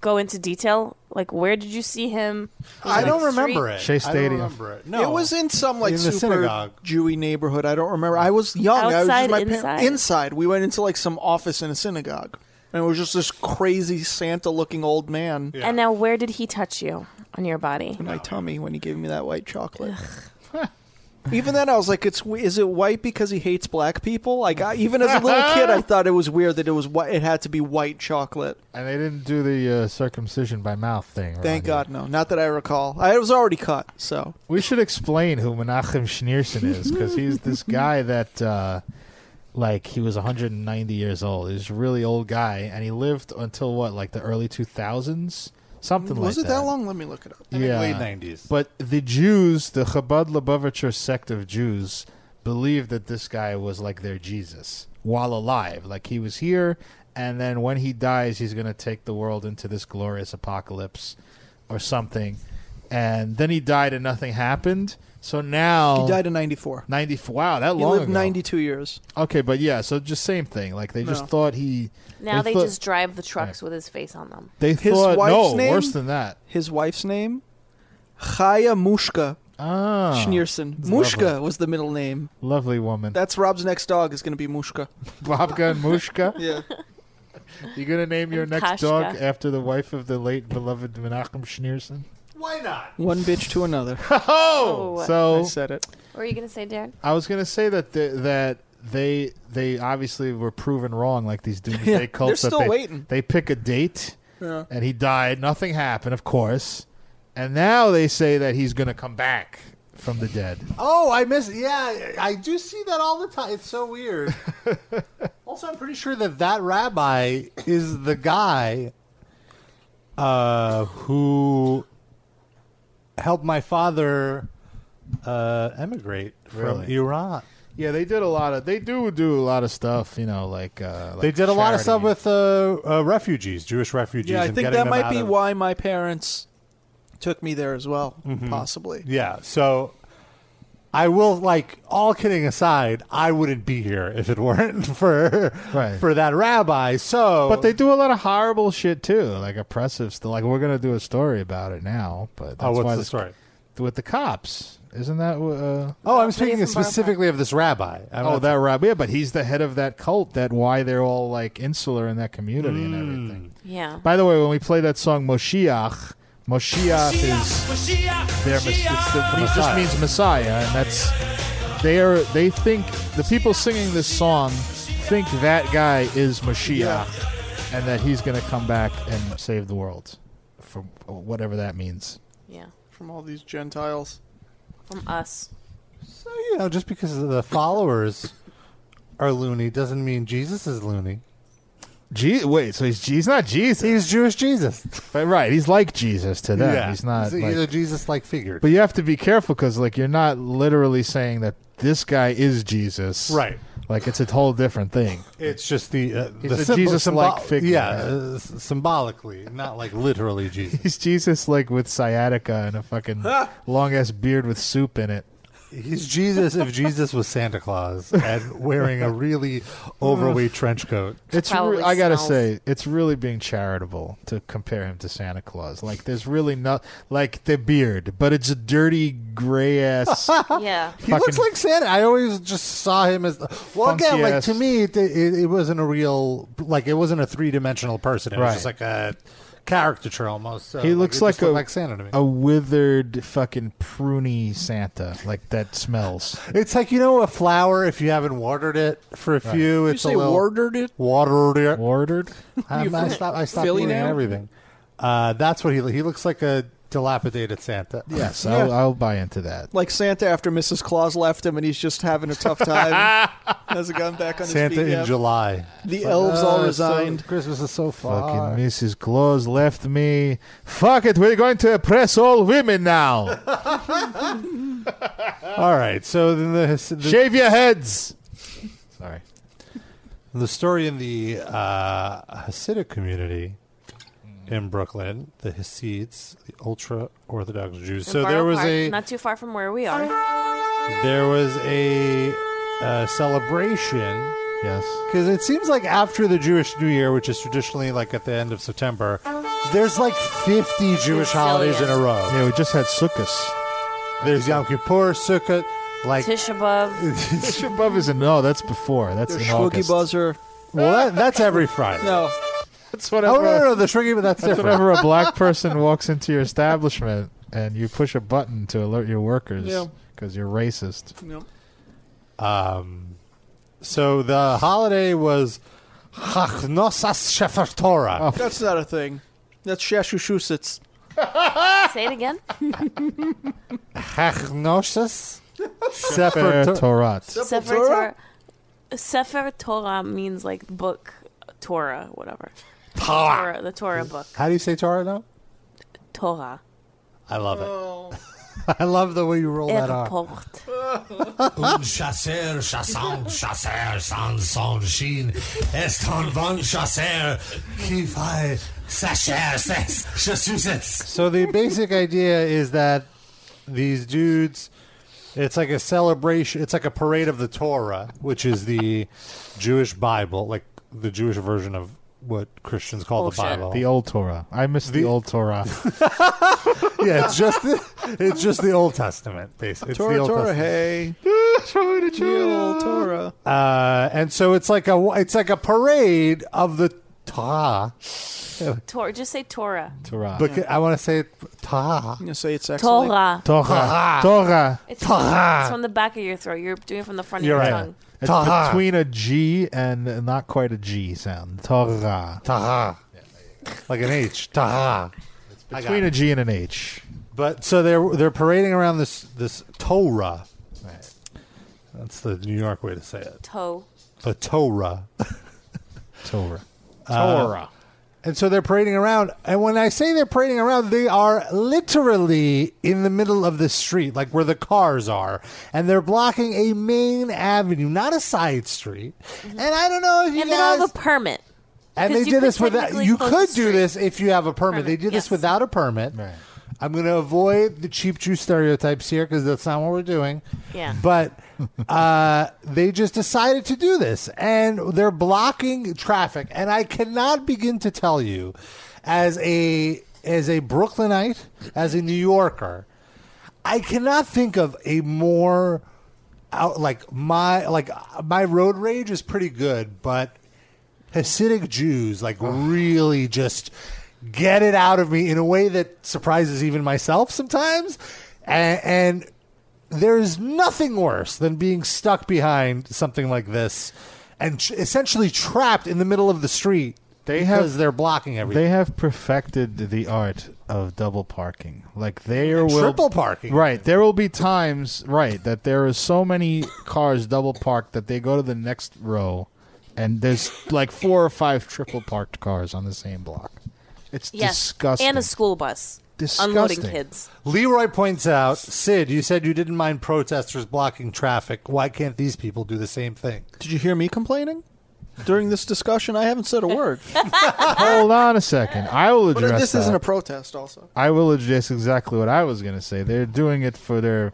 Speaker 5: go into detail? Like, where did you see him?
Speaker 3: I don't
Speaker 5: Street-
Speaker 3: remember it.
Speaker 2: Shea
Speaker 3: I don't
Speaker 2: Stadium.
Speaker 3: remember it. No,
Speaker 4: It was in some like
Speaker 3: In the
Speaker 4: super
Speaker 3: synagogue.
Speaker 4: Jewy neighborhood. I don't remember. I was young. I was
Speaker 5: Outside,
Speaker 4: just my par-
Speaker 5: inside?
Speaker 4: inside. We went into like some office in a synagogue, and it was just this crazy Santa-looking old man
Speaker 3: Yeah.
Speaker 5: And now, where did he touch you on your body?
Speaker 4: in my tummy when he gave me that white chocolate. even then, I was like, "It's is it white because he hates black people?" Like, I, even as a little kid, I thought it was weird that it was white. It had to be white chocolate.
Speaker 2: And they didn't do the uh, circumcision by mouth thing. around
Speaker 4: Thank
Speaker 2: here.
Speaker 4: God, no. Not that I recall. I was already cut, so
Speaker 2: We should explain who Menachem Schneerson is because he's this guy that, uh, like, he was 190 years old. He's a really old guy, and he lived until what, like the early 2000s, something like
Speaker 4: was it that long? Let me look it up.
Speaker 3: in the
Speaker 2: Yeah.
Speaker 3: late nineties.
Speaker 2: But the Jews, the Chabad Lubavitcher sect of Jews, believed that this guy was like their Jesus while alive. Like he was here, and then when he dies, he's going to take the world into this glorious apocalypse or something. And then he died and nothing happened. So now.
Speaker 4: He died in '94.
Speaker 2: 94. Wow, that
Speaker 4: He
Speaker 2: long
Speaker 4: lived
Speaker 2: ago.
Speaker 4: 92 years.
Speaker 2: Okay, but yeah, so just same thing. Like they just
Speaker 4: No.
Speaker 2: thought he.
Speaker 5: Now they
Speaker 2: thought-
Speaker 5: just drive the trucks with his face on them.
Speaker 2: They
Speaker 4: His
Speaker 2: thought
Speaker 4: wife's
Speaker 2: no
Speaker 4: name?
Speaker 2: worse than that.
Speaker 4: His wife's name, Chaya Mushka
Speaker 2: Ah,
Speaker 4: Schneerson.
Speaker 2: It's
Speaker 4: Mushka
Speaker 2: lovely.
Speaker 4: was the middle name.
Speaker 2: lovely woman.
Speaker 4: That's Rob's next dog is going to be Mushka.
Speaker 2: Bobka and Mushka.
Speaker 4: Yeah.
Speaker 2: You gonna name your
Speaker 5: And
Speaker 2: next
Speaker 5: Kashka.
Speaker 2: dog after the wife of the late beloved Menachem Schneerson?
Speaker 3: Why not?
Speaker 4: One bitch to another.
Speaker 5: Oh.
Speaker 4: I
Speaker 2: So
Speaker 4: said it.
Speaker 5: What were you gonna say, Darren?
Speaker 2: I was gonna say that the, that they they obviously were proven wrong, like these doomsday
Speaker 4: Yeah, they're
Speaker 2: cults. that
Speaker 4: still
Speaker 2: they,
Speaker 4: waiting.
Speaker 2: They pick a date, and he died. Nothing happened, of course. And now they say that he's gonna come back from the dead.
Speaker 3: Oh, I miss. Yeah, I do see that all the time. It's so weird. also, I'm pretty sure that that rabbi is the guy uh, who helped my father uh, emigrate from
Speaker 2: Really?
Speaker 3: Iran.
Speaker 2: Yeah, they did a lot of they do do a lot of stuff. You know, like, uh, like
Speaker 3: they did a lot
Speaker 2: charity.
Speaker 3: of stuff with uh, uh, refugees, Jewish refugees.
Speaker 4: Yeah, I
Speaker 3: and
Speaker 4: think
Speaker 3: getting
Speaker 4: that
Speaker 3: them
Speaker 4: might
Speaker 3: out
Speaker 4: be
Speaker 3: of-
Speaker 4: why my parents took me there as well, possibly.
Speaker 3: Mm-hmm. Yeah, so I will like all kidding aside, I wouldn't be here if it weren't for
Speaker 2: Right.
Speaker 3: for that rabbi. So,
Speaker 2: But they do a lot of horrible shit too, like oppressive stuff. Like we're gonna do a story about it now, but that's
Speaker 3: oh,
Speaker 2: why
Speaker 3: what's the
Speaker 2: this-
Speaker 3: story?
Speaker 2: with the cops. Isn't that? Uh,
Speaker 3: Oh, I'm
Speaker 5: Maybe
Speaker 3: speaking
Speaker 5: from Borough Park.
Speaker 3: specifically of this rabbi. I'm
Speaker 2: oh,
Speaker 3: not-
Speaker 2: that rabbi. Yeah, but he's the head of that cult. That why they're all like insular in that community and
Speaker 3: mm.
Speaker 2: everything.
Speaker 5: Yeah.
Speaker 2: By the way, when we play that song Moshiach, Moshiach is their mes- it's the, it just
Speaker 3: Messiah.
Speaker 2: means Messiah, and that's they are. They think the people singing this song think that guy is Moshiach, and that he's going to come back and save the world, for whatever that means.
Speaker 5: Yeah.
Speaker 4: From all these Gentiles.
Speaker 5: From us.
Speaker 3: So, you know, just because the followers are loony doesn't mean Jesus is loony.
Speaker 2: Je- wait, so he's, he's not Jesus. He's
Speaker 3: Jewish Jesus.
Speaker 2: right, he's like Jesus to them. He's not.
Speaker 3: He's a,
Speaker 2: like-
Speaker 3: Jesus like figure.
Speaker 2: but you have to be careful because, like, you're not literally saying that this guy is Jesus.
Speaker 3: Right.
Speaker 2: Like, it's a whole different thing.
Speaker 3: It's just the uh,
Speaker 2: He's
Speaker 3: the
Speaker 2: a
Speaker 3: symbol-
Speaker 2: Jesus-like
Speaker 3: symbol-
Speaker 2: figure.
Speaker 3: Yeah, uh, s- symbolically, not like literally Jesus.
Speaker 2: He's Jesus, like, with sciatica and a fucking long ass beard with soup in it.
Speaker 3: He's Jesus if Jesus was Santa Claus and wearing a really overweight trench coat.
Speaker 2: It's re-
Speaker 5: Probably
Speaker 2: I gotta
Speaker 5: smells.
Speaker 2: say, it's really being charitable to compare him to Santa Claus. Like, there's really not like the beard, but it's a dirty gray ass.
Speaker 5: yeah.
Speaker 3: He looks
Speaker 2: Fucking-
Speaker 3: like Santa. I always just saw him as well. Again,
Speaker 2: Funky
Speaker 3: like
Speaker 2: ass-
Speaker 3: to me, it, it, it wasn't a real like it wasn't a three dimensional person. It was
Speaker 2: Right.
Speaker 3: just like a caricature almost. So,
Speaker 2: he looks
Speaker 3: it
Speaker 2: like
Speaker 3: just looked
Speaker 2: a
Speaker 3: like Santa to me.
Speaker 2: a withered fucking pruny Santa, like that smells.
Speaker 3: It's like you know a flower if you haven't watered it for a few.
Speaker 4: you
Speaker 3: It's
Speaker 4: say
Speaker 3: a little
Speaker 4: ordered it?
Speaker 3: watered it.
Speaker 2: Ordered.
Speaker 3: I'm, I stopped. I stopped
Speaker 4: Philly
Speaker 3: looking at
Speaker 4: now?
Speaker 3: everything. Uh, that's what he he looks like a dilapidated Santa.
Speaker 2: Yes, I'll, I'll buy into that.
Speaker 4: Like Santa after Mrs. Claus left him and he's just having a tough time. Hasn't gotten back on
Speaker 3: Santa
Speaker 4: his feet
Speaker 3: in Ah,
Speaker 4: yet.
Speaker 3: July.
Speaker 4: The elves all resigned.
Speaker 3: Christmas is so
Speaker 2: Uh, Fucking
Speaker 3: far.
Speaker 2: Mrs. Claus left me. Fuck it, we're going to oppress all women now.
Speaker 3: All right. So then the the,
Speaker 2: Shave your heads. Sorry.
Speaker 3: the story in the uh, Hasidic community in Brooklyn, the Hasids, the ultra Orthodox Jews.
Speaker 5: In
Speaker 3: So there
Speaker 5: Borough
Speaker 3: was
Speaker 5: Park,
Speaker 3: a
Speaker 5: not too far from where we are.
Speaker 3: there was a uh, celebration
Speaker 2: Yes.
Speaker 3: because it seems like after the Jewish New Year, which is traditionally like at the end of September, there's like 50 Jewish
Speaker 5: still,
Speaker 3: holidays
Speaker 5: yeah.
Speaker 3: in a row.
Speaker 2: Yeah, we just had Sukkot.
Speaker 3: There's Yom Kippur, Sukkot, like
Speaker 5: Tisha B'av.
Speaker 2: Bishop Bub is in. No, that's before. That's
Speaker 4: Their
Speaker 2: in
Speaker 4: Shwoogie
Speaker 2: August.
Speaker 4: buzzer.
Speaker 3: well, that, that's every Friday.
Speaker 4: No.
Speaker 2: That's whatever.
Speaker 3: Oh no, no, no, the shrinking, but that's
Speaker 2: That's
Speaker 3: different.
Speaker 2: whenever a black person walks into your establishment and you push a button to alert your workers
Speaker 4: Yeah.
Speaker 2: because you're racist.
Speaker 4: no.
Speaker 3: So the holiday was Chachnosas Shefer Torah.
Speaker 4: That's not a thing. That's Shashushusetts.
Speaker 5: Say it again.
Speaker 3: Chachnosas
Speaker 2: Fair
Speaker 3: Shefer Torah.
Speaker 2: Torat.
Speaker 5: Sefer Torah.
Speaker 4: Torah?
Speaker 5: Sefer Torah means like book, Torah, whatever.
Speaker 3: Ah.
Speaker 5: Torah, the Torah book,
Speaker 3: How do you say Torah now?
Speaker 5: Torah.
Speaker 3: I love it. I love the way you roll that R.
Speaker 5: Airport.
Speaker 7: Un chasseur chassant, chasseur sans son chine, est un bon chasseur qui fait sa chair, ses chaussettes.
Speaker 3: So the basic idea is that these dudes, it's like a celebration, it's like a parade of the Torah, which is the Jewish Bible, like the Jewish version of what Christians call the
Speaker 5: Bullshit.
Speaker 3: Bible.
Speaker 2: The old Torah. I miss the, old Torah.
Speaker 3: yeah, it's just the, it's just the Old Testament, basically. It's the
Speaker 4: Torah,
Speaker 3: Old
Speaker 4: Torah,
Speaker 3: Testament.
Speaker 4: hey. Torah, Torah.
Speaker 3: Uh, and so it's like a it's like a parade of the Torah.
Speaker 5: Torah. Just say Torah.
Speaker 2: Torah.
Speaker 3: But I want to say it- Torah.
Speaker 4: I'm going to say it's excellent.
Speaker 5: Torah.
Speaker 2: Torah. Torah.
Speaker 5: It's from, it's from the back of your throat. You're doing it from the front of
Speaker 3: You're right.
Speaker 5: your tongue.
Speaker 2: It's
Speaker 3: Torah.
Speaker 2: between a G and not quite a G sound. Torah.
Speaker 3: Torah. Like an H. Torah.
Speaker 2: Between a G and an H.
Speaker 3: But so they're they're parading around this this Torah. That's the New York way to say it.
Speaker 5: Toe.
Speaker 3: The Torah.
Speaker 2: Torah. Torah.
Speaker 3: And so they're parading around. And when I say they're parading around, they are literally in the middle of the street, like where the cars are. And they're blocking a main avenue, not a side street. And I don't know if you
Speaker 5: And they
Speaker 3: guys.
Speaker 5: don't have a permit.
Speaker 3: and they
Speaker 5: 'cause you
Speaker 3: did
Speaker 5: could
Speaker 3: this without.
Speaker 5: technically
Speaker 3: You
Speaker 5: close
Speaker 3: could
Speaker 5: the
Speaker 3: do
Speaker 5: street.
Speaker 3: this if you have a permit.
Speaker 5: Permit,
Speaker 3: They did this
Speaker 5: yes.
Speaker 3: without a permit.
Speaker 2: Right.
Speaker 3: I'm going to avoid the cheap Jew stereotypes here because that's not what we're doing.
Speaker 5: Yeah.
Speaker 3: But uh, they just decided to do this and they're blocking traffic. And I cannot begin to tell you, as a as a Brooklynite, as a New Yorker, I cannot think of a more out like my like uh, my road rage is pretty good, but Hasidic Jews like really just get it out of me in a way that surprises even myself sometimes, and, and there's nothing worse than being stuck behind something like this and ch- essentially trapped in the middle of the street.
Speaker 2: They
Speaker 3: because
Speaker 2: have-
Speaker 3: they're blocking everything.
Speaker 2: They have perfected the art of double parking. Like there will
Speaker 3: triple parking.
Speaker 2: Right, there will be times right that there is so many cars double parked that they go to the next row and there's like four or five triple parked cars on the same block. It's
Speaker 5: Yes.
Speaker 2: disgusting.
Speaker 5: And a school bus. Unloading
Speaker 2: Disgusting.
Speaker 5: kids.
Speaker 3: Leroy points out, Sid, you said you didn't mind protesters blocking traffic. Why can't these people do the same thing?
Speaker 4: Did you hear me complaining? During this discussion, I haven't said a word.
Speaker 5: Ah!
Speaker 2: Hold on a second. I will
Speaker 4: But
Speaker 2: address
Speaker 4: this
Speaker 2: that.
Speaker 4: isn't a protest, also.
Speaker 2: I will address exactly what I was going to say. They're doing it for their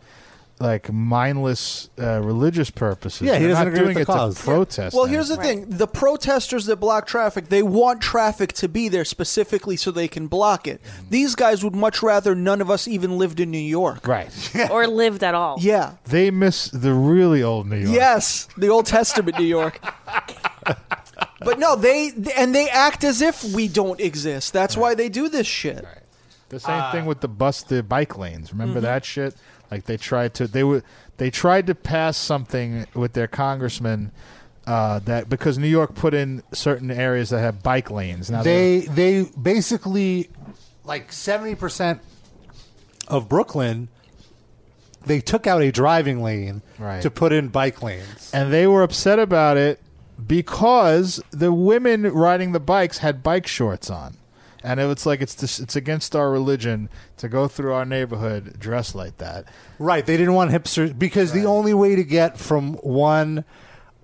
Speaker 2: like mindless uh, religious purposes.
Speaker 3: Yeah, he
Speaker 2: They're
Speaker 3: doesn't
Speaker 2: not
Speaker 3: agree
Speaker 2: doing
Speaker 3: with the
Speaker 2: it
Speaker 3: cause.
Speaker 2: to protest.
Speaker 4: Well, here's
Speaker 2: anything.
Speaker 4: the thing the protesters that block traffic, they want traffic to be there specifically so they can block it.
Speaker 2: Mm-hmm.
Speaker 4: These guys would much rather none of us even lived in New York.
Speaker 2: right.
Speaker 5: or lived at all.
Speaker 4: Yeah.
Speaker 2: They miss the really old New York.
Speaker 4: Yes, the Old Testament New York. but no, they and they act as if we don't exist. That's why they do this shit.
Speaker 2: The same thing with the bus, the bike lanes. Remember that shit? Like they tried to, they were, they tried to pass something with their congressman uh, that because New York put in certain areas that have bike lanes. Now
Speaker 3: They they basically like 70% of Brooklyn they took out a driving lane
Speaker 2: Right.
Speaker 3: to put in bike lanes.
Speaker 2: and they were upset about it because the women riding the bikes had bike shorts on, and it was like it's dis- it's against our religion to go through our neighborhood dressed like that.
Speaker 3: Right, they didn't want hipsters because the only way to get from one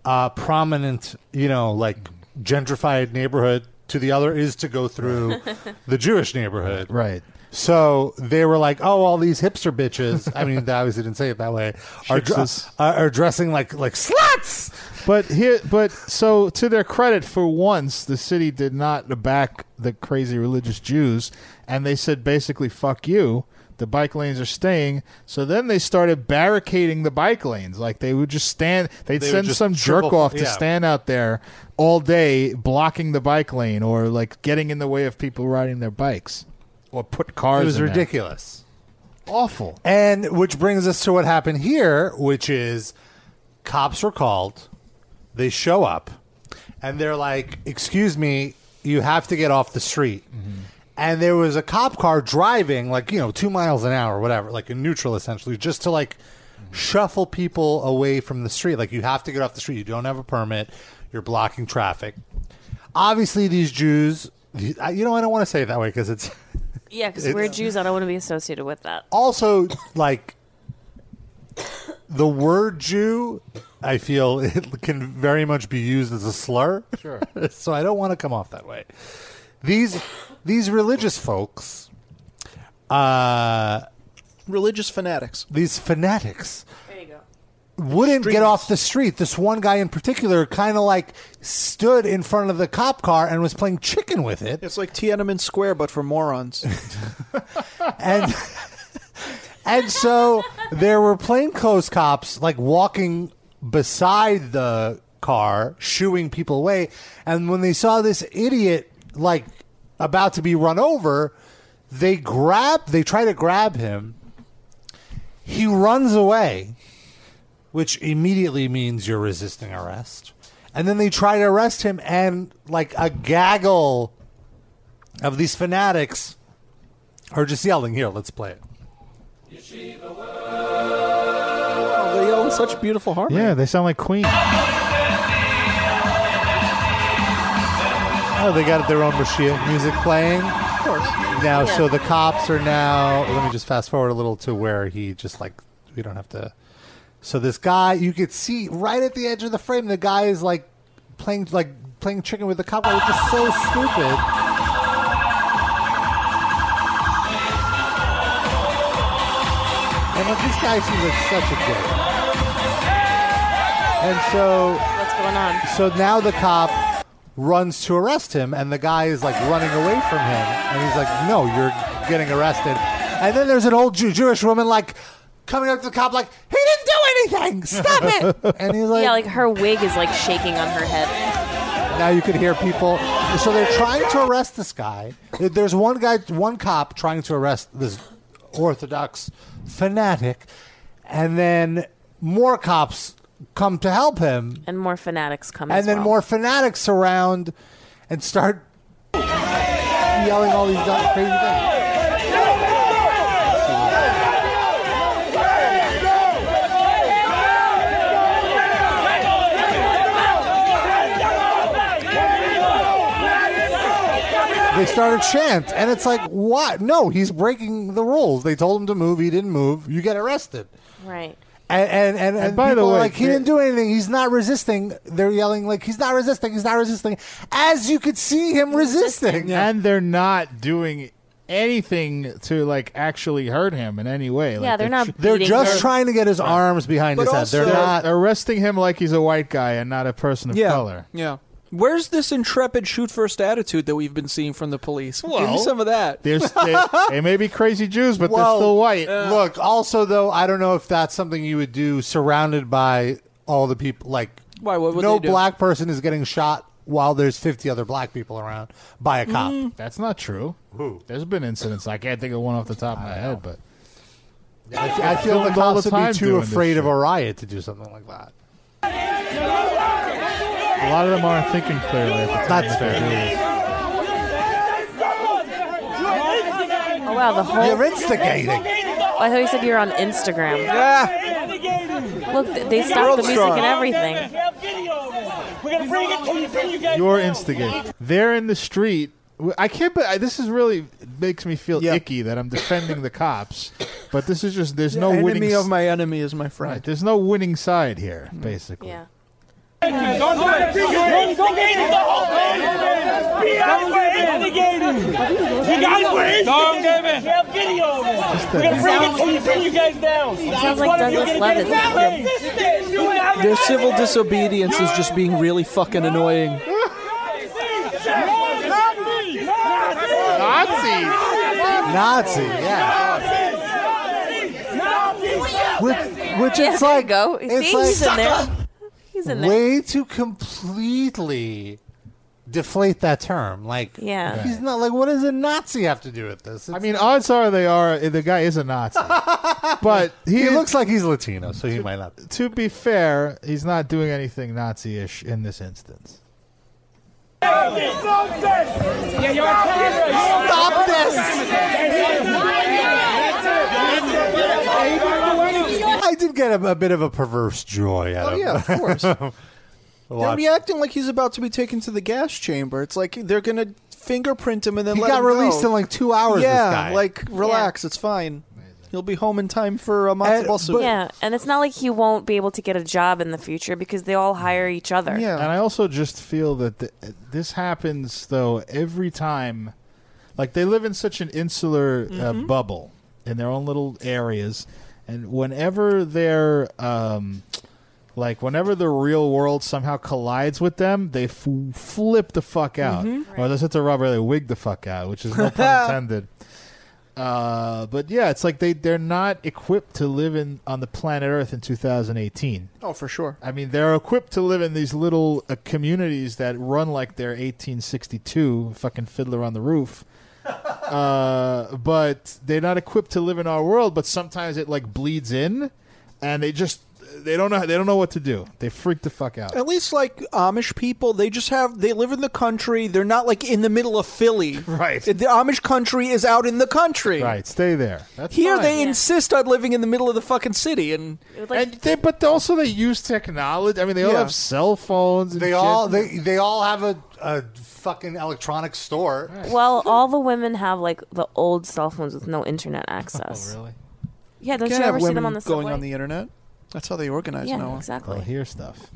Speaker 3: uh, prominent, you know, like gentrified neighborhood to the other is to go through the Jewish neighborhood.
Speaker 2: Right.
Speaker 3: So they were like, "Oh, all these hipster bitches." I mean, they obviously didn't say it that way. Are, dre-
Speaker 2: Shixes.
Speaker 3: are, are dressing like like sluts.
Speaker 2: But here, but so to their credit, for once, the city did not back the crazy religious Jews, and they said basically, "Fuck you." The bike lanes are staying. So then they started barricading the bike lanes. Like they would just stand. They'd
Speaker 3: They would
Speaker 2: send
Speaker 3: just
Speaker 2: some jerk
Speaker 3: triple-
Speaker 2: off to
Speaker 3: yeah.
Speaker 2: stand out there all day, blocking the bike lane or like getting in the way of people riding their bikes, or put cars.
Speaker 3: It was
Speaker 2: in there.
Speaker 3: ridiculous.
Speaker 2: Awful.
Speaker 3: And which brings us to what happened here, which is cops are called, they show up, and they're like, Excuse me, you have to get off the street. And there was a cop car driving, like, you know, two miles an hour, whatever, like in neutral essentially, just to like shuffle people away from the street. Like, you have to get off the street. You don't have a permit, you're blocking traffic. Obviously, these Jews, I- you know, I don't want to say it that way because it's.
Speaker 5: Yeah, because
Speaker 3: It-
Speaker 5: we're Jews. I don't want to be associated with that.
Speaker 3: also like the word Jew, I feel it can very much be used as a slur. Sure. so I don't want to come off that way. These these religious folks, uh,
Speaker 4: Religious fanatics.
Speaker 3: these fanatics,
Speaker 5: There you go.
Speaker 3: wouldn't get off the street. This one guy in particular kind of like stood in front of the cop car and was playing chicken with it.
Speaker 4: It's like Tiananmen Square, but for morons.
Speaker 3: and and so there were plainclothes cops like walking beside the car, shooing people away. And when they saw this idiot like about to be run over, they grab they try to grab him. He runs away, which immediately means you're resisting arrest. And then they try to arrest him, and like a gaggle of these fanatics are just yelling. Here, let's play it.
Speaker 4: Oh, they yell in such beautiful harmony.
Speaker 2: Yeah, they sound like Queen.
Speaker 3: Oh, they got their own machi- music playing
Speaker 4: of course.
Speaker 3: now.
Speaker 5: Yeah.
Speaker 3: So the cops are now. Let me just fast forward a little to where he just like we don't have to. So this guy, you could see right at the edge of the frame, the guy is like playing like playing chicken with the cop, which is so stupid. And like, this guy seems like such a dick. And so
Speaker 5: What's going on?
Speaker 3: So now the cop runs to arrest him, and the guy is like running away from him, and he's like, "No, you're getting arrested." And then there's an old Jew- Jewish woman like coming up to the cop, like, "He didn't do anything. Stop it!" And he's like,
Speaker 5: Yeah, like her wig is like shaking on her head.
Speaker 3: now you could hear people. So they're trying to arrest this guy. There's one guy, one cop trying to arrest this Orthodox fanatic, and then more cops come to help him.
Speaker 5: And more fanatics come as
Speaker 3: and then
Speaker 5: well.
Speaker 3: more fanatics surround and start yelling all these dumb, crazy things. They start a chant, and it's like, what? No, he's breaking the rules. They told him to move. He didn't move. You get arrested.
Speaker 5: Right.
Speaker 3: And and and, and,
Speaker 2: by the
Speaker 3: people are
Speaker 2: way,
Speaker 3: like he
Speaker 2: they-
Speaker 3: didn't do anything. He's not resisting. They're yelling like he's not resisting. He's not resisting. As you could see him resisting.
Speaker 2: and they're not doing anything to like actually hurt him in any way. Like,
Speaker 5: Yeah, they're not.
Speaker 3: They're
Speaker 5: beating
Speaker 3: just
Speaker 5: her.
Speaker 3: trying to get his arms behind
Speaker 4: But
Speaker 3: his head. They're
Speaker 4: also-
Speaker 2: They're
Speaker 3: not.
Speaker 2: arresting him like he's a white guy and not a person of
Speaker 4: Yeah.
Speaker 2: color.
Speaker 4: Yeah. Where's this intrepid shoot first attitude that we've been seeing from the police? Give
Speaker 2: Well-
Speaker 4: me some of that.
Speaker 2: There's, they, they may be crazy Jews, but
Speaker 3: Well,
Speaker 2: they're still white.
Speaker 3: Look, also though, I don't know if that's something you would do surrounded by all the people. Like,
Speaker 4: Why, what would
Speaker 3: no
Speaker 4: they do?
Speaker 3: black person is getting shot while there's 50 other black people around by a cop.
Speaker 4: Mm.
Speaker 2: That's not true. There's been incidents. I can't think of one off the top of my head, but
Speaker 3: I, I feel the
Speaker 2: Filmed all
Speaker 3: cops
Speaker 2: the
Speaker 3: would be
Speaker 2: time
Speaker 3: too
Speaker 2: doing this
Speaker 3: afraid of
Speaker 2: shit.
Speaker 3: a riot to do something like that.
Speaker 2: a lot of them aren't thinking clearly. At the time
Speaker 3: That's
Speaker 2: that they're
Speaker 3: fair.
Speaker 2: doing this.
Speaker 5: Oh wow, the whole.
Speaker 3: You're instigating.
Speaker 5: I thought you said you're on Instagram.
Speaker 3: Ah,
Speaker 4: Yeah.
Speaker 5: Look, th- they stopped
Speaker 4: World
Speaker 5: the music
Speaker 4: Star.
Speaker 5: and everything.
Speaker 9: We're gonna bring it to you, bring you guys.
Speaker 2: You're instigating. They're in the street. I can't. But I, this is really it makes me feel
Speaker 4: Yeah.
Speaker 2: icky that I'm defending the cops. But this is just there's no winning.
Speaker 4: enemy
Speaker 2: s-
Speaker 4: of my enemy is my friend.
Speaker 2: Right, there's no winning side here, basically.
Speaker 5: Yeah.
Speaker 9: Don't do it. Instigating the whole thing. You guys were instigating. You guys were instigating. We have video of it. We're gonna bring it to you, bring you guys down.
Speaker 5: sounds like
Speaker 9: What are you
Speaker 5: Douglas
Speaker 9: gonna do?
Speaker 5: Levitt.
Speaker 9: Nothing. You have
Speaker 4: Their
Speaker 9: nothing.
Speaker 4: civil disobedience is just being really fucking annoying.
Speaker 9: Nothing. Nothing.
Speaker 2: Nazis.
Speaker 3: Nazi, yeah. Which, which
Speaker 5: Yeah,
Speaker 3: it's
Speaker 5: there you
Speaker 3: like,
Speaker 5: go.
Speaker 3: it's
Speaker 5: See, he's in
Speaker 3: like
Speaker 5: there. He's in there.
Speaker 3: way to completely deflate that term. Like,
Speaker 5: Yeah.
Speaker 3: he's not like, what does a Nazi have to do with this?
Speaker 2: I mean, odds are they are. eh, The guy is a Nazi, but he,
Speaker 3: he looks like he's Latino, so he might not. be.
Speaker 2: To be fair, he's not doing anything Nazi-ish in this instance.
Speaker 9: Yeah, you're on camera.
Speaker 3: Stop this! I did get a, a bit of a perverse joy out
Speaker 4: Oh,
Speaker 3: of
Speaker 4: yeah, of course. They're
Speaker 3: watching.
Speaker 4: reacting like he's about to be taken to the gas chamber. It's like they're gonna fingerprint him and then
Speaker 3: He
Speaker 4: let
Speaker 3: got
Speaker 4: him
Speaker 3: released
Speaker 4: go.
Speaker 3: in like two hours. this
Speaker 4: yeah,
Speaker 3: guy.
Speaker 4: like relax, it's fine. He'll be home in time for a matzo
Speaker 3: And-
Speaker 4: ball soup.
Speaker 3: but-
Speaker 5: Yeah, and it's not like he won't be able to get a job in the future because they all hire each other.
Speaker 4: Yeah.
Speaker 2: And I also just feel that th- this happens though every time, like they live in such an insular uh, bubble in their own little areas, and whenever they're um, like whenever the real world somehow collides with them, they f- flip the fuck out, or they hit the rubber, they wig the fuck out, which is no pun intended. Uh, but yeah, it's like they they're not equipped to live in on the planet Earth in 2018.
Speaker 4: oh, for sure.
Speaker 2: I mean, they're equipped to live in these little uh, communities that run like they're 1862, fucking Fiddler on the Roof. Uh, but they're not equipped to live in our world. But sometimes it like bleeds in, and they just they don't know they don't know what to do. They freak the fuck out.
Speaker 3: Oh.
Speaker 4: At least like Amish people, they just have they live in the country. They're not like in the middle of Philly.
Speaker 2: Right.
Speaker 4: The Amish country is out in the country.
Speaker 2: Right, stay there. That's
Speaker 4: Here
Speaker 2: fine.
Speaker 4: they insist on living in the middle of the fucking city and
Speaker 5: It would, like,
Speaker 2: and they, but also they use technology. I mean, they all
Speaker 4: Yeah.
Speaker 2: have cell phones. And
Speaker 3: They
Speaker 2: shit.
Speaker 3: all they they all have a, a fucking electronic store.
Speaker 5: well, all the women have like the old cell phones with no internet access.
Speaker 2: really?
Speaker 5: Yeah, don't
Speaker 4: can't
Speaker 5: you
Speaker 4: have
Speaker 5: ever see
Speaker 4: women
Speaker 5: them on the subway?
Speaker 4: going on the internet. That's how they organize
Speaker 5: yeah,
Speaker 4: now.
Speaker 5: exactly.
Speaker 2: They'll hear stuff.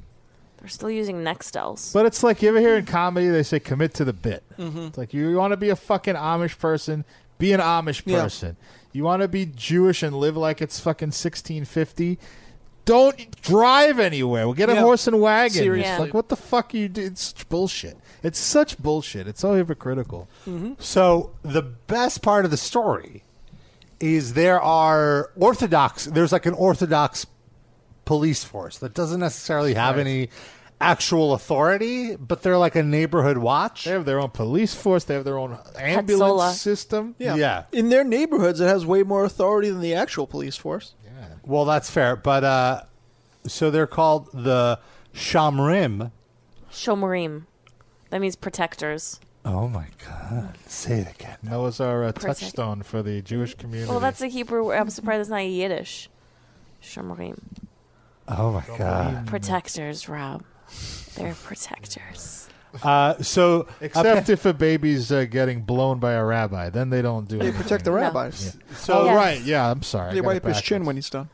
Speaker 5: They're still using Nextels.
Speaker 2: But it's like you ever hear in comedy they say commit to the bit.
Speaker 4: Mm-hmm.
Speaker 2: It's like you want to be a fucking Amish person, be an Amish
Speaker 4: Yeah.
Speaker 2: person. You want to be Jewish and live like it's fucking 1650. Don't drive anywhere. We'll get a
Speaker 4: Yeah.
Speaker 2: horse and wagon.
Speaker 4: Seriously.
Speaker 2: It's like what the fuck are you do? It's such bullshit. It's such bullshit. It's so hypocritical.
Speaker 4: Mm-hmm.
Speaker 3: So the best part of the story is there are orthodox. There's like an orthodox police force that doesn't necessarily have any actual authority, but they're like a neighborhood watch.
Speaker 2: They have their own police force. They have their own ambulance
Speaker 5: Hatzola.
Speaker 2: system.
Speaker 4: Yeah.
Speaker 3: Yeah.
Speaker 4: In their neighborhoods, it has way more authority than the actual police force.
Speaker 3: Well, that's fair, but uh, so they're called the Shamrim.
Speaker 5: Shomarim. That means protectors.
Speaker 3: Oh my god! Say it again.
Speaker 2: That was our uh,
Speaker 5: Perfect.
Speaker 2: touchstone for the Jewish community.
Speaker 5: Well, that's a Hebrew word. I'm surprised it's not Yiddish. Shomarim.
Speaker 3: Oh my god!
Speaker 5: Protectors, Rob. They're protectors.
Speaker 3: Uh, so
Speaker 2: Except if a baby's uh, getting blown by a rabbi, then they don't do.
Speaker 4: They
Speaker 2: anything.
Speaker 4: protect the
Speaker 5: No.
Speaker 4: rabbis.
Speaker 2: Oh,
Speaker 3: so
Speaker 5: Yes.
Speaker 2: right, yeah. I'm sorry. I
Speaker 4: They
Speaker 2: got
Speaker 4: wipe
Speaker 2: it
Speaker 4: his chin
Speaker 2: backwards.
Speaker 4: when he's done.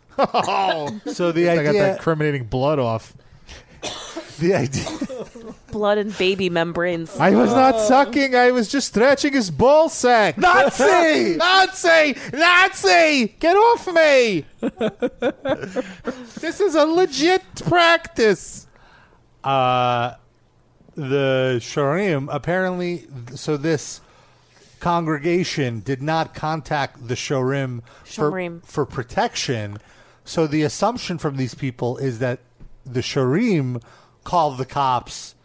Speaker 3: so the
Speaker 2: I got that
Speaker 3: idea
Speaker 2: incriminating blood off.
Speaker 3: the idea
Speaker 5: Blood and baby membranes.
Speaker 2: I was not sucking. I was just stretching his ball sack. Nazi! Nazi! Nazi! Get off me! this is a legit practice.
Speaker 3: uh, the shorim apparently so this congregation did not contact the shorim for,
Speaker 5: Shorim.
Speaker 3: for protection so the assumption from these people is that the shorim called the cops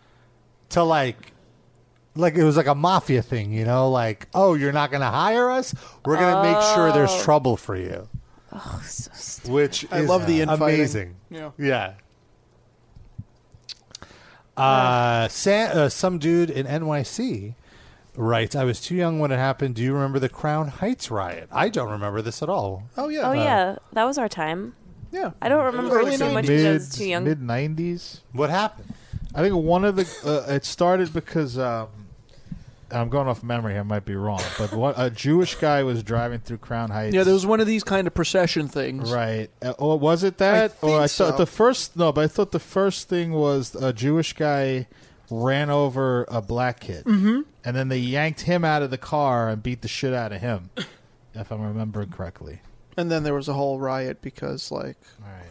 Speaker 3: to like like it was like a mafia thing you know like oh you're not gonna hire us we're gonna make sure there's
Speaker 5: Oh.
Speaker 3: trouble for you which
Speaker 4: I
Speaker 3: is uh,
Speaker 4: love the infighting.
Speaker 3: amazing
Speaker 4: Yeah.
Speaker 3: yeah. Uh, Sa- uh, some dude in NYC writes, "I was too young when it happened. Do you remember the Crown Heights riot? I don't remember this at all.
Speaker 4: Oh yeah.
Speaker 5: oh yeah, that was our time.
Speaker 4: Yeah.
Speaker 5: I don't remember
Speaker 4: Early
Speaker 5: too much because I
Speaker 2: Mid,
Speaker 5: was too young.
Speaker 2: mid 90s.
Speaker 3: What happened?
Speaker 2: I think one of the uh, it started because um, and I'm going off memory. I might be wrong, but one, a Jewish guy was driving through Crown Heights.
Speaker 4: Yeah, there was one of these kind of procession things.
Speaker 2: right. Uh, or was it that?
Speaker 4: I
Speaker 2: or I
Speaker 4: think
Speaker 2: thought
Speaker 4: so.
Speaker 2: the first no, but I thought the first thing was a Jewish guy ran over a black kid, mm-hmm. and then they yanked him out of the car and beat the shit out of him. If I'm remembering correctly,
Speaker 4: And then there was a whole riot because like
Speaker 2: all right.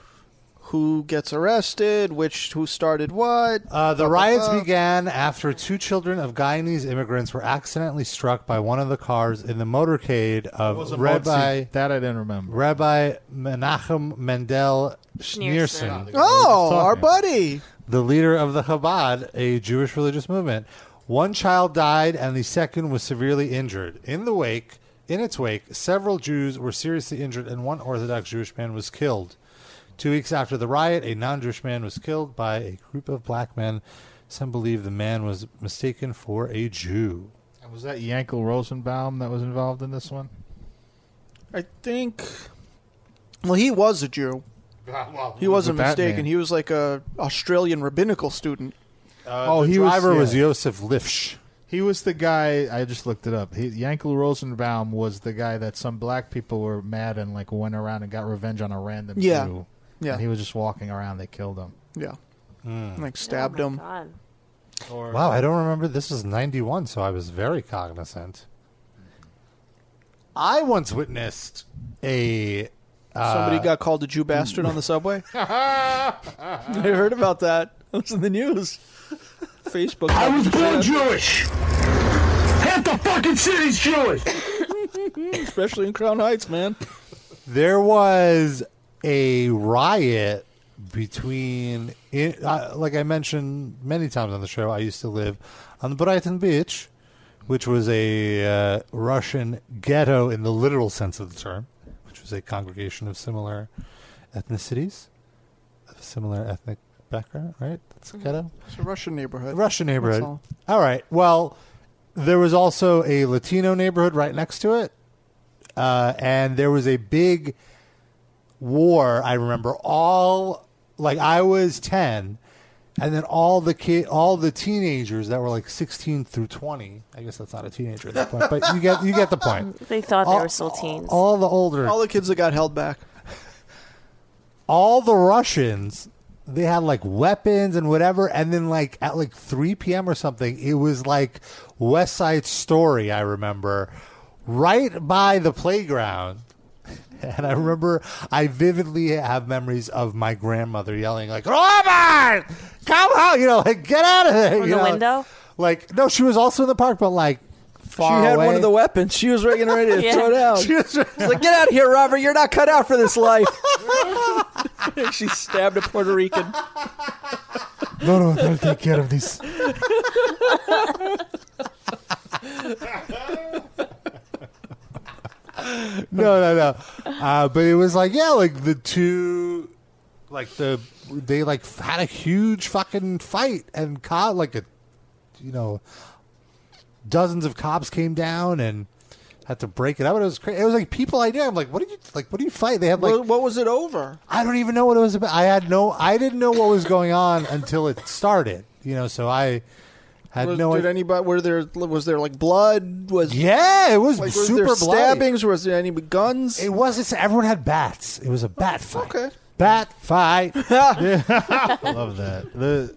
Speaker 4: who gets arrested, which who started what.
Speaker 3: Uh, the
Speaker 4: Ba, ba,
Speaker 3: riots
Speaker 4: ba.
Speaker 3: began after two children of Guyanese immigrants were accidentally struck by one of the cars in the motorcade of Rabbi
Speaker 2: that I didn't remember.
Speaker 3: Rabbi Menachem Mendel
Speaker 5: Schneerson.
Speaker 3: Schneerson,
Speaker 4: Oh, our
Speaker 2: Sorry.
Speaker 4: buddy.
Speaker 3: the leader of the Chabad, a Jewish religious movement. One child died and the second was severely injured. In the wake, in its wake, several Jews were seriously injured and one Orthodox Jewish man was killed. Two weeks after the riot, a non-Jewish man was killed by a group of black men. Some believe the man was mistaken for a Jew.
Speaker 2: Was that Yankel Rosenbaum that was involved in this one?
Speaker 4: I think. Well, he was a Jew. He wasn't
Speaker 2: that
Speaker 4: mistaken.
Speaker 2: man?
Speaker 4: He was like a Australian rabbinical student.
Speaker 2: oh,
Speaker 3: Uh, the driver was
Speaker 2: yeah.
Speaker 3: Yosef Lifsh.
Speaker 2: He was the guy. I just looked it up. He, Yankel Rosenbaum was the guy that some black people were mad and like went around and got revenge on a random
Speaker 4: Yeah.
Speaker 2: Jew.
Speaker 4: Yeah.
Speaker 2: and he was just walking around. They killed him.
Speaker 4: Yeah.
Speaker 3: Hmm.
Speaker 4: Like
Speaker 5: Oh my
Speaker 4: stabbed him.
Speaker 5: God.
Speaker 2: Or
Speaker 3: Wow, I don't remember. This was 91, so I was very cognizant. I once witnessed a.
Speaker 4: Somebody got called a Jew bastard on the subway. I heard about that. It was in the news. Facebook. I was born Jewish. Half the fucking city's Jewish. Especially in Crown Heights, man.
Speaker 3: There was a riot between. In, uh, like I mentioned many times on the show, I used to live on Brighton Beach, which was a uh, Russian ghetto in the literal sense of the term, which was a congregation of similar ethnicities, of similar ethnic background, right? That's a ghetto.
Speaker 4: It's a Russian neighborhood.
Speaker 3: Russian neighborhood.
Speaker 4: all.
Speaker 3: all right. Well, there was also a Latino neighborhood right next to it, uh, and there was a big war. I remember all like I was ten, and then all the kid, all the teenagers that were like sixteen through twenty. I guess that's not a teenager at that point, but you get you get the point.
Speaker 5: They thought
Speaker 3: All-
Speaker 5: they were still teens.
Speaker 3: All the older
Speaker 4: All the kids that got held back.
Speaker 3: all the Russians, they had like weapons and whatever. And then like at like 3 p.m. or something, it was like West Side Story, I remember, right by the playground. And I remember I vividly have memories of my grandmother yelling like, Robert, come out, you know, like get out of there.
Speaker 5: From
Speaker 3: you
Speaker 5: the
Speaker 3: know?
Speaker 5: window?
Speaker 3: Like, no, she was also in the park, but like far
Speaker 4: she had one
Speaker 3: away.
Speaker 4: of the weapons. She was getting ready to
Speaker 5: Yeah.
Speaker 4: throw down.
Speaker 3: She was-
Speaker 4: She's like, "Get out of here, Robert! You're not cut out for this life." she stabbed a Puerto Rican.
Speaker 2: no, no, they'll take care of this.
Speaker 3: no, no, no. Uh, but it was like, yeah, like the two, like the they like had a huge fucking fight and cop like a, you know, dozens of cops came down and had to break it up. And it was crazy. It was like people I knew. I'm like, what did you like? What do you fight? They had like
Speaker 4: what, what was it over?
Speaker 3: I don't even know what it was about. I had no, I didn't know what was going on until it started. You know, so I Had
Speaker 4: was,
Speaker 3: no
Speaker 4: did
Speaker 3: idea.
Speaker 4: anybody were there? Was there like blood? Was
Speaker 3: yeah, it was
Speaker 4: like was
Speaker 3: super
Speaker 4: there
Speaker 3: bloody.
Speaker 4: stabbings? Was there any guns?
Speaker 3: It was. It's, everyone had bats. It was a bat fight.
Speaker 4: Oh, okay.
Speaker 3: Bat fight.
Speaker 2: Love that. The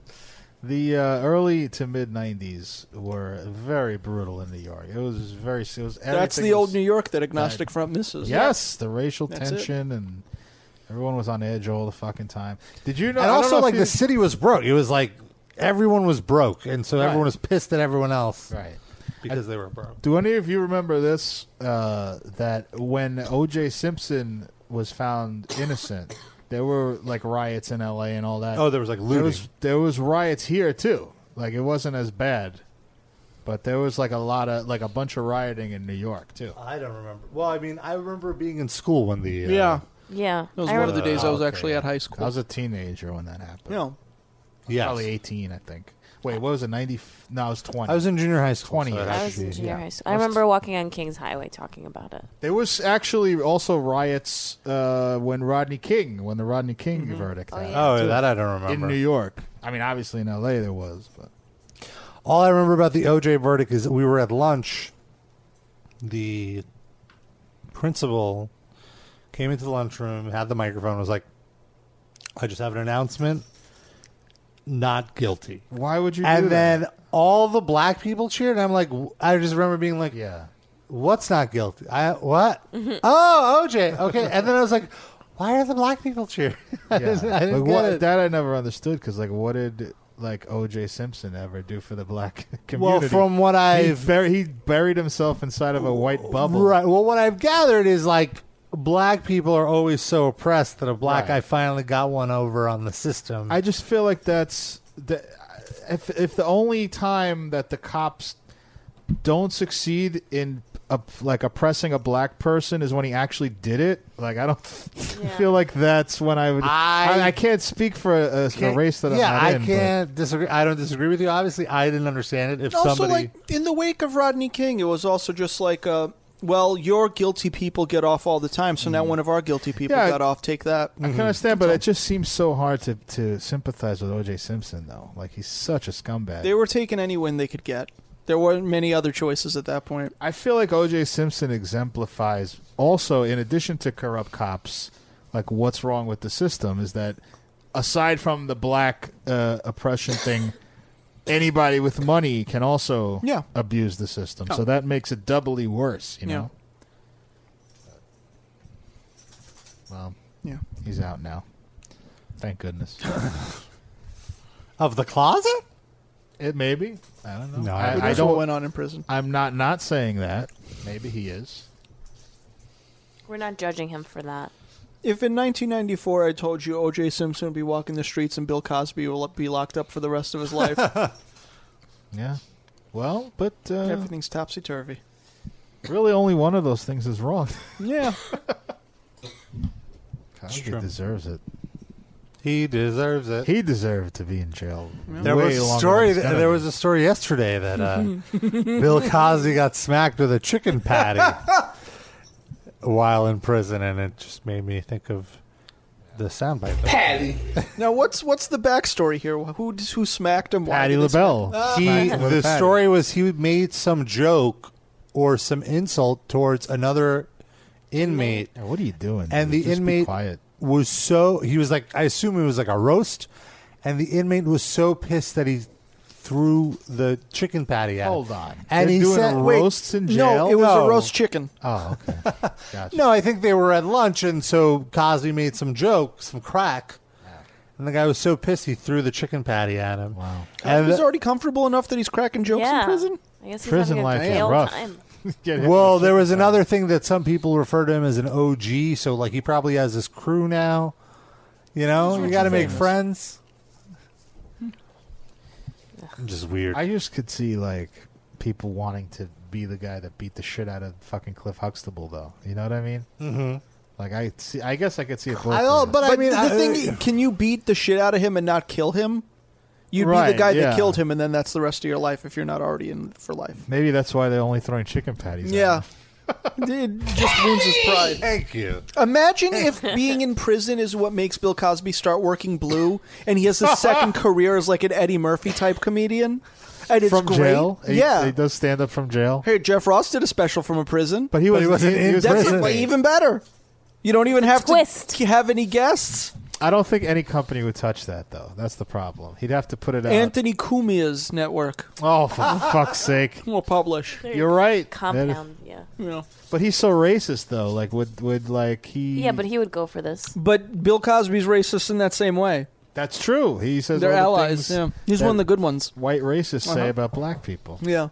Speaker 2: the uh, early to mid '90s were very brutal in New York. It was very. It was
Speaker 4: That's
Speaker 2: everything
Speaker 4: the old
Speaker 2: was-
Speaker 4: New York that Agnostic Front misses.
Speaker 2: Yes, the racial
Speaker 4: That's it.
Speaker 2: tension and everyone was on edge all the fucking time. Did you know? I
Speaker 3: and
Speaker 2: don't know
Speaker 3: also
Speaker 2: if
Speaker 3: like
Speaker 2: you-
Speaker 3: the city was broke. It was like everyone was broke, and so everyone was pissed at everyone else
Speaker 2: right.
Speaker 3: because they were broke.
Speaker 2: Do any of you remember this? Uh, that when O.J. Simpson was found innocent, there were like riots in L.A. and all that.
Speaker 3: Oh, there was like
Speaker 2: there
Speaker 3: looting.
Speaker 2: was there was riots here too. Like it wasn't as bad, but there was like a lot of like a bunch of rioting in New York too.
Speaker 3: I don't remember. Well, I mean, I remember being in school when the uh,
Speaker 4: Yeah.
Speaker 5: Yeah.
Speaker 4: That was
Speaker 5: I
Speaker 4: one
Speaker 5: rem-
Speaker 4: of the days I was
Speaker 3: okay.
Speaker 4: actually at high
Speaker 2: I
Speaker 4: school.
Speaker 2: was a teenager when that happened.
Speaker 4: no.
Speaker 3: yes.
Speaker 2: probably eighteen, I think. Wait, what was it? Ninety? f- No, I was twenty.
Speaker 3: I was in junior high school.
Speaker 2: 20.
Speaker 3: so it
Speaker 2: I
Speaker 3: had
Speaker 5: I
Speaker 3: to
Speaker 5: was in
Speaker 3: be-
Speaker 5: junior
Speaker 2: yeah.
Speaker 5: high school. I remember walking on King's Highway talking about it.
Speaker 2: There was actually also riots uh, when Rodney King, when the Rodney King verdict happened.
Speaker 3: Oh, that I don't remember.
Speaker 2: in New York. I mean, obviously in L.A. there was, but
Speaker 3: All I remember about the OJ verdict is that we were at lunch. The principal came into the lunchroom, had the microphone, was like, I just have an announcement. Not guilty.
Speaker 2: why would you? do
Speaker 3: And
Speaker 2: that?
Speaker 3: then all the black people cheered. And I'm like, w- I just remember being like,
Speaker 2: yeah,
Speaker 3: what's not guilty? I What? oh, OJ. Okay. And then I was like, why are the black people cheering? I
Speaker 2: yeah.
Speaker 3: didn't- I didn't
Speaker 2: Like, what-
Speaker 3: get it.
Speaker 2: that I never understood because like, what did like O.J. Simpson ever do for the black community?
Speaker 3: well, from what
Speaker 2: he,
Speaker 3: I've
Speaker 2: bur- he buried himself inside of a white bubble.
Speaker 3: Right. Well, what I've gathered is like black people are always so oppressed that a black
Speaker 2: Right.
Speaker 3: guy finally got one over on the system.
Speaker 2: I just feel like that's the if if the only time that the cops don't succeed in up like oppressing a black person is when he actually did it. Like I don't
Speaker 5: Yeah.
Speaker 2: feel like that's when I would. I,
Speaker 3: I-
Speaker 2: I can't speak for a, a
Speaker 3: Can't-
Speaker 2: race that
Speaker 3: yeah,
Speaker 2: I'm not
Speaker 3: I
Speaker 2: in. but-
Speaker 3: can't disagree. I don't disagree with you. Obviously, I didn't understand it. If
Speaker 4: also
Speaker 3: somebody,
Speaker 4: like in the wake of Rodney King, it was also just like, uh, well, your guilty people get off all the time, so now one of our guilty people
Speaker 2: Yeah.
Speaker 4: got off. Take that.
Speaker 2: I can understand, but it just seems so hard to, to sympathize with O.J. Simpson, though. Like he's such a scumbag.
Speaker 4: They were taking any win they could get. There weren't many other choices at that point.
Speaker 2: I feel like O.J. Simpson exemplifies also, in addition to corrupt cops, like what's wrong with the system is that aside from the black uh, oppression thing, anybody with money can also
Speaker 4: Yeah.
Speaker 2: abuse the system.
Speaker 4: Oh.
Speaker 2: So that makes it doubly worse, you
Speaker 4: Yeah.
Speaker 2: know? Well,
Speaker 4: Yeah.
Speaker 2: he's out now. Thank goodness.
Speaker 3: of the closet.
Speaker 2: it may be. I don't know.
Speaker 3: No, I-
Speaker 2: I,
Speaker 4: Who
Speaker 2: I
Speaker 4: knows what
Speaker 2: don't.
Speaker 4: went on in prison.
Speaker 2: I'm not not saying that. Maybe he is.
Speaker 5: We're not judging him for that.
Speaker 4: If in 1994 I told you O.J. Simpson would be walking the streets and Bill Cosby will be locked up for the rest of his life,
Speaker 2: Yeah. Well, but uh,
Speaker 4: everything's topsy turvy.
Speaker 2: Really, only one of those things is wrong.
Speaker 4: Yeah,
Speaker 2: Cosby
Speaker 3: true.
Speaker 2: deserves it.
Speaker 3: He deserves it.
Speaker 2: He deserved to be in jail.
Speaker 3: there
Speaker 2: way
Speaker 3: was a
Speaker 2: longer
Speaker 3: story.
Speaker 2: than he's gonna
Speaker 3: there
Speaker 2: be.
Speaker 3: was a story yesterday that uh, Bill Cosby got smacked with a chicken patty while in prison, and it just made me think of the soundbite.
Speaker 6: Patty.
Speaker 4: Now, what's what's the backstory here? Who who smacked him? Why
Speaker 2: Patty
Speaker 4: did Uh, they
Speaker 2: LaBelle.
Speaker 3: he
Speaker 2: Smacked with a
Speaker 3: the
Speaker 2: patty.
Speaker 3: story was he made some joke or some insult towards another inmate
Speaker 2: Yeah, what are you doing?
Speaker 3: and
Speaker 2: dude?
Speaker 3: the
Speaker 2: Just be
Speaker 3: inmate
Speaker 2: quiet.
Speaker 3: was so he was like I assume it was like a roast and the inmate was so pissed that he threw the chicken patty at him.
Speaker 2: Hold on.
Speaker 3: and
Speaker 2: They're
Speaker 3: he
Speaker 2: doing
Speaker 3: said
Speaker 2: a
Speaker 4: smack-
Speaker 2: roast? roasts in
Speaker 4: No,
Speaker 2: jail?
Speaker 4: it was
Speaker 3: No.
Speaker 4: a roast chicken.
Speaker 2: Oh, okay. Gotcha.
Speaker 3: no I think they were at lunch and so Cosby made some joke some crack and the guy was so pissed he threw the chicken patty at him
Speaker 2: Wow.
Speaker 3: and
Speaker 4: he's already comfortable enough that he's cracking jokes
Speaker 5: yeah.
Speaker 4: in prison.
Speaker 5: I guess he's
Speaker 2: Prison
Speaker 5: having a
Speaker 2: life is
Speaker 5: jail
Speaker 2: rough.
Speaker 5: time.
Speaker 2: Get hit
Speaker 3: Well,
Speaker 2: with a
Speaker 3: there was
Speaker 2: chicken
Speaker 3: another thing that some people refer to him as an OG, so like he probably has his crew now. You know, you got to make friends. I'm just weird.
Speaker 2: patty. I just could see like people wanting to be the guy that beat the shit out of fucking Cliff Huxtable, though. You know what I mean? Mm-hmm. Like I see. I guess I could see it. both
Speaker 3: I don't-
Speaker 2: ways.
Speaker 3: but I
Speaker 4: But
Speaker 3: mean,
Speaker 4: the
Speaker 3: I-
Speaker 4: thing, can you beat the shit out of him and not kill him? You'd be
Speaker 2: Right,
Speaker 4: the guy that
Speaker 2: yeah.
Speaker 4: killed him, and then that's the rest of your life if you're not already in for life.
Speaker 2: maybe that's why they're only throwing chicken patties. at
Speaker 4: Yeah,
Speaker 2: him.
Speaker 4: it just wounds his pride.
Speaker 3: thank you.
Speaker 4: Imagine if being in prison is what makes Bill Cosby start working blue, and he has a second career as like an Eddie Murphy type comedian. and it's
Speaker 2: from
Speaker 4: great.
Speaker 2: jail. He-
Speaker 4: yeah.
Speaker 2: he does stand up from jail.
Speaker 4: Hey, Jeff Ross did a special from a prison.
Speaker 2: But he
Speaker 10: But he
Speaker 2: wasn't,
Speaker 10: wasn't in
Speaker 2: was
Speaker 4: That's
Speaker 2: prison.
Speaker 4: way even better. You don't even have
Speaker 5: Twist.
Speaker 4: to have any guests.
Speaker 2: I don't think any company would touch that though. That's the problem. He'd have to put it out.
Speaker 4: Anthony Cumia's network
Speaker 2: oh, for fuck's sake!
Speaker 4: will publish.
Speaker 2: You're right.
Speaker 5: Compound, yeah.
Speaker 4: You know.
Speaker 2: But he's so racist though. Like would would like he?
Speaker 5: Yeah, but he would go for this.
Speaker 4: But Bill Cosby's racist in that same way.
Speaker 2: that's true. He says
Speaker 4: They're
Speaker 2: all the
Speaker 4: allies.
Speaker 2: things
Speaker 4: Yeah. He's
Speaker 2: that
Speaker 4: one of the good ones.
Speaker 2: White racists
Speaker 4: Uh-huh.
Speaker 2: say about black people.
Speaker 4: Yeah.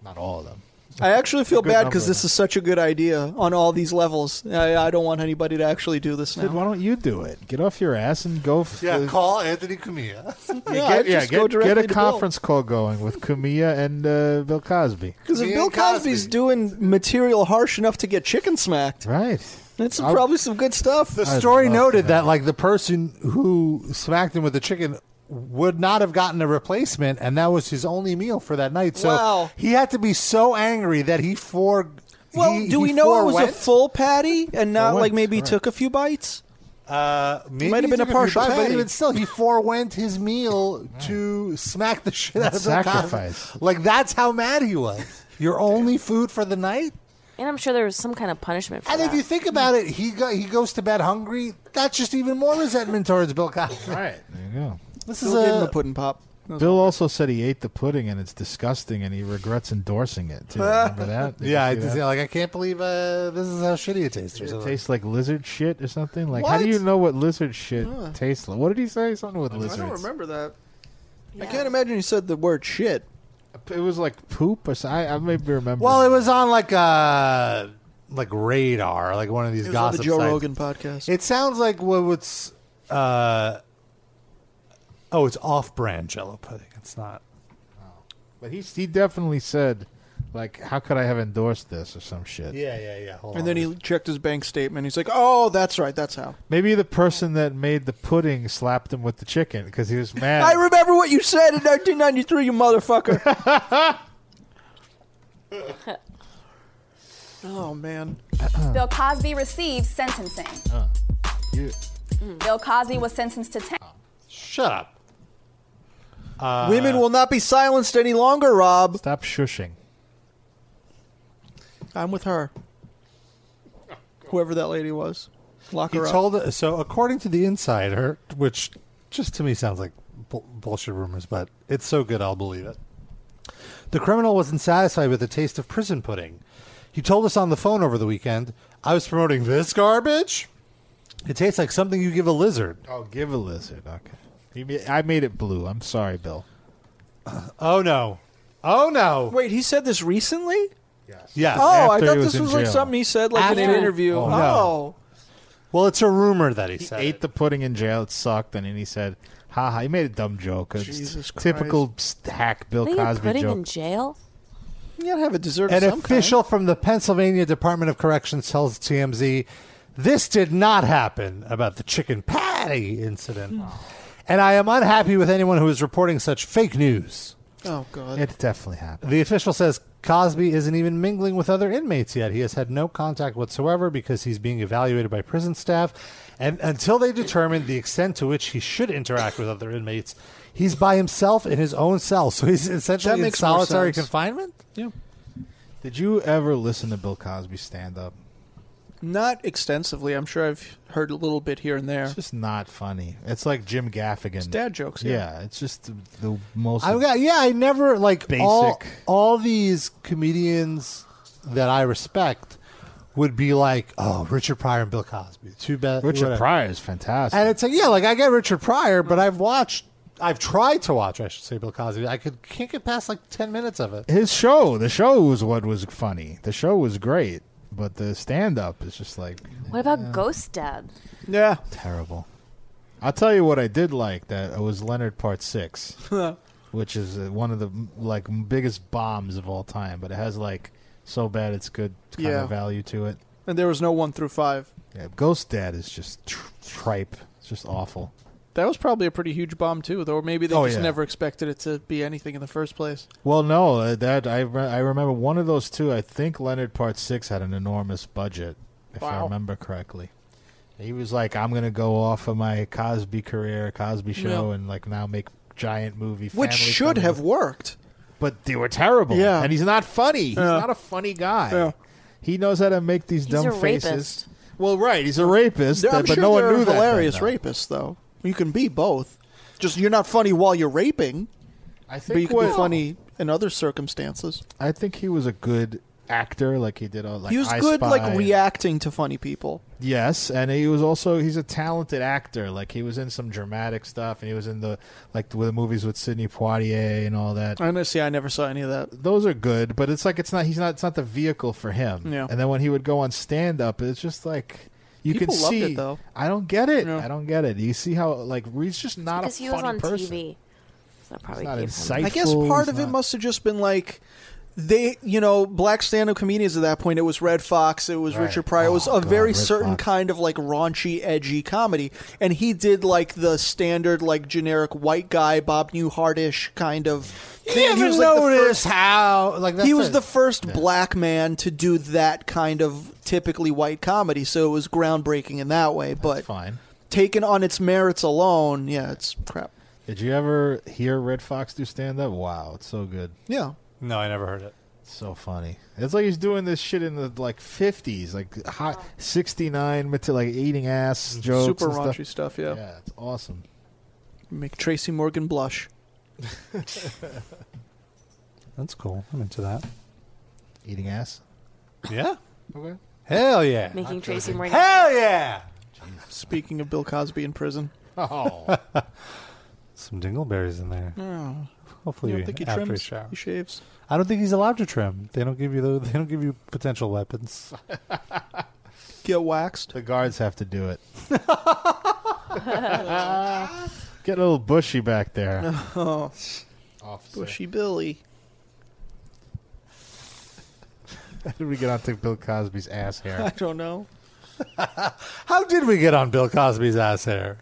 Speaker 2: Not all of them.
Speaker 4: I actually feel
Speaker 2: Good
Speaker 4: bad because
Speaker 2: number,
Speaker 4: this
Speaker 2: though.
Speaker 4: is such a good idea on all these levels. I, I don't want anybody to actually do this
Speaker 2: Dude,
Speaker 4: now.
Speaker 2: why don't you do it? Get off your ass and go. F-
Speaker 3: Yeah,
Speaker 2: uh,
Speaker 3: call Anthony Cumia.
Speaker 4: Yeah,
Speaker 2: get, yeah,
Speaker 4: just
Speaker 2: get,
Speaker 4: go
Speaker 2: get
Speaker 4: directly
Speaker 2: a
Speaker 4: to
Speaker 2: conference call going with Kumia and uh, Bill Cosby.
Speaker 4: Because if
Speaker 3: Me
Speaker 4: Bill
Speaker 3: and Cosby.
Speaker 4: Cosby's doing material harsh enough to get chicken smacked,
Speaker 2: Right.
Speaker 4: that's
Speaker 2: I'll-
Speaker 4: probably some good stuff.
Speaker 3: The story
Speaker 2: love to
Speaker 3: noted that like the person who smacked him with the chicken would not have gotten a replacement, and that was his only meal for that night. So
Speaker 4: Wow.
Speaker 3: he had to be so angry that he for.
Speaker 4: Well,
Speaker 3: he-
Speaker 4: do
Speaker 3: he
Speaker 4: we know it was a
Speaker 3: forewent?
Speaker 4: full patty and not
Speaker 2: Forewent,
Speaker 4: like maybe
Speaker 2: correct.
Speaker 4: took a few bites?
Speaker 3: Uh, maybe
Speaker 4: might have
Speaker 3: he
Speaker 4: been a
Speaker 3: took few
Speaker 4: partial
Speaker 3: bites, but
Speaker 4: patty.
Speaker 3: even still, he forewent his meal to smack the shit out of Bill Cosby.
Speaker 2: Sacrifice.
Speaker 3: Like that's how mad he was. Your only food for the night.
Speaker 5: And I'm sure there was some kind of punishment for
Speaker 3: And
Speaker 5: that.
Speaker 3: if you think about it, he go, he goes to bed hungry. That's just even more resentment towards Bill Cosby.
Speaker 2: Right. There you go.
Speaker 3: This is
Speaker 4: Still give him a
Speaker 3: a,
Speaker 4: pudding pop.
Speaker 2: Bill also said he ate the pudding and it's disgusting, and he regrets endorsing it. Too. Remember that? Did
Speaker 3: yeah, I
Speaker 2: you see
Speaker 3: just,
Speaker 2: that?
Speaker 3: yeah, like I can't believe uh, this is how shitty it tastes. Or
Speaker 2: It
Speaker 3: something.
Speaker 2: tastes like lizard shit or something. Like, how do
Speaker 4: What?
Speaker 2: you know what lizard shit tastes like? What did he say? Something with lizards.
Speaker 4: remember that. I
Speaker 5: Yeah.
Speaker 4: can't imagine he said the word shit.
Speaker 2: It was like poop or something. I, I maybe remember.
Speaker 3: well, it was on like uh like radar, like one of these
Speaker 4: It was on
Speaker 3: gossip
Speaker 4: the Joe
Speaker 3: sites.
Speaker 4: Rogan podcast.
Speaker 3: It sounds like what what's uh oh, it's off-brand Jello pudding. It's not.
Speaker 2: But he he definitely said, like, how could I have endorsed this or some shit?
Speaker 3: Yeah, yeah, yeah. Hold
Speaker 4: and then he checked his bank statement. He's like, "Oh, that's right. That's how."
Speaker 2: Maybe the person that made the pudding slapped him with the chicken because he was mad.
Speaker 4: I remember what you said in 1993, you motherfucker. oh man.
Speaker 11: Bill Cosby received sentencing. Mm.
Speaker 2: You-
Speaker 11: Bill Cosby was sentenced to 10
Speaker 3: Shut up.
Speaker 4: Women will not be silenced any longer, Rob.
Speaker 2: Stop shushing.
Speaker 4: I'm with her. Whoever that lady was. Lock
Speaker 3: He
Speaker 4: her up.
Speaker 3: told so according to the insider, which just to me sounds like bull- bullshit rumors, but it's so good I'll believe it. The criminal wasn't satisfied with the taste of prison pudding. He told us on the phone over the weekend, "I was promoting this garbage. It tastes like something you give a lizard."
Speaker 2: Oh, give a lizard. Okay. He ma- I made it blue. I'm sorry, Bill.
Speaker 3: Oh no. Oh no.
Speaker 4: Wait, he said this recently?
Speaker 3: Yes.
Speaker 4: Oh, I
Speaker 2: After
Speaker 4: thought
Speaker 2: he was
Speaker 4: this
Speaker 2: in
Speaker 4: was like
Speaker 2: jail.
Speaker 4: something he said like in an
Speaker 5: After.
Speaker 4: interview.
Speaker 2: Oh,
Speaker 4: Oh,
Speaker 3: no. Well, it's a rumor that he,
Speaker 2: He
Speaker 3: said.
Speaker 2: ate the pudding in jail. It sucked, and then he said, "Ha ha!" He made a dumb joke. It's
Speaker 4: Jesus Christ.
Speaker 2: typical st- hack Bill
Speaker 5: they had
Speaker 2: Cosby
Speaker 5: pudding
Speaker 2: joke.
Speaker 5: in jail?
Speaker 4: you gotta have a dessert. of
Speaker 3: An
Speaker 4: some
Speaker 3: official from the Pennsylvania Department of Corrections tells TMZ this did not happen about the chicken patty incident. And I am unhappy with anyone who is reporting such fake news.
Speaker 4: Kind. Oh god.
Speaker 2: it definitely happened.
Speaker 3: The official says Cosby isn't even mingling with other inmates yet. He has had no contact whatsoever because he's being evaluated by prison staff. And until they determine the extent to which he should interact with other inmates, he's by himself in his own cell. So he's essentially
Speaker 4: That
Speaker 3: in
Speaker 4: makes more
Speaker 3: solitary
Speaker 4: sense.
Speaker 3: confinement?
Speaker 4: yeah.
Speaker 2: Did you ever listen to Bill Cosby stand up?
Speaker 4: Not extensively. I'm sure I've heard a little bit here and there.
Speaker 2: It's just not funny. It's like Jim Gaffigan.
Speaker 4: dad jokes,
Speaker 2: Yeah,
Speaker 4: yeah.
Speaker 2: it's just the, the most.
Speaker 3: I've got yeah. I never like
Speaker 2: Basic.
Speaker 3: all all these comedians that I respect would be like, oh, Richard Pryor and Bill Cosby. Too bad
Speaker 2: Richard
Speaker 3: whatever.
Speaker 2: Pryor is fantastic.
Speaker 3: And it's like yeah, like I get Richard Pryor, but I've watched, I've tried to watch, I should say, Bill Cosby. I could can't get past like ten minutes of it.
Speaker 2: His show, the show was what was funny. The show was great, but the stand up is just like
Speaker 5: What about Ghost Dad?
Speaker 4: Yeah.
Speaker 2: terrible. I'll tell you what I did like that it was Leonard Part Six, which is uh, one of the m- like m- biggest bombs of all time. But it has like so bad it's good kind
Speaker 4: Yeah.
Speaker 2: of value to it.
Speaker 4: And there was no one through five.
Speaker 2: Yeah, Ghost Dad is just tr- tripe. It's just awful.
Speaker 4: That was probably a pretty huge bomb too, though. Or maybe they
Speaker 2: Oh,
Speaker 4: just
Speaker 2: yeah.
Speaker 4: never expected it to be anything in the first place.
Speaker 2: Well, no, uh, that I re- I remember one of those two. I think Leonard Part Six had an enormous budget, if I
Speaker 4: Wow.
Speaker 2: remember correctly. He was like, "I'm gonna go off of my Cosby career, Cosby show,
Speaker 4: Yeah.
Speaker 2: and like now make giant movie,
Speaker 4: Which
Speaker 2: family
Speaker 4: should
Speaker 2: comedy."
Speaker 4: have worked.
Speaker 2: but they were terrible.
Speaker 4: Yeah.
Speaker 2: And he's not funny. He's
Speaker 4: Yeah.
Speaker 2: not a funny guy.
Speaker 4: Yeah.
Speaker 2: He knows how to make these
Speaker 5: He's
Speaker 2: dumb
Speaker 5: a
Speaker 2: faces.
Speaker 5: rapist.
Speaker 2: Well, right. He's a rapist, uh,
Speaker 4: There- I'm
Speaker 2: but
Speaker 4: sure
Speaker 2: no one
Speaker 4: there are
Speaker 2: knew that.
Speaker 4: hilarious
Speaker 2: then, though.
Speaker 4: rapists, though. You can be both. Just you're not funny while you're raping,
Speaker 2: I think
Speaker 4: but you can
Speaker 2: what-
Speaker 4: be funny in other circumstances.
Speaker 2: I think he was a good actor, like he did all like
Speaker 4: he was
Speaker 2: I
Speaker 4: good,
Speaker 2: Spy
Speaker 4: like
Speaker 2: and-
Speaker 4: reacting to funny people.
Speaker 2: Yes, and he was also he's a talented actor. Like he was in some dramatic stuff, and he was in the like the, the movies with Sidney Poitier and all that.
Speaker 4: I'm gonna say I never saw any of that.
Speaker 2: Those are good, but it's like it's not he's not it's not the vehicle for him.
Speaker 4: Yeah.
Speaker 2: And then when he would go on stand up, it's just like you
Speaker 4: People
Speaker 2: can
Speaker 4: loved
Speaker 2: see.
Speaker 4: it, though.
Speaker 2: I don't get it.
Speaker 4: Yeah.
Speaker 2: I don't get it. You see how like he's just not
Speaker 5: because
Speaker 2: a
Speaker 5: he was
Speaker 2: funny
Speaker 5: on
Speaker 2: person.
Speaker 5: TV. So that probably
Speaker 2: not
Speaker 5: gave him-
Speaker 2: insightful.
Speaker 4: I guess part
Speaker 2: He's
Speaker 4: of it
Speaker 2: not-
Speaker 4: must have just been like they, you know, black stand-up comedians at that point. It was Red Fox, it was
Speaker 2: Right.
Speaker 4: Richard Pryor. It was
Speaker 2: Oh,
Speaker 4: a
Speaker 2: God,
Speaker 4: very
Speaker 2: Red
Speaker 4: certain
Speaker 2: Fox.
Speaker 4: kind of like raunchy, edgy comedy, and he did like the standard, like generic white guy Bob Newhart-ish kind of. thing. He was, like, the first-
Speaker 7: how like
Speaker 4: he was the first black man to do that kind of typically white comedy, so it was groundbreaking in that way. But
Speaker 2: fine.
Speaker 4: taken on its merits alone, yeah, it's crap.
Speaker 2: Did you ever hear Red Fox do stand up? Wow, it's so good.
Speaker 4: Yeah,
Speaker 7: No, I never heard it.
Speaker 2: So funny. It's like he's doing this shit in the like fifties, like hot sixty nine, like eating ass jokes,
Speaker 4: Mm, super
Speaker 2: and
Speaker 4: raunchy stuff.
Speaker 2: Yeah.
Speaker 4: Yeah.
Speaker 2: it's awesome.
Speaker 4: make Tracy Morgan blush.
Speaker 7: That's cool. I'm into that.
Speaker 2: Eating ass.
Speaker 7: Yeah.
Speaker 2: Okay.
Speaker 7: Hell yeah.
Speaker 5: making Tracy Morgan.
Speaker 7: Hell yeah.
Speaker 4: Speaking of Bill Cosby in prison,
Speaker 2: Oh,
Speaker 7: Some dingleberries in there. Hopefully,
Speaker 4: you don't think he
Speaker 7: after a
Speaker 4: trims?
Speaker 7: shower.
Speaker 4: He shaves.
Speaker 7: I don't think he's allowed to trim. They don't give you the, They don't give you potential weapons.
Speaker 4: Get waxed.
Speaker 2: the guards have to do it. Get a little bushy back there.
Speaker 4: Oh,
Speaker 2: Officer.
Speaker 4: bushy Billy.
Speaker 2: How did we get onto Bill Cosby's ass
Speaker 4: I
Speaker 2: hair?
Speaker 4: don't know.
Speaker 7: How did we get on Bill Cosby's ass hair?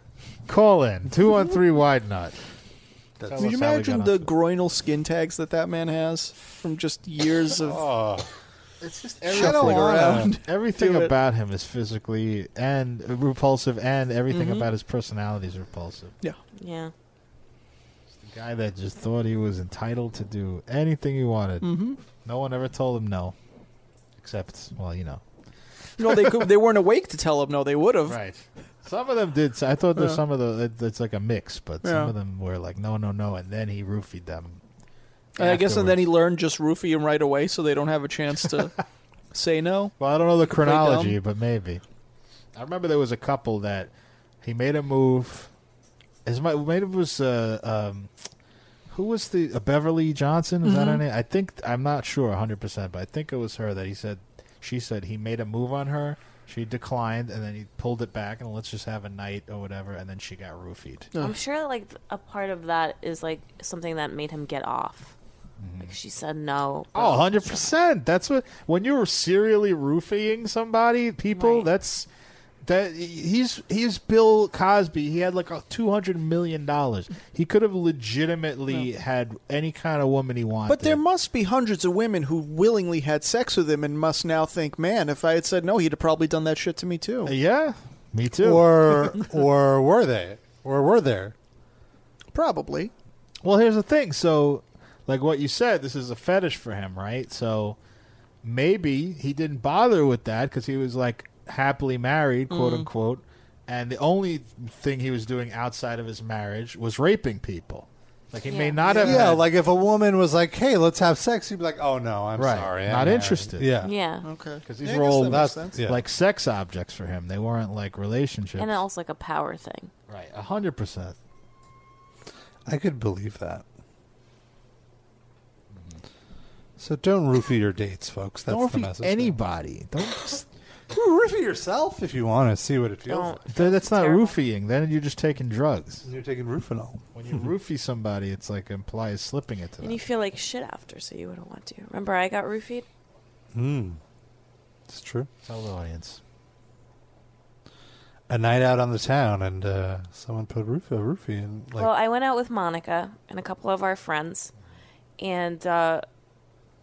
Speaker 2: Call in two one three wide nut. Tell
Speaker 4: Can
Speaker 2: us
Speaker 4: you
Speaker 2: how we
Speaker 4: imagine
Speaker 2: got
Speaker 4: the
Speaker 2: onto it.
Speaker 4: groinal skin tags that that man has from just years of
Speaker 2: It's just
Speaker 4: shuffling around?
Speaker 2: Everything
Speaker 4: Do it.
Speaker 2: about him is physically and repulsive, and everything
Speaker 4: Mm-hmm.
Speaker 2: about his personality is repulsive.
Speaker 5: Yeah.
Speaker 2: The guy that just thought he was entitled to do anything he wanted. Mm-hmm. No one ever told him no, except well, you know.
Speaker 4: no, they could, they weren't awake to tell him. No, they would have.
Speaker 2: Right. Some of them did. so I thought there's
Speaker 4: Yeah.
Speaker 2: some of the. it- It's like a mix, but
Speaker 4: Yeah.
Speaker 2: some of them were like no, no, no, and then he roofied them.
Speaker 4: And I guess, and then he learned just roofie him right away, so they don't have a chance to say no.
Speaker 2: Well, I don't know the
Speaker 4: play dumb.
Speaker 2: chronology, but maybe. I remember there was a couple that he made a move. His mi- made it was uh, um, who was the uh, Beverly Johnson? Was that her name? I think I'm not sure 100, percent but I think it was her that he said. She said he made a move on her. She declined, and then he pulled it back, and let's just have a night or whatever. And then she got roofied.
Speaker 5: I'm sure like a part of that is like something that made him get off.
Speaker 2: Mm-hmm.
Speaker 5: Like she said no. but-
Speaker 2: Oh, 100 percent. That's what when you're serially roofing somebody, people.
Speaker 5: Right.
Speaker 2: That's that he's he's Bill Cosby. He had like a 200 million dollars. He could have legitimately had any kind of woman he wanted.
Speaker 4: But there must be hundreds of women who willingly had sex with him and must now think, man, if I had said no, he'd have probably done that shit to me too.
Speaker 2: yeah, me too.
Speaker 7: Or or were they? Or were there?
Speaker 4: Probably.
Speaker 2: Well, here's the thing. So, like what you said, this is a fetish for him, right? So maybe he didn't bother with that because he was like happily married, quote
Speaker 5: Mm.
Speaker 2: unquote, and the only thing he was doing outside of his marriage was raping people. Like he may
Speaker 5: Yeah.
Speaker 2: not have.
Speaker 7: Yeah,
Speaker 2: had-
Speaker 7: like if a woman was like, "Hey, let's have sex," he'd be like, "Oh no, I'm
Speaker 2: Right.
Speaker 7: sorry, I'm
Speaker 2: Not
Speaker 7: married."
Speaker 2: interested.
Speaker 7: Yeah,
Speaker 5: Yeah.
Speaker 4: Okay.
Speaker 2: 'Cause these
Speaker 4: Yeah, I
Speaker 2: were
Speaker 4: guess
Speaker 2: all
Speaker 4: that
Speaker 7: that's
Speaker 4: makes sense.
Speaker 7: yeah.
Speaker 2: like sex objects for him. They weren't like relationships.
Speaker 5: And then also like a power thing.
Speaker 2: right, a hundred percent.
Speaker 7: I could believe that. So don't roofie your dates, folks. That's
Speaker 2: Don't
Speaker 7: the
Speaker 2: be
Speaker 7: message.
Speaker 2: anybody. Don't. just-
Speaker 7: roofie yourself if you want to see what it feels
Speaker 5: Don't.
Speaker 7: like.
Speaker 2: that's not
Speaker 5: terrible.
Speaker 2: roofing. Then you're just taking drugs.
Speaker 7: You're taking roofinol.
Speaker 2: When you roofie somebody, it's like implies slipping it to them.
Speaker 5: And you feel like shit after, so you wouldn't want to. Remember I got roofied?
Speaker 7: Hmm. It's true.
Speaker 2: Tell the audience.
Speaker 7: A night out on the town, and uh, someone put roof a roofie in. Like,
Speaker 5: well, I went out with Monica and a couple of our friends, and uh,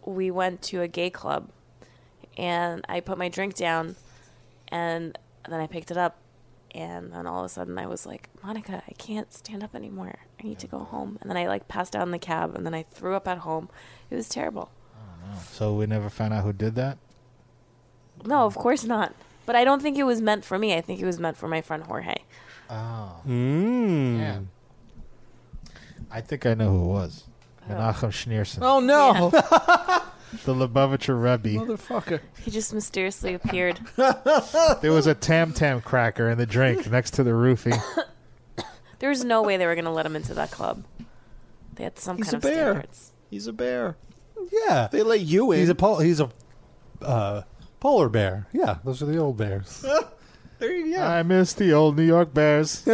Speaker 5: we went to a gay club. And I put my drink down, and then I picked it up, And then all of a sudden I was like, Monica, I can't stand up anymore. I need to go home. And then I like passed out in the cab and then I threw up at home. It was terrible.
Speaker 2: So we never found out who did that.
Speaker 5: No, of course not. But I don't think it was meant for me. I think it was meant for my friend Jorge.
Speaker 2: Oh.
Speaker 3: Mm.
Speaker 2: I think I know who it was. Menachem Schneerson,
Speaker 4: Oh no,
Speaker 2: the Lubavitcher Rebbe.
Speaker 4: motherfucker!
Speaker 5: He just mysteriously appeared.
Speaker 2: There was a Tam Tam cracker in the drink next to the roofie.
Speaker 5: There was no way they were going to let him into that club. They had some
Speaker 4: He's
Speaker 5: kind
Speaker 4: a
Speaker 5: of
Speaker 4: bear.
Speaker 5: standards.
Speaker 4: He's a bear.
Speaker 3: Yeah.
Speaker 4: They let you in.
Speaker 3: He's a pol- he's a uh, polar bear. Yeah, those are the old bears.
Speaker 4: there you go.
Speaker 2: I miss the old New York Bears.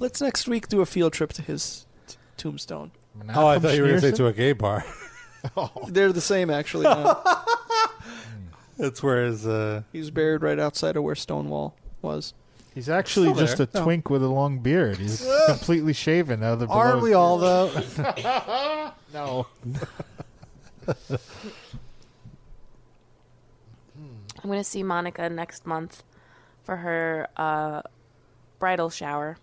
Speaker 4: Let's next week do a field trip to his t- tombstone.
Speaker 3: oh, I thought you were going to say
Speaker 2: Schneerson?
Speaker 3: to a gay bar. Oh.
Speaker 4: They're the same, actually. now.
Speaker 3: That's where his. Uh,
Speaker 4: he was buried right outside of where Stonewall was.
Speaker 2: He's actually
Speaker 3: Still
Speaker 2: just
Speaker 3: there.
Speaker 2: a twink with a long beard. He's completely shaven. Now the
Speaker 3: aren't we all though?
Speaker 2: No.
Speaker 5: I'm going to see Monica next month for her uh, bridal shower.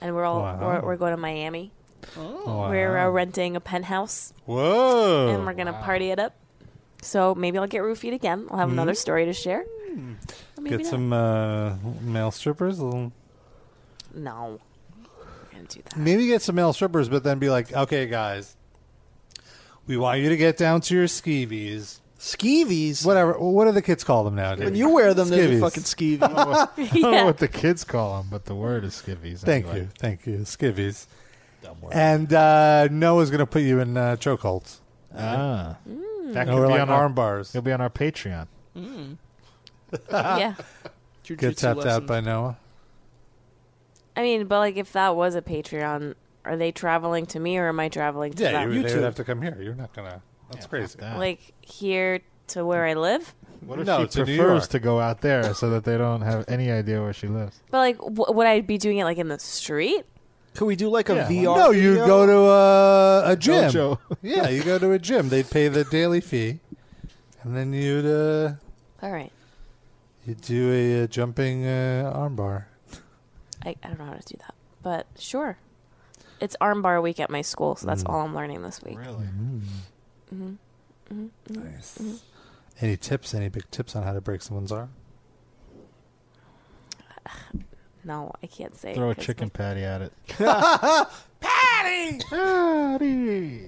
Speaker 5: And we're all
Speaker 3: Wow.
Speaker 5: we're, we're going to Miami. We're uh, renting a penthouse
Speaker 3: Whoa!
Speaker 5: and we're going to party it up. So maybe I'll get roofied again. I'll have another story to share. Or maybe
Speaker 3: Hmm. Get
Speaker 5: not.
Speaker 3: some uh, male strippers. a little-
Speaker 5: No. I'm going to do that.
Speaker 3: Maybe get some male strippers, but then be like, okay, guys, we want you to get down to your skeevies.
Speaker 4: Skeevies.
Speaker 3: Whatever. What do the kids call them nowadays?
Speaker 4: When you wear them, they're
Speaker 3: Skivvies.
Speaker 4: fucking skeevy.
Speaker 2: I don't know what the kids call him, but the word is skivvies.
Speaker 3: Thank
Speaker 2: anyway.
Speaker 3: you, thank you, skivvies. And uh, Noah's going to put you in uh, chokeholds.
Speaker 2: Ah.
Speaker 4: Mm.
Speaker 2: That
Speaker 3: No,
Speaker 2: could
Speaker 3: we're
Speaker 2: be
Speaker 3: like
Speaker 2: on
Speaker 3: arm
Speaker 2: our,
Speaker 3: bars.
Speaker 2: he'll be on our Patreon.
Speaker 5: yeah.
Speaker 3: Get
Speaker 4: Jujutsu
Speaker 3: tapped out
Speaker 4: lessons.
Speaker 3: by Noah.
Speaker 5: I mean, but like if that was a Patreon, are they traveling to me or am I traveling to
Speaker 3: Yeah,
Speaker 5: them?
Speaker 3: you, they
Speaker 4: too.
Speaker 3: would have to come here. You're not gonna. That's crazy.
Speaker 2: that.
Speaker 5: like here to where I live?
Speaker 2: What if
Speaker 3: No,
Speaker 2: she
Speaker 3: to New
Speaker 2: prefers
Speaker 3: York.
Speaker 2: to go out there so that they don't have any idea where she lives?
Speaker 5: But like, w- would I be doing it like in the street?
Speaker 4: Could we do like a
Speaker 2: Yeah, why
Speaker 4: VR?
Speaker 3: No, you
Speaker 4: video?
Speaker 3: go to uh, a, a gym.
Speaker 2: Jojo.
Speaker 3: yeah, you go to a gym. They'd pay the daily fee, and then you'd uh,
Speaker 5: All right,
Speaker 3: you do a, uh jumping uh, armbar.
Speaker 5: I, I don't know how to do that, but sure. It's armbar week at my school, so that's all I'm learning this week.
Speaker 2: Really?
Speaker 5: Mm-hmm.
Speaker 3: Nice. Any tips? Any big tips on how to break someone's arm?
Speaker 5: No, I can't say. it
Speaker 2: Throw a
Speaker 5: 'cause
Speaker 2: chicken patty at it.
Speaker 3: Patty.
Speaker 2: Patty!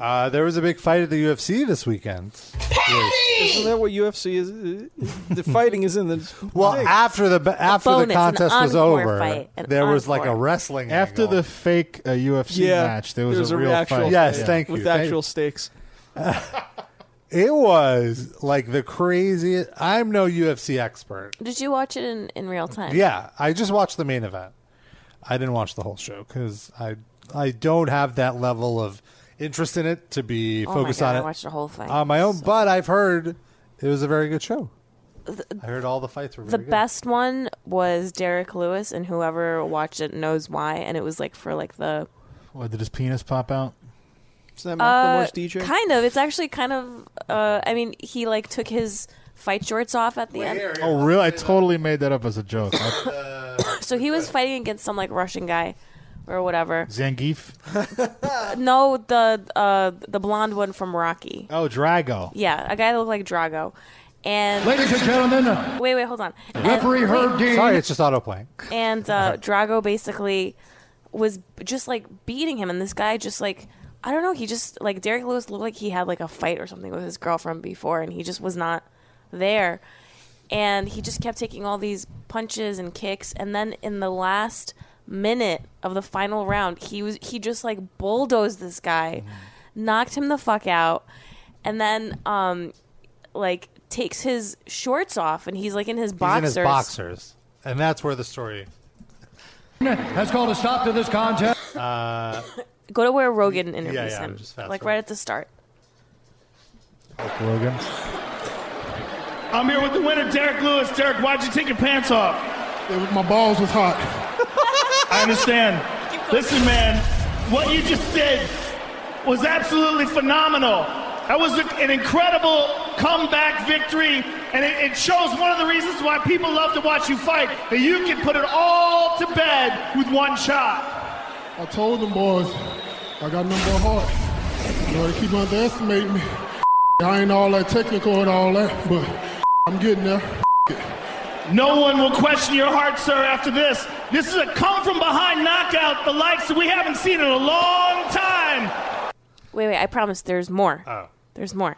Speaker 3: Uh, there was a big fight at the UFC this weekend.
Speaker 4: Isn't that what UFC is? The fighting is in the.
Speaker 3: Well, after the after
Speaker 5: bonus,
Speaker 3: the
Speaker 5: an
Speaker 3: contest was
Speaker 5: encore
Speaker 3: over,
Speaker 5: fight, an
Speaker 3: there was like a
Speaker 5: encore.
Speaker 3: wrestling
Speaker 2: After
Speaker 3: angle.
Speaker 2: the fake uh, UFC
Speaker 4: Yeah,
Speaker 2: match, there was,
Speaker 4: there was
Speaker 2: a,
Speaker 4: a
Speaker 2: real
Speaker 4: actual-
Speaker 2: fight.
Speaker 3: Yes,
Speaker 4: Yeah.
Speaker 3: thank you.
Speaker 4: with
Speaker 3: Thank-
Speaker 4: actual stakes.
Speaker 3: It was like the craziest. I'm no UFC expert.
Speaker 5: Did you watch it in, in real time?
Speaker 3: Yeah, I just watched the main event. I didn't watch the whole show because I I don't have that level of interest in it to be
Speaker 5: Oh my
Speaker 3: focused
Speaker 5: God,
Speaker 3: on
Speaker 5: I
Speaker 3: it Um,
Speaker 5: watched the whole thing.
Speaker 3: on my own. But I've heard it was a very good show. I heard all the fights were
Speaker 5: The
Speaker 3: very good.
Speaker 5: best one was Derek Lewis, and whoever watched it knows why. And it was like for like the
Speaker 2: What, did his penis pop out?
Speaker 4: Is that
Speaker 5: Uh,
Speaker 4: Macklemore's DJ?
Speaker 5: Kind of. It's actually kind of. Uh, I mean, he like took his fight shorts off at the end,
Speaker 2: Oh, really? I totally made that up as a joke. I-
Speaker 5: so he was fighting against some like Russian guy. Or whatever.
Speaker 2: Zangief?
Speaker 5: No, the uh, the blonde one from Rocky.
Speaker 2: Oh, Drago.
Speaker 5: Yeah, a guy that looked like Drago. And
Speaker 11: Ladies and gentlemen,
Speaker 5: wait, wait, hold on.
Speaker 11: referee
Speaker 5: and,
Speaker 11: Herb Dean.
Speaker 3: Sorry, it's just autoplaying.
Speaker 5: and
Speaker 3: Uh-huh.
Speaker 5: uh, Drago basically was just like beating him, and this guy just like I don't know, he just like Derek Lewis looked like he had like a fight or something with his girlfriend before, and he just was not there, and he just kept taking all these punches and kicks, and then in the last minute of the final round, he was he just like bulldozed this guy,
Speaker 3: Mm-hmm.
Speaker 5: knocked him the fuck out, and then um like takes his shorts off and he's like in his
Speaker 3: He's
Speaker 5: boxers.
Speaker 3: in his boxers, and that's where the story.
Speaker 11: has called a stop to this contest.
Speaker 5: Go to where Rogan interviews
Speaker 3: yeah,
Speaker 5: him,
Speaker 3: just fast
Speaker 5: like
Speaker 3: forward.
Speaker 5: right at the start.
Speaker 2: Rogan.
Speaker 11: I'm here with the winner, Derek Lewis. Derek, why'd you take your pants off? My balls was hot. I understand. Listen, man, what you just did was absolutely phenomenal. That was a- an incredible comeback victory, and it, it shows one of the reasons why people love to watch you fight that you can put it all to bed with one shot.
Speaker 12: I told them boys, I got number heart. You know, they keep underestimating me. I ain't all that technical and all that, but I'm getting there.
Speaker 11: No one will question your heart, sir, after this. This is a come from behind knockout, the likes that we haven't seen in a long time.
Speaker 5: Wait, wait. I promise. There's more. Oh. There's more.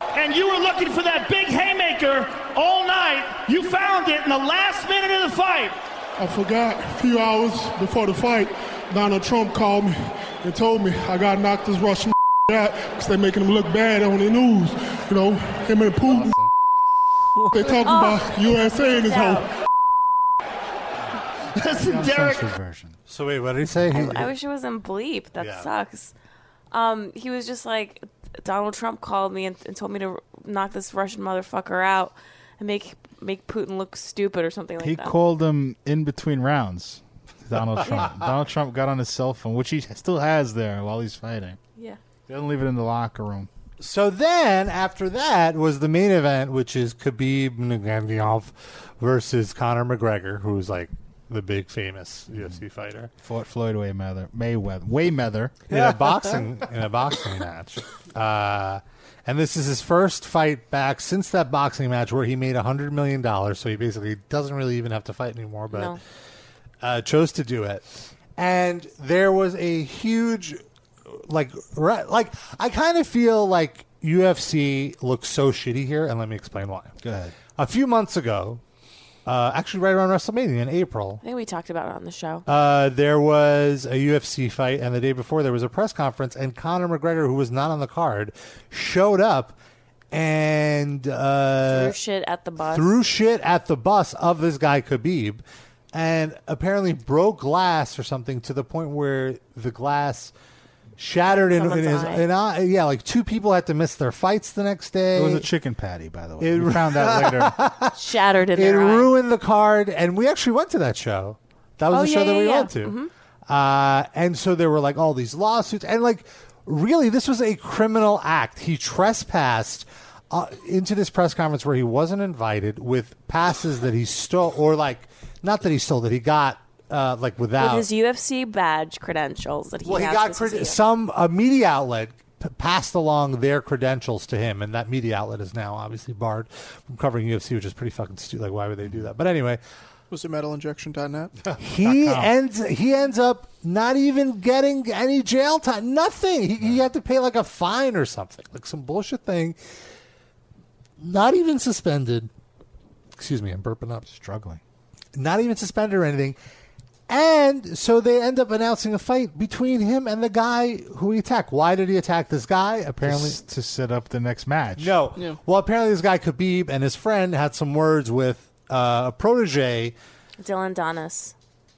Speaker 11: And you were looking for that big haymaker all night. You found it in the last minute of the fight.
Speaker 12: I forgot a few hours before the fight, Donald Trump called me and told me I got knocked this Russian out because they making him look bad on the news. You know, him and Putin. They talking about USA in this whole.
Speaker 11: Listen,
Speaker 5: Derek-
Speaker 3: So wait, what did he say? He-
Speaker 5: I wish it was in bleep. That
Speaker 3: Yeah.
Speaker 5: sucks. Um, he was just like Donald Trump called me and, and told me to r- knock this Russian motherfucker out and make make Putin look stupid or something like
Speaker 2: He
Speaker 5: that.
Speaker 2: called them in between rounds. Donald Trump.
Speaker 5: Yeah.
Speaker 2: Donald Trump got on his cell phone, which he still has there while he's fighting.
Speaker 5: Yeah.
Speaker 2: He doesn't leave it in the locker room.
Speaker 3: So then, after that, was the main event, which is Khabib Nurmagomedov versus Conor McGregor, who's like the big famous UFC fighter.
Speaker 2: Fought Floyd Mayweather. Mayweather. Waymeather.
Speaker 3: in a boxing in a boxing match. Uh, and this is his first fight back since that boxing match where he made hundred million dollars. So he basically doesn't really even have to fight anymore, but
Speaker 13: No.
Speaker 3: uh, chose to do it. And there was a huge, like, re- like I kind of feel like UFC looks so shitty here, and let me explain why.
Speaker 2: Go ahead.
Speaker 3: A few months ago, uh, actually, right around WrestleMania in April,
Speaker 5: I think we talked about it on the show.
Speaker 3: uh, there was a UFC fight, and the day before there was a press conference, and Conor McGregor, who was not on the card, showed up and uh,
Speaker 5: Threw shit at the bus.
Speaker 3: threw shit at the bus of this guy Khabib, and apparently broke glass or something to the point where the glass shattered in, in
Speaker 2: Someone's
Speaker 3: his
Speaker 2: eye.
Speaker 3: in eye. Yeah, like two people had to miss their fights the next day.
Speaker 2: It was a chicken patty, by the way.
Speaker 3: It-
Speaker 2: we found out later.
Speaker 5: Shattered in
Speaker 3: it
Speaker 5: their eye.
Speaker 3: ruined the card, and we actually went to that show. That was
Speaker 5: Oh,
Speaker 3: the show
Speaker 5: yeah,
Speaker 3: that
Speaker 5: yeah,
Speaker 3: we
Speaker 5: yeah.
Speaker 3: went to.
Speaker 5: Mhm.
Speaker 3: Uh, and so there were like all these lawsuits, and like really, this was a criminal act. He trespassed uh, into this press conference where he wasn't invited with passes that he stole, or like not that he stole, that he got uh, like
Speaker 5: with
Speaker 3: without
Speaker 5: his UFC badge credentials that he
Speaker 3: well, he
Speaker 5: has
Speaker 3: got
Speaker 5: to
Speaker 3: cred-
Speaker 5: see.
Speaker 3: some a media outlet p- passed along their credentials to him, and that media outlet is now obviously barred from covering UFC, which is pretty fucking stupid. Like, why would they do that? But anyway,
Speaker 4: Was it metalinjection.net?
Speaker 3: he ends he ends up not even getting any jail time, nothing. He, he had to pay like a fine or something, like some bullshit thing. Not even suspended. Excuse me, I'm burping up.
Speaker 2: Struggling.
Speaker 3: Not even suspended or anything. And so they end up announcing a fight between him and the guy who he attacked. Why did he attack this guy? Apparently,
Speaker 2: Just to set up the next match.
Speaker 3: no. Well, apparently this guy Khabib and his friend had some words with uh, a protege
Speaker 5: Dylan Donis.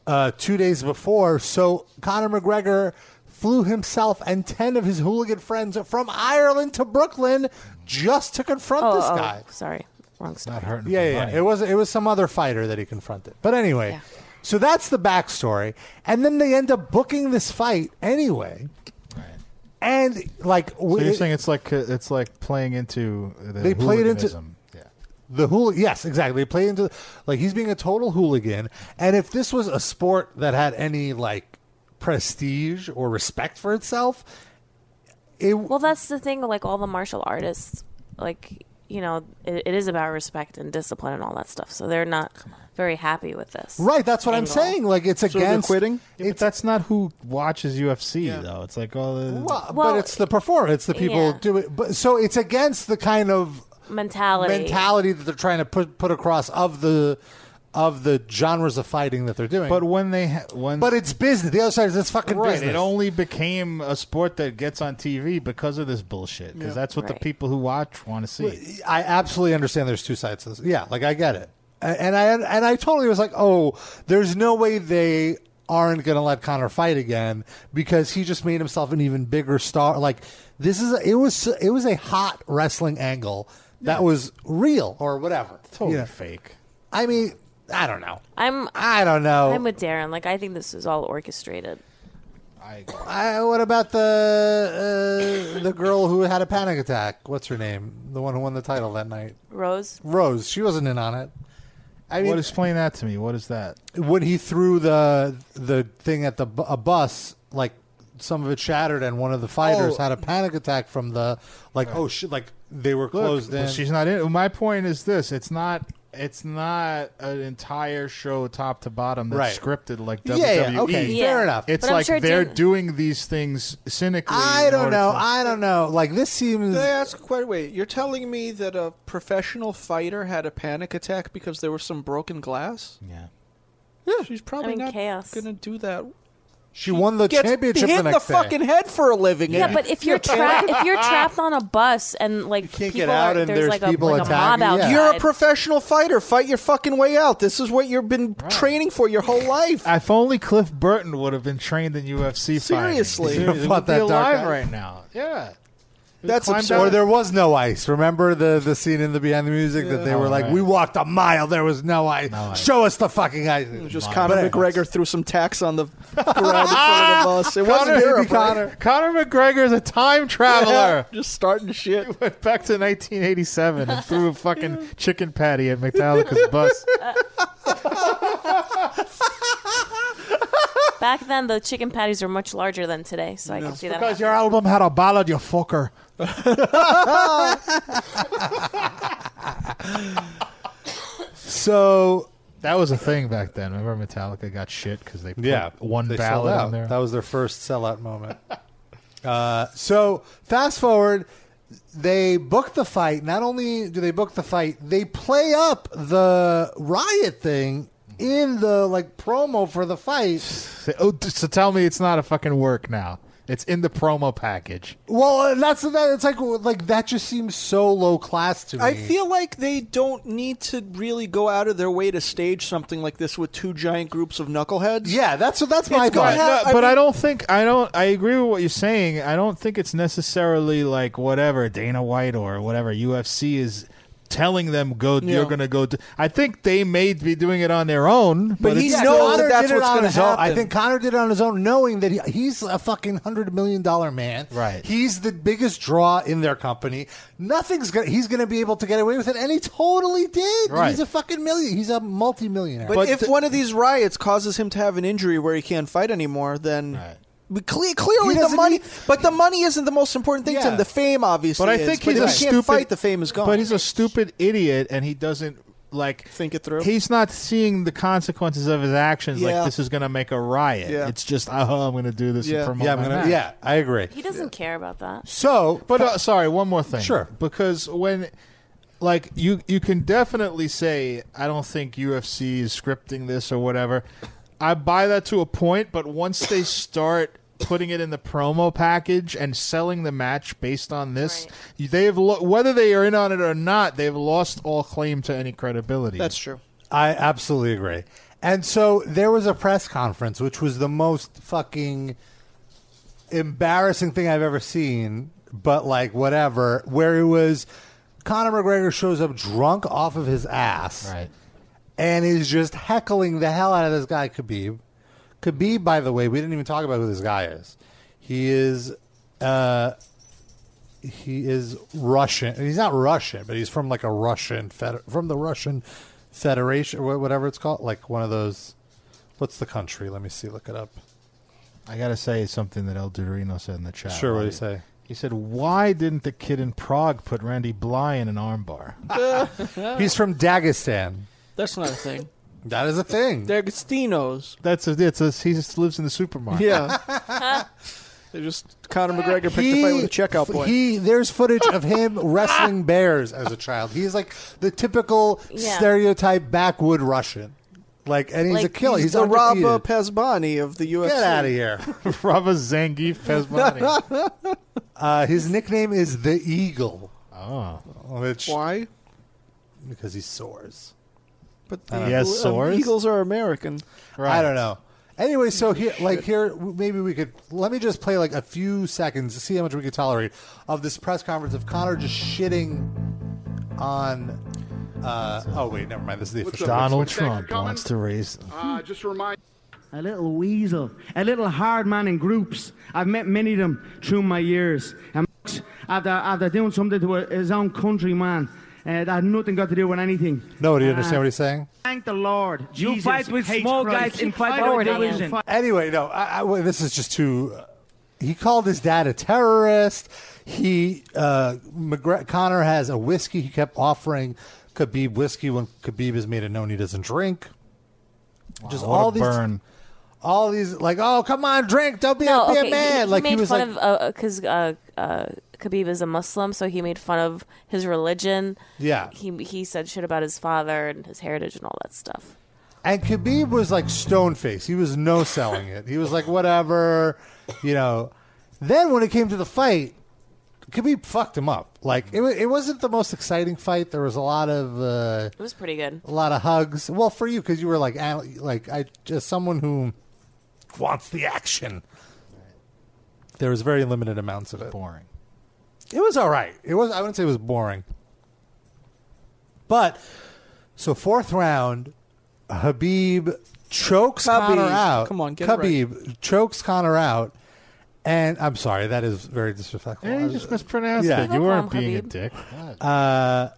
Speaker 3: uh, two days before. So Conor McGregor flew himself and 10 of his hooligan friends from Ireland to Brooklyn just to confront
Speaker 5: Oh,
Speaker 3: this
Speaker 5: oh,
Speaker 3: guy.
Speaker 5: sorry. Wrong story.
Speaker 2: Not hurting.
Speaker 3: Yeah, yeah, yeah. It was it was some other fighter that he confronted. But anyway, so that's the backstory, and then they end up booking this fight anyway. And like,
Speaker 2: So
Speaker 3: w-
Speaker 2: you're saying it's like uh, it's like playing into the
Speaker 3: they played into
Speaker 2: hooliganism.
Speaker 3: the hool. Yes, exactly. They played into like he's being a total hooligan. And if this was a sport that had any like prestige or respect for itself, it
Speaker 5: Well, that's the thing. Like all the martial artists, like you know, it, it is about respect and discipline and all that stuff. So they're not very happy with this.
Speaker 3: right? That's what I'm
Speaker 5: Angle.
Speaker 3: saying. Like it's against
Speaker 2: Yeah, but that's not who watches UFC though. It's like all the
Speaker 3: Well, but it's the performance. It's the people
Speaker 5: yeah.
Speaker 3: who do it. But so it's against the kind of
Speaker 5: Mentality.
Speaker 3: mentality that they're trying to put put across of the of the genres of fighting that they're doing.
Speaker 2: But when they ha- when
Speaker 3: but it's business. The other side is it's fucking
Speaker 2: right,
Speaker 3: business.
Speaker 2: it only became a sport that gets on TV because of this bullshit. Because
Speaker 3: Yeah.
Speaker 2: that's what the
Speaker 3: Right.
Speaker 2: people who watch want to see.
Speaker 3: I absolutely understand. There's two sides to this. Yeah, like I get it, A- and I and I totally was like, oh, there's no way they aren't going to let Connor fight again because he just made himself an even bigger star. Like this is a, it was it was a hot wrestling angle that was real or whatever.
Speaker 2: Totally
Speaker 3: Yeah.
Speaker 2: fake.
Speaker 3: I mean, I don't know.
Speaker 5: I'm.
Speaker 3: I don't know.
Speaker 5: I'm with Darren. Like I think this is all orchestrated.
Speaker 2: I
Speaker 3: I, what about the uh, the girl who had a panic attack? What's her name? The one who won the title that night.
Speaker 5: Rose.
Speaker 3: Rose. She wasn't in on it. I mean,
Speaker 2: what explain that to me? What is that?
Speaker 3: when he threw the the thing at the bu- a bus, like some of it shattered, and one of the fighters
Speaker 2: Oh.
Speaker 3: had a panic attack from the like oh shit, like they were closed
Speaker 2: Look,
Speaker 3: in.
Speaker 2: She's not in. My point is this: it's not. It's not an entire show top to bottom that's
Speaker 3: Right.
Speaker 2: scripted like
Speaker 3: Yeah,
Speaker 2: WWE.
Speaker 3: yeah, okay, Yeah. fair enough.
Speaker 2: E. It's
Speaker 3: But I'm
Speaker 2: like
Speaker 3: sure it
Speaker 2: they're
Speaker 3: didn't-
Speaker 2: doing these things cynically.
Speaker 3: I
Speaker 2: in
Speaker 3: don't
Speaker 2: order
Speaker 3: know.
Speaker 2: to-
Speaker 3: I don't know. Like this seems.
Speaker 4: Did I ask a question? Wait, you're telling me that a professional fighter had a panic attack because there was some broken glass?
Speaker 2: Yeah.
Speaker 4: Yeah. She's probably
Speaker 5: I mean,
Speaker 4: not
Speaker 5: chaos.
Speaker 4: gonna do that.
Speaker 3: She won the
Speaker 4: Gets
Speaker 3: championship
Speaker 4: hit
Speaker 3: the
Speaker 4: in
Speaker 3: next
Speaker 4: the
Speaker 3: day.
Speaker 4: fucking head for a living.
Speaker 5: Yeah,
Speaker 4: and-
Speaker 5: but if you're trapped, if you're trapped on a bus and like
Speaker 4: can't
Speaker 5: people
Speaker 4: get
Speaker 3: out
Speaker 5: are,
Speaker 3: and
Speaker 5: there's,
Speaker 3: there's
Speaker 5: like
Speaker 3: people
Speaker 5: a, like a mob
Speaker 3: attacking, yeah.
Speaker 5: outside.
Speaker 4: You're a professional fighter. Fight your fucking way out. This is what you've been training for your whole life.
Speaker 2: If only Cliff Burton would have been trained in UFC
Speaker 4: Seriously.
Speaker 2: fighting, he would
Speaker 3: Fought
Speaker 2: be
Speaker 3: that dark
Speaker 2: alive
Speaker 3: guy.
Speaker 2: right now. Yeah,
Speaker 4: That's
Speaker 2: Climbed
Speaker 3: Or there was no ice. Remember the the scene in the Behind the Music that they
Speaker 4: Yeah.
Speaker 3: were
Speaker 4: Oh,
Speaker 3: like,
Speaker 4: right.
Speaker 3: "We walked a mile. There was no ice. Show us the fucking ice."
Speaker 4: Just
Speaker 3: But
Speaker 4: Conor
Speaker 3: anyway.
Speaker 4: McGregor threw some tacks on the ground in front of the bus. It wasn't Europe, right?
Speaker 2: Conor McGregor's a time traveler.
Speaker 4: just starting shit. He
Speaker 2: went back to 1987 and threw a fucking chicken patty at McDonald's bus.
Speaker 5: Back then, the chicken patties were much larger than today, so I can see that.
Speaker 2: Because your album had a ballad, you fucker.
Speaker 3: so
Speaker 2: that was a thing back then. Remember Metallica got shit because they put
Speaker 3: yeah,
Speaker 2: one
Speaker 3: they sold
Speaker 2: ballad
Speaker 3: out.
Speaker 2: on there.
Speaker 3: That was their first sellout moment. uh, so fast forward, they book the fight. Not only do they book the fight, they play up the riot thing in the like promo for the fight.
Speaker 2: Say, oh, t- so tell me it's not a fucking work now. It's in the promo package.
Speaker 3: Well, and that's that. It's like like that just seems so low class to me.
Speaker 4: I feel like they don't need to really go out of their way to stage something like this with two giant groups of knuckleheads.
Speaker 3: Yeah, that's that's
Speaker 2: It's gonna have- but I don't think I don't. I agree with what you're saying. I don't think it's necessarily like whatever Dana White or whatever UFC is telling them go.
Speaker 3: Yeah.
Speaker 2: You're going to go. Do, I think they may be doing it on their own. But,
Speaker 3: But, he
Speaker 2: it's-
Speaker 3: knows that that's what's going to happen. I think Connor did it on his own, knowing that he, he's a fucking hundred million dollar man. Right. He's the biggest draw in their company. Nothing's gonna. He's going to be able to get away with it, and he totally did.
Speaker 4: Right.
Speaker 3: He's a fucking million. He's a multimillionaire.
Speaker 4: But, if one of these riots causes him to have an injury where he can't fight anymore, then But cle- clearly
Speaker 3: He
Speaker 4: the
Speaker 3: doesn't
Speaker 4: money. but the money isn't the most important thing to
Speaker 2: Yeah.
Speaker 4: him. The fame, obviously.
Speaker 2: But I
Speaker 4: is.
Speaker 2: think
Speaker 4: But
Speaker 2: he's
Speaker 4: if
Speaker 2: a
Speaker 4: he
Speaker 2: stupid.
Speaker 4: can't fight. The fame is gone.
Speaker 2: But he's a stupid idiot, and he doesn't like think
Speaker 4: it through.
Speaker 2: He's not seeing the consequences of his actions.
Speaker 4: Yeah.
Speaker 2: Like this is going to make a riot.
Speaker 4: Yeah.
Speaker 2: It's just, oh, I'm going to do this
Speaker 3: Yeah.
Speaker 2: and promote.
Speaker 3: Yeah, I'm
Speaker 2: my
Speaker 3: gonna-
Speaker 2: match.
Speaker 3: yeah, I agree.
Speaker 5: He doesn't care about that.
Speaker 3: So,
Speaker 2: but uh, sorry, one more thing.
Speaker 3: Sure.
Speaker 2: because when like you you can definitely say I don't think UFC is scripting this or whatever. I buy that to a point, but once they start putting it in the promo package and selling the match based on this, you they've lo- whether they are in on it or not, they've lost all claim to any credibility. That's
Speaker 4: true.
Speaker 3: I absolutely agree. And so there was a press conference, which was the most fucking embarrassing thing I've ever seen, but like whatever, where it was Conor McGregor shows up drunk off of his ass. Right. And is just heckling the hell out of this guy, Khabib. Khabib, by the way, we didn't even talk about who this guy is. He is uh he is Russian. He's not Russian, but he's from like a Russian fed- from the Russian Federation or whatever it's called, like one of those What's the country? Let me see. Look it up.
Speaker 2: I gotta say something that El Dorino said in the chat.
Speaker 3: Sure, what'd he say?
Speaker 2: He said, "Why didn't the kid in Prague put Randy Bly in an armbar?"
Speaker 4: Oh.
Speaker 3: He's from Dagestan.
Speaker 4: That's not a thing.
Speaker 3: That is a thing.
Speaker 4: D'Agostinos.
Speaker 2: That's a, it's a, he just lives in the supermarket.
Speaker 4: Yeah. they just Conor McGregor picked a fight with a checkout boy.
Speaker 3: He there's footage of him wrestling bears as a child. He's like the typical
Speaker 4: Yeah.
Speaker 3: stereotype backwood Russian. Like and he's a killer. He's,
Speaker 4: the
Speaker 3: undefeated.
Speaker 4: Rabba Pazbani of the UFC.
Speaker 3: Get out of here.
Speaker 2: Rabba Zangief
Speaker 3: Pesmani. uh, his nickname is the Eagle.
Speaker 2: Oh.
Speaker 3: Which
Speaker 4: Why?
Speaker 3: Because he soars.
Speaker 4: But
Speaker 3: I don't
Speaker 4: the
Speaker 3: know.
Speaker 4: Eagle- um, Eagles are American.
Speaker 3: I don't know. Anyway, so here, like here, w- maybe we could let me just play like a few seconds to see how much we could tolerate of this press conference of Connor just shitting on. Uh, oh wait, never mind. This is the
Speaker 14: What's
Speaker 3: official.
Speaker 14: up, Donald Winston? Thanks for Trump
Speaker 2: wants to raise
Speaker 14: Uh, just remind
Speaker 11: a little weasel, a little hard man in groups. I've met many of them through my years. And after, after doing something to his own country, man, uh, that had nothing got to do with anything.
Speaker 3: No, do you
Speaker 11: Uh,
Speaker 3: understand what he's saying?
Speaker 11: Thank the Lord.
Speaker 12: You
Speaker 11: Jesus
Speaker 12: fight with
Speaker 11: H.
Speaker 12: small
Speaker 11: Christ.
Speaker 12: guys in fight
Speaker 11: I
Speaker 12: with
Speaker 11: don't
Speaker 12: big
Speaker 11: know.
Speaker 3: Anyway, no, I, I, well, this is just too. He called his dad a terrorist. He uh, McGre- Connor has a whiskey. He kept offering Khabib whiskey when Khabib has made it known he doesn't drink. just
Speaker 2: what a
Speaker 3: all these,
Speaker 2: burn.
Speaker 3: all these like, oh come on, drink, don't be,
Speaker 5: No,
Speaker 3: a, be
Speaker 5: okay.
Speaker 3: a
Speaker 5: he-
Speaker 3: man.
Speaker 5: he
Speaker 3: like
Speaker 5: made
Speaker 3: he was like,
Speaker 5: fun of because uh, uh, Khabib is a Muslim, so he made fun of his religion.
Speaker 3: Yeah.
Speaker 5: he he said shit about his father and his heritage and all that stuff.
Speaker 3: And Khabib was like stone faced. He was no selling it. He was like, whatever, you know. Then when it came to the fight, Khabib fucked him up. Like it, wa- it wasn't the most exciting fight. There was a lot of uh,
Speaker 5: It was pretty good.
Speaker 3: a lot of hugs. Well, for you because you were like al- like I just someone who wants the action. There was very limited amounts of it.
Speaker 2: Boring.
Speaker 3: It was all right. It was. I wouldn't say it was boring. But so fourth round, Habib chokes
Speaker 4: Khabib.
Speaker 3: Connor out.
Speaker 4: Come on, get it
Speaker 3: Khabib chokes Connor out, and I'm sorry that is very disrespectful.
Speaker 2: Yeah, you
Speaker 3: I-
Speaker 2: just mispronounced
Speaker 3: Yeah.
Speaker 2: it. You weren't being a dick.
Speaker 3: Uh,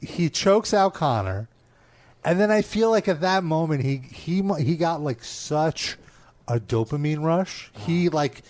Speaker 3: he chokes out Connor, and then I feel like at that moment he he mu- he got like such a dopamine rush. He
Speaker 2: Uh-huh.
Speaker 3: like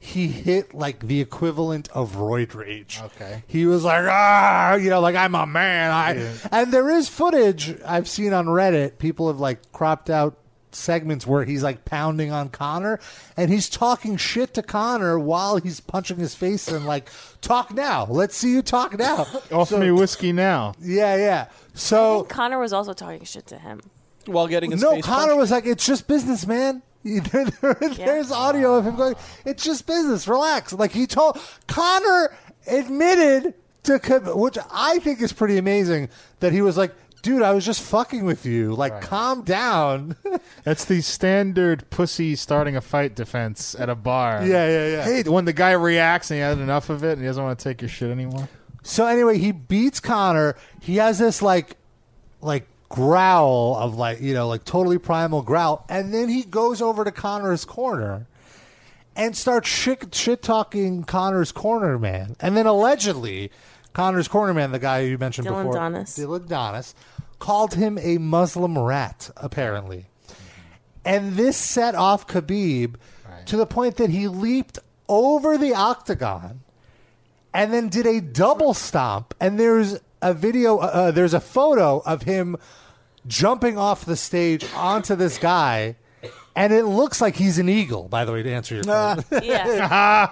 Speaker 3: he hit like the equivalent of roid rage. Okay, he was like ah, you know, like I'm a man. I and there is footage I've seen on Reddit. People have like cropped out segments where he's like pounding on Connor and he's talking shit to Connor while he's punching his face and like talk now. Let's see you talk now.
Speaker 2: Offer me whiskey now.
Speaker 3: Yeah, yeah. So
Speaker 5: Connor was also talking shit to him.
Speaker 4: While getting
Speaker 3: no, Connor was like, "It's just business, man." There- there- There's audio of him going, "It's just business. Relax." Like he told Connor admitted to, Khabib- which I think is pretty amazing that he was like, "Dude, I was just fucking with you. Like, calm down."
Speaker 2: That's the standard pussy starting a fight defense at a bar.
Speaker 3: Yeah, yeah, yeah.
Speaker 2: Hey, when the guy reacts and he had enough of it and he doesn't want to take your shit anymore.
Speaker 3: So anyway, he beats Connor. He has this like like growl of like, you know, like totally primal growl, and then he goes over to Connor's corner and starts shit shit talking Connor's corner man. And then allegedly Connor's corner man, the guy you mentioned
Speaker 5: Dylan
Speaker 3: before,
Speaker 5: Donis.
Speaker 3: Dylan Donis, called him a Muslim rat apparently. And this set off Khabib to the point that he leaped over the octagon and then did a double stomp. And there's a video, uh, uh, there's a photo of him jumping off the stage onto this guy. And it looks like he's an eagle, by the way, to answer your question.
Speaker 2: yeah.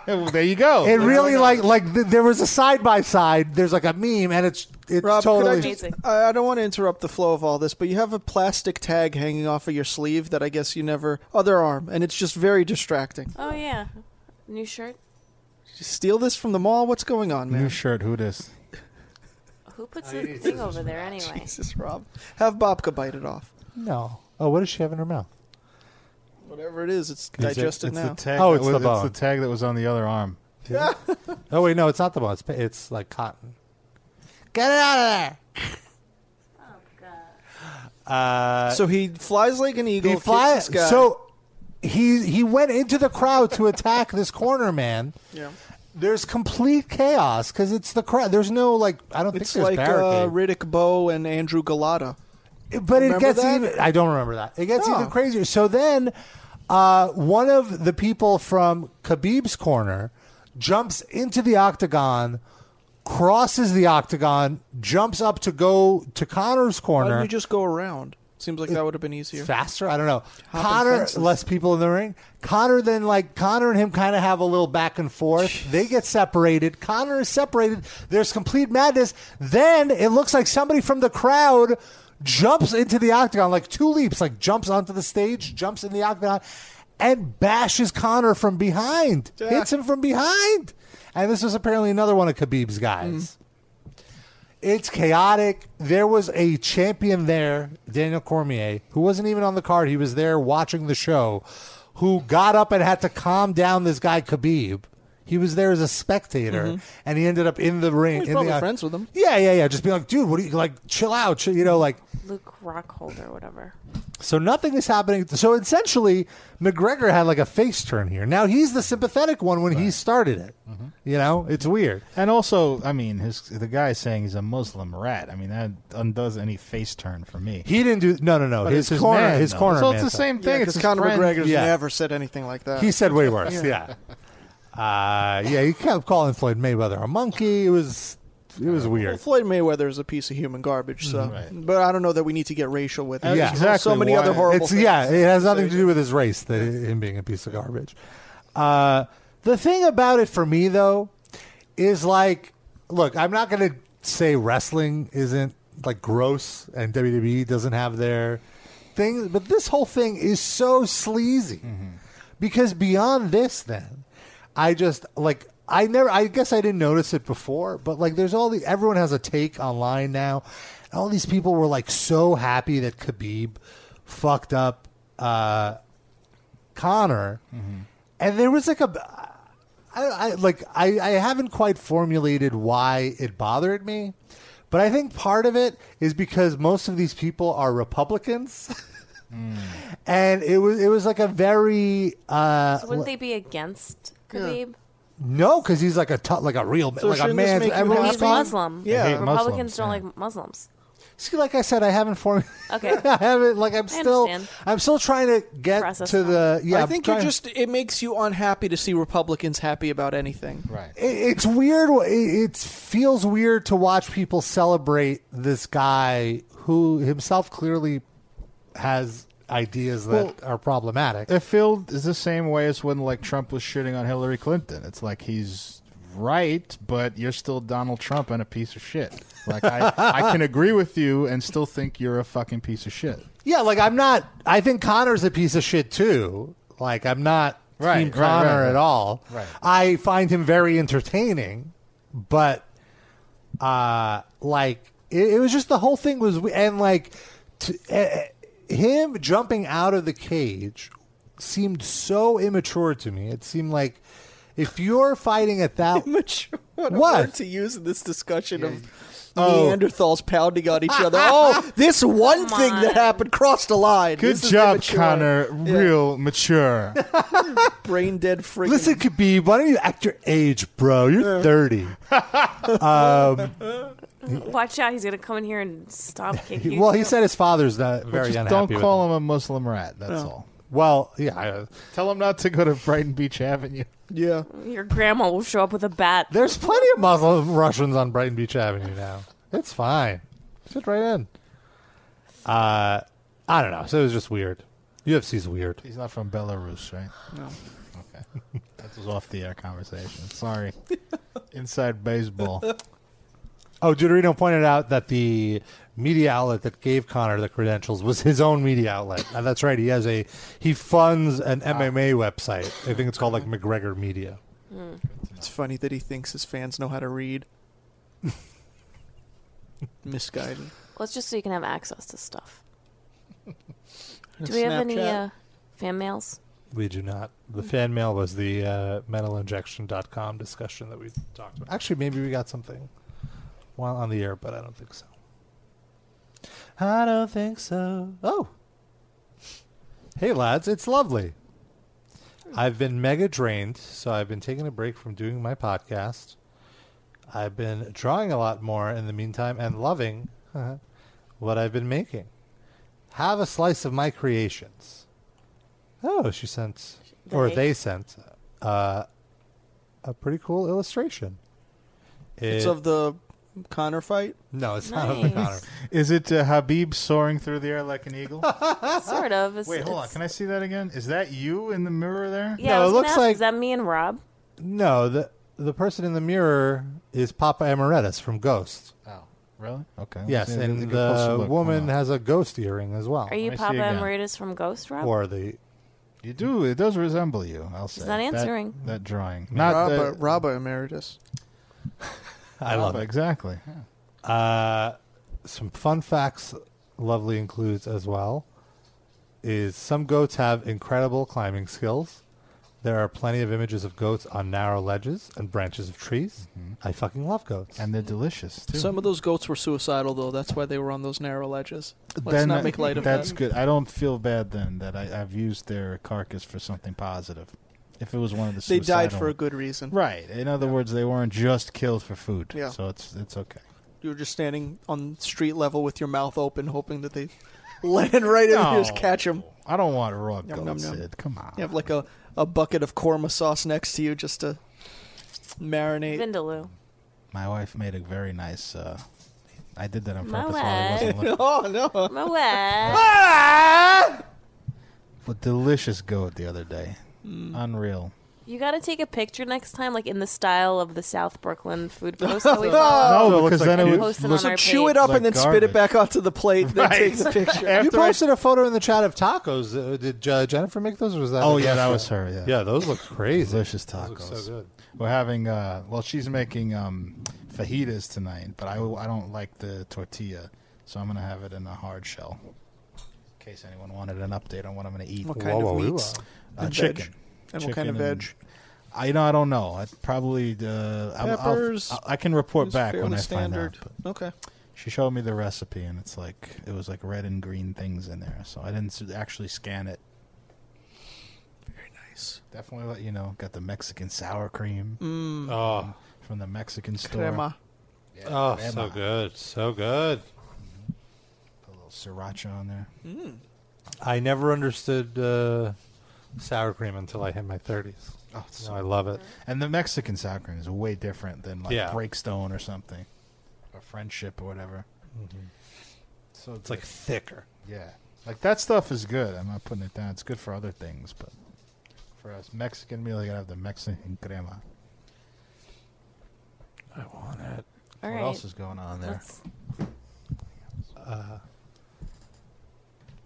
Speaker 2: there you
Speaker 4: Ah.
Speaker 2: go.
Speaker 3: It really like like th- there was a side by side. There's like a meme, and it's it's
Speaker 4: Rob,
Speaker 3: totally
Speaker 4: could I, just, I I don't want to interrupt the flow of all this, but you have a plastic tag hanging off of your sleeve that I guess you never other arm, and it's just very distracting.
Speaker 5: Oh yeah, new shirt.
Speaker 4: Did you steal this from the mall? What's going on, man?
Speaker 2: New shirt. Who this?
Speaker 5: Who puts the thing over there anyway?
Speaker 4: Jesus, Rob, have Bobka bite it off.
Speaker 3: no. Oh, what does she have in her mouth?
Speaker 4: Whatever it is, it's
Speaker 2: It's-
Speaker 4: digested
Speaker 2: it's
Speaker 4: now.
Speaker 2: The tag
Speaker 3: Oh,
Speaker 2: that
Speaker 3: it's
Speaker 2: was-
Speaker 3: the bone.
Speaker 2: the tag that was on the other arm.
Speaker 3: Oh wait, no, it's not the bone. It's pa- it's like cotton. Get it out of there. Uh,
Speaker 4: so he flies like an eagle.
Speaker 3: He
Speaker 4: kicks
Speaker 3: flies.
Speaker 4: this guy.
Speaker 3: So he he went into the crowd to attack this corner man.
Speaker 4: Yeah.
Speaker 3: There's complete chaos because it's the crowd. There's no like I don't
Speaker 4: it's
Speaker 3: think there's
Speaker 4: like uh,
Speaker 3: barricade.
Speaker 4: Riddick Bowe and Andrew Galata.
Speaker 3: but it gets even. I don't remember that. It gets even crazier. So then, uh, one of the people from Khabib's corner jumps into the octagon, crosses the octagon, jumps up to go to Connor's
Speaker 4: Why
Speaker 3: corner.
Speaker 4: don't you just go around? Seems like that would have been easier.
Speaker 3: faster. I don't know.
Speaker 4: Hopping
Speaker 3: Connor,
Speaker 4: fences.
Speaker 3: less people in the ring. Connor then like Connor and him kind of have a little back and forth. They get separated. Connor is separated. There's complete madness. Then it looks like somebody from the crowd jumps into the octagon like two leaps, like jumps onto the stage, jumps in the octagon, and bashes Connor from behind. Hits him from behind. And this was apparently another one of Khabib's guys.
Speaker 4: Mm.
Speaker 3: It's chaotic. There was a champion there, Daniel Cormier, who wasn't even on the card. He was there watching the show, who got up and had to calm down this guy, Khabib. He was there as a spectator,
Speaker 4: Mhm.
Speaker 3: and he ended up in the ring.
Speaker 4: He's
Speaker 3: in
Speaker 4: probably
Speaker 3: the, uh,
Speaker 4: friends with him.
Speaker 3: Yeah, yeah, yeah. Just be like, dude, what are you like? Chill out, chill, you know, like.
Speaker 5: Luke Rockhold or whatever.
Speaker 3: So nothing is happening. So essentially, McGregor had like a face turn here. Now he's the sympathetic one when he started it. You know, it's weird.
Speaker 2: And also, I mean, his the guy saying he's a Muslim rat. I mean, that undoes any face turn for me.
Speaker 3: He didn't do no, no, no.
Speaker 2: But
Speaker 3: his
Speaker 2: it's his
Speaker 3: corner,
Speaker 2: man,
Speaker 3: his
Speaker 2: though.
Speaker 3: corner.
Speaker 2: So it's
Speaker 3: man
Speaker 2: the
Speaker 3: thought.
Speaker 2: same thing.
Speaker 4: Because Conor McGregor's
Speaker 3: Yeah.
Speaker 4: never said anything like that.
Speaker 3: Uh, He said way worse. yeah. Uh, yeah, he kept calling Floyd Mayweather a monkey. It was it was
Speaker 4: Well,
Speaker 3: weird.
Speaker 4: Floyd Mayweather is a piece of human garbage, so. But I don't know that we need to get racial with it.
Speaker 3: Mm-hmm. yeah,
Speaker 4: So many other horrible
Speaker 3: It's-
Speaker 4: things.
Speaker 3: Yeah, it has nothing to do with his race, that him being a piece of garbage. Uh, the thing about it for me, though, is like, look, I'm not going to say wrestling isn't like gross and WWE doesn't have their thing, but this whole thing is so sleazy because beyond this, then I just like I never. I guess I didn't notice it before, but like there's all the everyone has a take online now. And all these people were like so happy that Khabib fucked up uh, Connor,
Speaker 5: Mm-hmm.
Speaker 3: and there was like a. I, I like I, I haven't quite formulated why it bothered me, but I think part of it is because most of these people are Republicans,
Speaker 5: Mm.
Speaker 3: and it was it was like a very uh,
Speaker 5: So wouldn't they be against Khabib?
Speaker 3: no, because he's like a t- like a real
Speaker 5: So
Speaker 3: like a
Speaker 5: shouldn't this
Speaker 3: man.
Speaker 5: make you
Speaker 3: everyone's
Speaker 5: happy? He's
Speaker 3: fine.
Speaker 5: Muslim. Yeah. I hate Republicans Muslims, don't yeah. like Muslims.
Speaker 3: See, like I said, I haven't formed.
Speaker 5: Okay.
Speaker 3: I haven't. Like I'm
Speaker 5: I
Speaker 3: still.
Speaker 5: understand.
Speaker 3: I'm still trying to get
Speaker 4: Process
Speaker 3: to the. Yeah,
Speaker 4: I
Speaker 3: I'm
Speaker 4: think
Speaker 3: trying-
Speaker 4: you're just. It makes you unhappy to see Republicans happy about anything.
Speaker 2: Right.
Speaker 3: It, it's weird. It, it feels weird to watch people celebrate this guy who himself clearly has ideas that
Speaker 2: Well-
Speaker 3: are problematic.
Speaker 2: It feel is the same way as when like Trump was shitting on Hillary Clinton. It's like he's right, but you're still Donald Trump and a piece of shit. Like I, I can agree with you and still think you're a fucking piece of shit.
Speaker 3: Yeah, like I'm not. I think Connor's a piece of shit too. Like I'm not
Speaker 2: Right,
Speaker 3: Team
Speaker 2: right,
Speaker 3: Connor
Speaker 2: right, right.
Speaker 3: at all.
Speaker 2: Right.
Speaker 3: I find him very entertaining, but uh, like it, it was just the whole thing was we- and like t- eh, eh, him jumping out of the cage seemed so immature to me. It seemed like if you're fighting at that immature,
Speaker 4: What, a
Speaker 3: what?
Speaker 4: word to use in this discussion of
Speaker 3: Oh.
Speaker 4: Neanderthals pounding on each other. Oh, this one
Speaker 3: Come
Speaker 4: thing that happened crossed a line.
Speaker 2: Good
Speaker 4: This is
Speaker 2: job,
Speaker 4: immature.
Speaker 2: Connor.
Speaker 4: Yeah.
Speaker 2: Real mature.
Speaker 4: brain dead freaking.
Speaker 3: Listen, Khabib, why don't you act your age, bro? You're 30. um,
Speaker 5: Watch out, he's gonna come in here and stop kicking.
Speaker 3: well, he said his father's not very
Speaker 2: just
Speaker 3: unhappy.
Speaker 2: don't call him a Muslim rat. That's
Speaker 5: No.
Speaker 2: all.
Speaker 3: Well, yeah. I, uh,
Speaker 2: Tell him not to go to Brighton Beach Avenue.
Speaker 4: Yeah.
Speaker 5: Your grandma will show up with a bat.
Speaker 3: There's plenty of Muslim Russians on Brighton Beach Avenue now. It's fine. Sit right in. Uh, I don't know. So it was just weird. UFC's weird.
Speaker 2: He's not from Belarus, right?
Speaker 4: No.
Speaker 2: Okay. That was off the air conversation. Sorry. Inside baseball.
Speaker 3: Oh, Deuterino pointed out that the media outlet that gave Connor the credentials was his own media outlet. And that's right. He has a he funds an MMA
Speaker 2: Ah.
Speaker 3: website. I think it's called like McGregor Media.
Speaker 4: It's funny that he thinks his fans know how to read. Misguided.
Speaker 5: Well, it's just so you can have access to stuff. Do we have any
Speaker 4: Snapchat.
Speaker 5: uh, fan mails?
Speaker 3: We do not. The fan mail was the uh, metalinjection.com discussion that we talked about. Actually, maybe we got something while on the air, but I don't think so. I don't think so. Oh. Hey, lads, it's lovely. I've been mega drained, so I've been taking a break from doing my podcast. I've been drawing a lot more in the meantime and loving what I've been making. Have a slice of my creations. Oh, she sent, or
Speaker 4: They.
Speaker 3: they sent, uh, a pretty cool illustration.
Speaker 4: It's
Speaker 3: It-
Speaker 4: of the Connor fight.
Speaker 3: no, it's not
Speaker 4: Nice.
Speaker 3: of Connor.
Speaker 2: Is it uh, Habib soaring through the air like an eagle?
Speaker 5: sort of. It's,
Speaker 2: Wait, hold on.
Speaker 5: it's-
Speaker 2: Can I see that again? Is that you in the mirror there?
Speaker 5: Yeah, I was gonna ask, is that me and Rob?
Speaker 3: No, the the person in the mirror is Papa Emeritus from Ghost.
Speaker 2: Oh, really? Okay.
Speaker 3: Yes,
Speaker 2: Let's see. Take
Speaker 3: and
Speaker 2: a closer
Speaker 3: the
Speaker 2: look.
Speaker 3: woman has a ghost earring as well.
Speaker 5: Are you Papa Emeritus from Ghost, Rob?
Speaker 3: Or the
Speaker 2: You do. It does resemble you. I'll say.
Speaker 5: not
Speaker 2: That-
Speaker 5: answering.
Speaker 2: that, drawing. Not
Speaker 4: Rabba,
Speaker 2: the-
Speaker 4: Rabba Emeritus.
Speaker 3: I love
Speaker 2: Rabba,
Speaker 3: it.
Speaker 2: exactly.
Speaker 3: Uh, some fun facts Lovely includes as well is some goats have incredible climbing skills. There are plenty of images of goats on narrow ledges and branches of trees. I fucking love goats.
Speaker 2: Mm-hmm. And they're delicious, too.
Speaker 4: Some of those goats were suicidal, though. That's why they were on those narrow ledges. Let's
Speaker 2: Then
Speaker 4: not make light of
Speaker 2: That's
Speaker 4: that.
Speaker 2: good. I don't feel bad then that I, I've used their carcass for something positive. If it was one of the
Speaker 4: They died
Speaker 2: suicidal-
Speaker 4: for a good reason.
Speaker 2: right. In other words, they weren't just killed for food.
Speaker 4: Yeah.
Speaker 2: So it's it's okay.
Speaker 4: You were just standing on street level with your mouth open, hoping that they land right in and just
Speaker 2: No.
Speaker 4: catch them.
Speaker 2: I don't want raw goats, Sid. Come on.
Speaker 4: You have like a, a bucket of korma sauce next to you just to marinate.
Speaker 5: Vindaloo.
Speaker 2: My wife made a very nice. Uh, I did that on
Speaker 5: My
Speaker 2: purpose. While I wasn't looking.
Speaker 4: oh no.
Speaker 5: My way.
Speaker 2: A delicious goat the other day.
Speaker 4: Mm.
Speaker 2: Unreal.
Speaker 5: You got to take a picture next time, like in the style of the South Brooklyn food post. That we
Speaker 2: No,
Speaker 5: follow.
Speaker 2: because then it would
Speaker 5: Post on
Speaker 2: listen-
Speaker 5: our
Speaker 4: Chew
Speaker 5: page.
Speaker 4: it up
Speaker 2: Like
Speaker 4: and then spit
Speaker 2: garbage.
Speaker 4: it back onto the plate. Then take the picture.
Speaker 3: you posted a photo in the chat of tacos. Uh, did uh, Jennifer make those? Or was that?
Speaker 2: Oh
Speaker 3: a
Speaker 2: yeah, that
Speaker 3: restaurant?
Speaker 2: was her. Yeah,
Speaker 3: Yeah, those look crazy.
Speaker 2: Delicious tacos.
Speaker 3: look so good.
Speaker 2: We're having. Uh, well, she's making um, fajitas tonight, but I, I don't like the tortilla, so I'm gonna have it in a hard shell. In case anyone wanted an update on what I'm gonna eat.
Speaker 4: What kind of meats?
Speaker 2: Uh,
Speaker 4: And
Speaker 2: chicken.
Speaker 4: veg. And what kind of
Speaker 2: Chicken and-
Speaker 4: veg?
Speaker 2: I you know. I don't know. I probably. Uh, I'll- I'll-
Speaker 4: Peppers.
Speaker 2: I, I can report
Speaker 4: It's
Speaker 2: back when
Speaker 4: fairly
Speaker 2: I
Speaker 4: standard.
Speaker 2: find out.
Speaker 4: Okay.
Speaker 2: She showed me the recipe, and it's like it was like red and green things in there. So I didn't s- actually scan it.
Speaker 4: Very nice.
Speaker 2: Definitely let you know. Got the Mexican sour cream.
Speaker 4: Mm.
Speaker 3: Oh.
Speaker 2: From the Mexican store.
Speaker 4: Crema.
Speaker 3: oh,
Speaker 2: crema.
Speaker 3: so good, so good.
Speaker 2: Put a little sriracha on there.
Speaker 4: Mm.
Speaker 3: I never understood uh, sour cream until I hit my thirties.
Speaker 2: Oh, it's
Speaker 3: Now I love it.
Speaker 2: And the Mexican sour cream is way different than like
Speaker 3: Yeah.
Speaker 2: Breakstone or something, or Friendship or whatever. So
Speaker 3: Mm-hmm. It's like thicker.
Speaker 2: yeah, like that stuff is good. I'm not putting it down. It's good for other things, but for us Mexican meal, you gotta have the Mexican crema.
Speaker 3: I want it.
Speaker 5: All
Speaker 2: what
Speaker 5: right.
Speaker 2: else is going on there?
Speaker 5: Let's-
Speaker 3: Uh,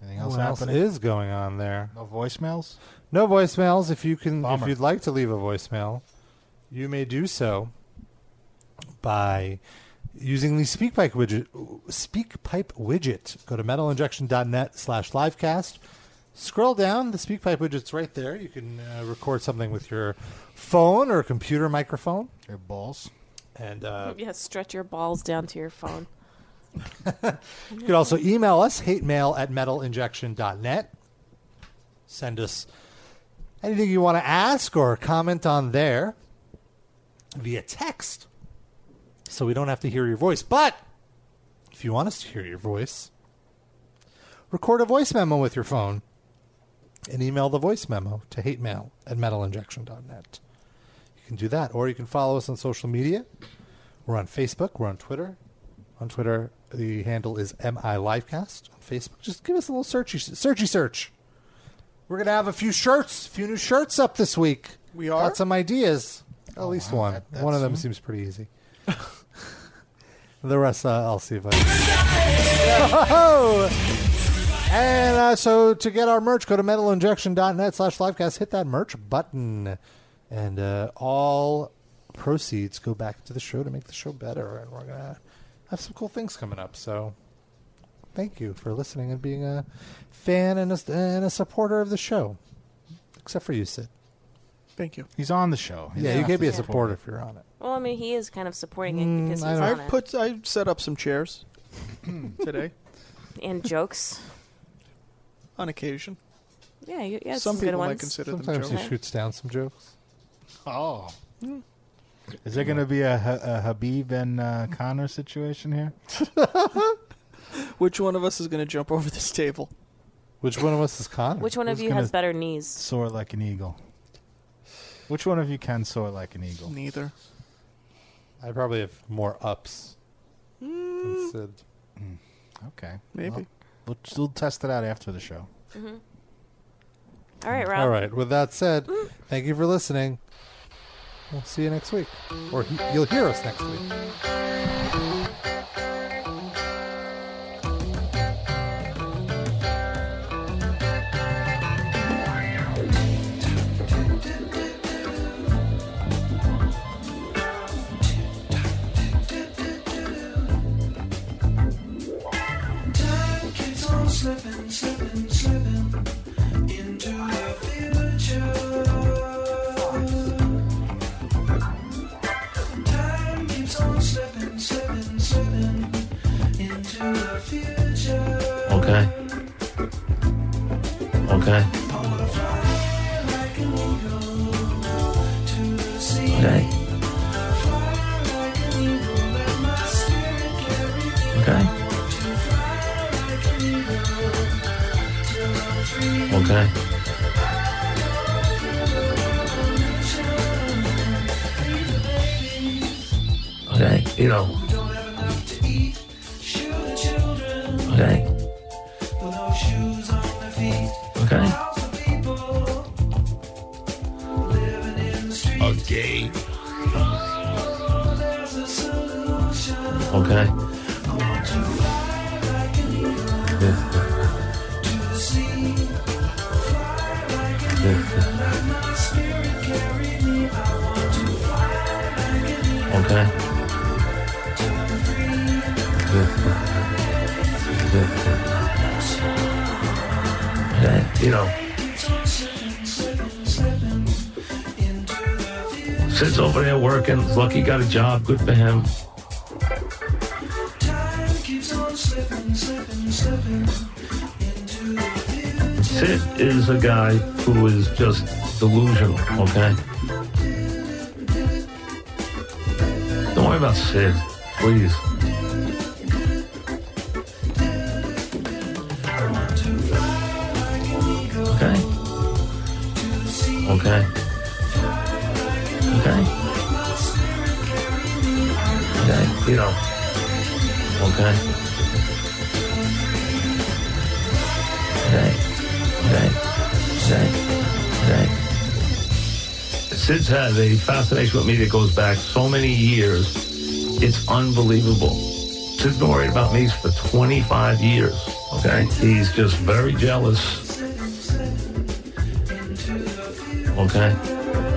Speaker 2: Anything else
Speaker 3: what else
Speaker 2: happening?
Speaker 3: is going on there?
Speaker 2: no voicemails.
Speaker 3: No voicemails. If you can,
Speaker 2: Bummer.
Speaker 3: if you'd like to leave a voicemail, you may do so by using the SpeakPipe widget. SpeakPipe widget. Go to metalinjection.net/livecast. Scroll down. The SpeakPipe widget's right there. You can uh, record something with your phone or computer microphone.
Speaker 2: Your balls.
Speaker 3: And uh,
Speaker 5: yeah, stretch your balls down to your phone.
Speaker 3: You could also email us, hate mail at metalinjection.net. Send us anything you want to ask or comment on there via text. So we don't have to hear your voice. But if you want us to hear your voice, record a voice memo with your phone and email the voice memo to hate mail at metalinjection.net. You can do that. Or you can follow us on social media. We're on Facebook, we're on Twitter, on Twitter, the handle is MI Livecast. On Facebook, just give us a little searchy, searchy search. We're gonna have a few shirts, a few new shirts up this week.
Speaker 4: We are?
Speaker 3: got some ideas. At least
Speaker 2: wow,
Speaker 3: one.
Speaker 2: that- that
Speaker 3: one of them
Speaker 2: soon?
Speaker 3: seems pretty easy. the rest, uh, I'll see if I. And uh, so to get our merch, go to metalinjection.net slash livecast. Hit that merch button. And uh, all proceeds go back to the show to make the show better. And we're going to have some cool things coming up. So thank you for listening and being a fan and a, and a supporter of the show. Except for you, Sid.
Speaker 4: Thank you.
Speaker 2: He's on the show. He's
Speaker 3: Yeah, you
Speaker 2: not
Speaker 3: can't be a
Speaker 2: just
Speaker 3: supporter if you're on it.
Speaker 5: Well, I mean, he is kind of supporting it because he's
Speaker 4: Mm, I
Speaker 5: on it.
Speaker 4: put I set up some chairs today
Speaker 5: And jokes.
Speaker 4: on occasion.
Speaker 5: Yeah, you, yeah.
Speaker 4: some
Speaker 5: good
Speaker 4: people might
Speaker 5: ones.
Speaker 4: consider them
Speaker 3: Sometimes
Speaker 4: jokes.
Speaker 3: he shoots down some jokes.
Speaker 2: Oh.
Speaker 5: Hmm.
Speaker 2: Is there going to be a, Ha- a Habib and uh, Connor situation here?
Speaker 4: Which one of us is going to jump over this table?
Speaker 3: Which one of us is Connor?
Speaker 5: Which one of
Speaker 2: Who's
Speaker 5: you
Speaker 2: gonna-
Speaker 5: has better knees?
Speaker 2: Soar like an eagle. Which one of you can soar like an eagle?
Speaker 4: Neither.
Speaker 3: I probably have more ups than Sid.
Speaker 2: Okay.
Speaker 4: Maybe.
Speaker 2: Well, we'll, we'll test it out after the show.
Speaker 5: All right, Rob.
Speaker 3: All right. With that said, thank you for listening. We'll see you next week, or he- you'll hear us next week.
Speaker 15: Time keeps on slipping, slipping, slipping into our future.
Speaker 6: slipping into the future.
Speaker 11: Okay. Okay. Okay. Okay. Okay. Okay. You know. Okay. Okay.
Speaker 6: Okay.
Speaker 11: Okay. Okay. Okay. You know. Sits over there working. Lucky got a job. Good for him. Sid is a guy who is just delusional, okay? Don't worry about Sid, please. Okay? Okay. Okay. Okay, you know. Okay. Okay. Okay. Okay. Okay. Sid's had a fascination with me that goes back so many years. It's unbelievable. Sid's been worried about me for 25 years. Okay. He's just very jealous. Okay.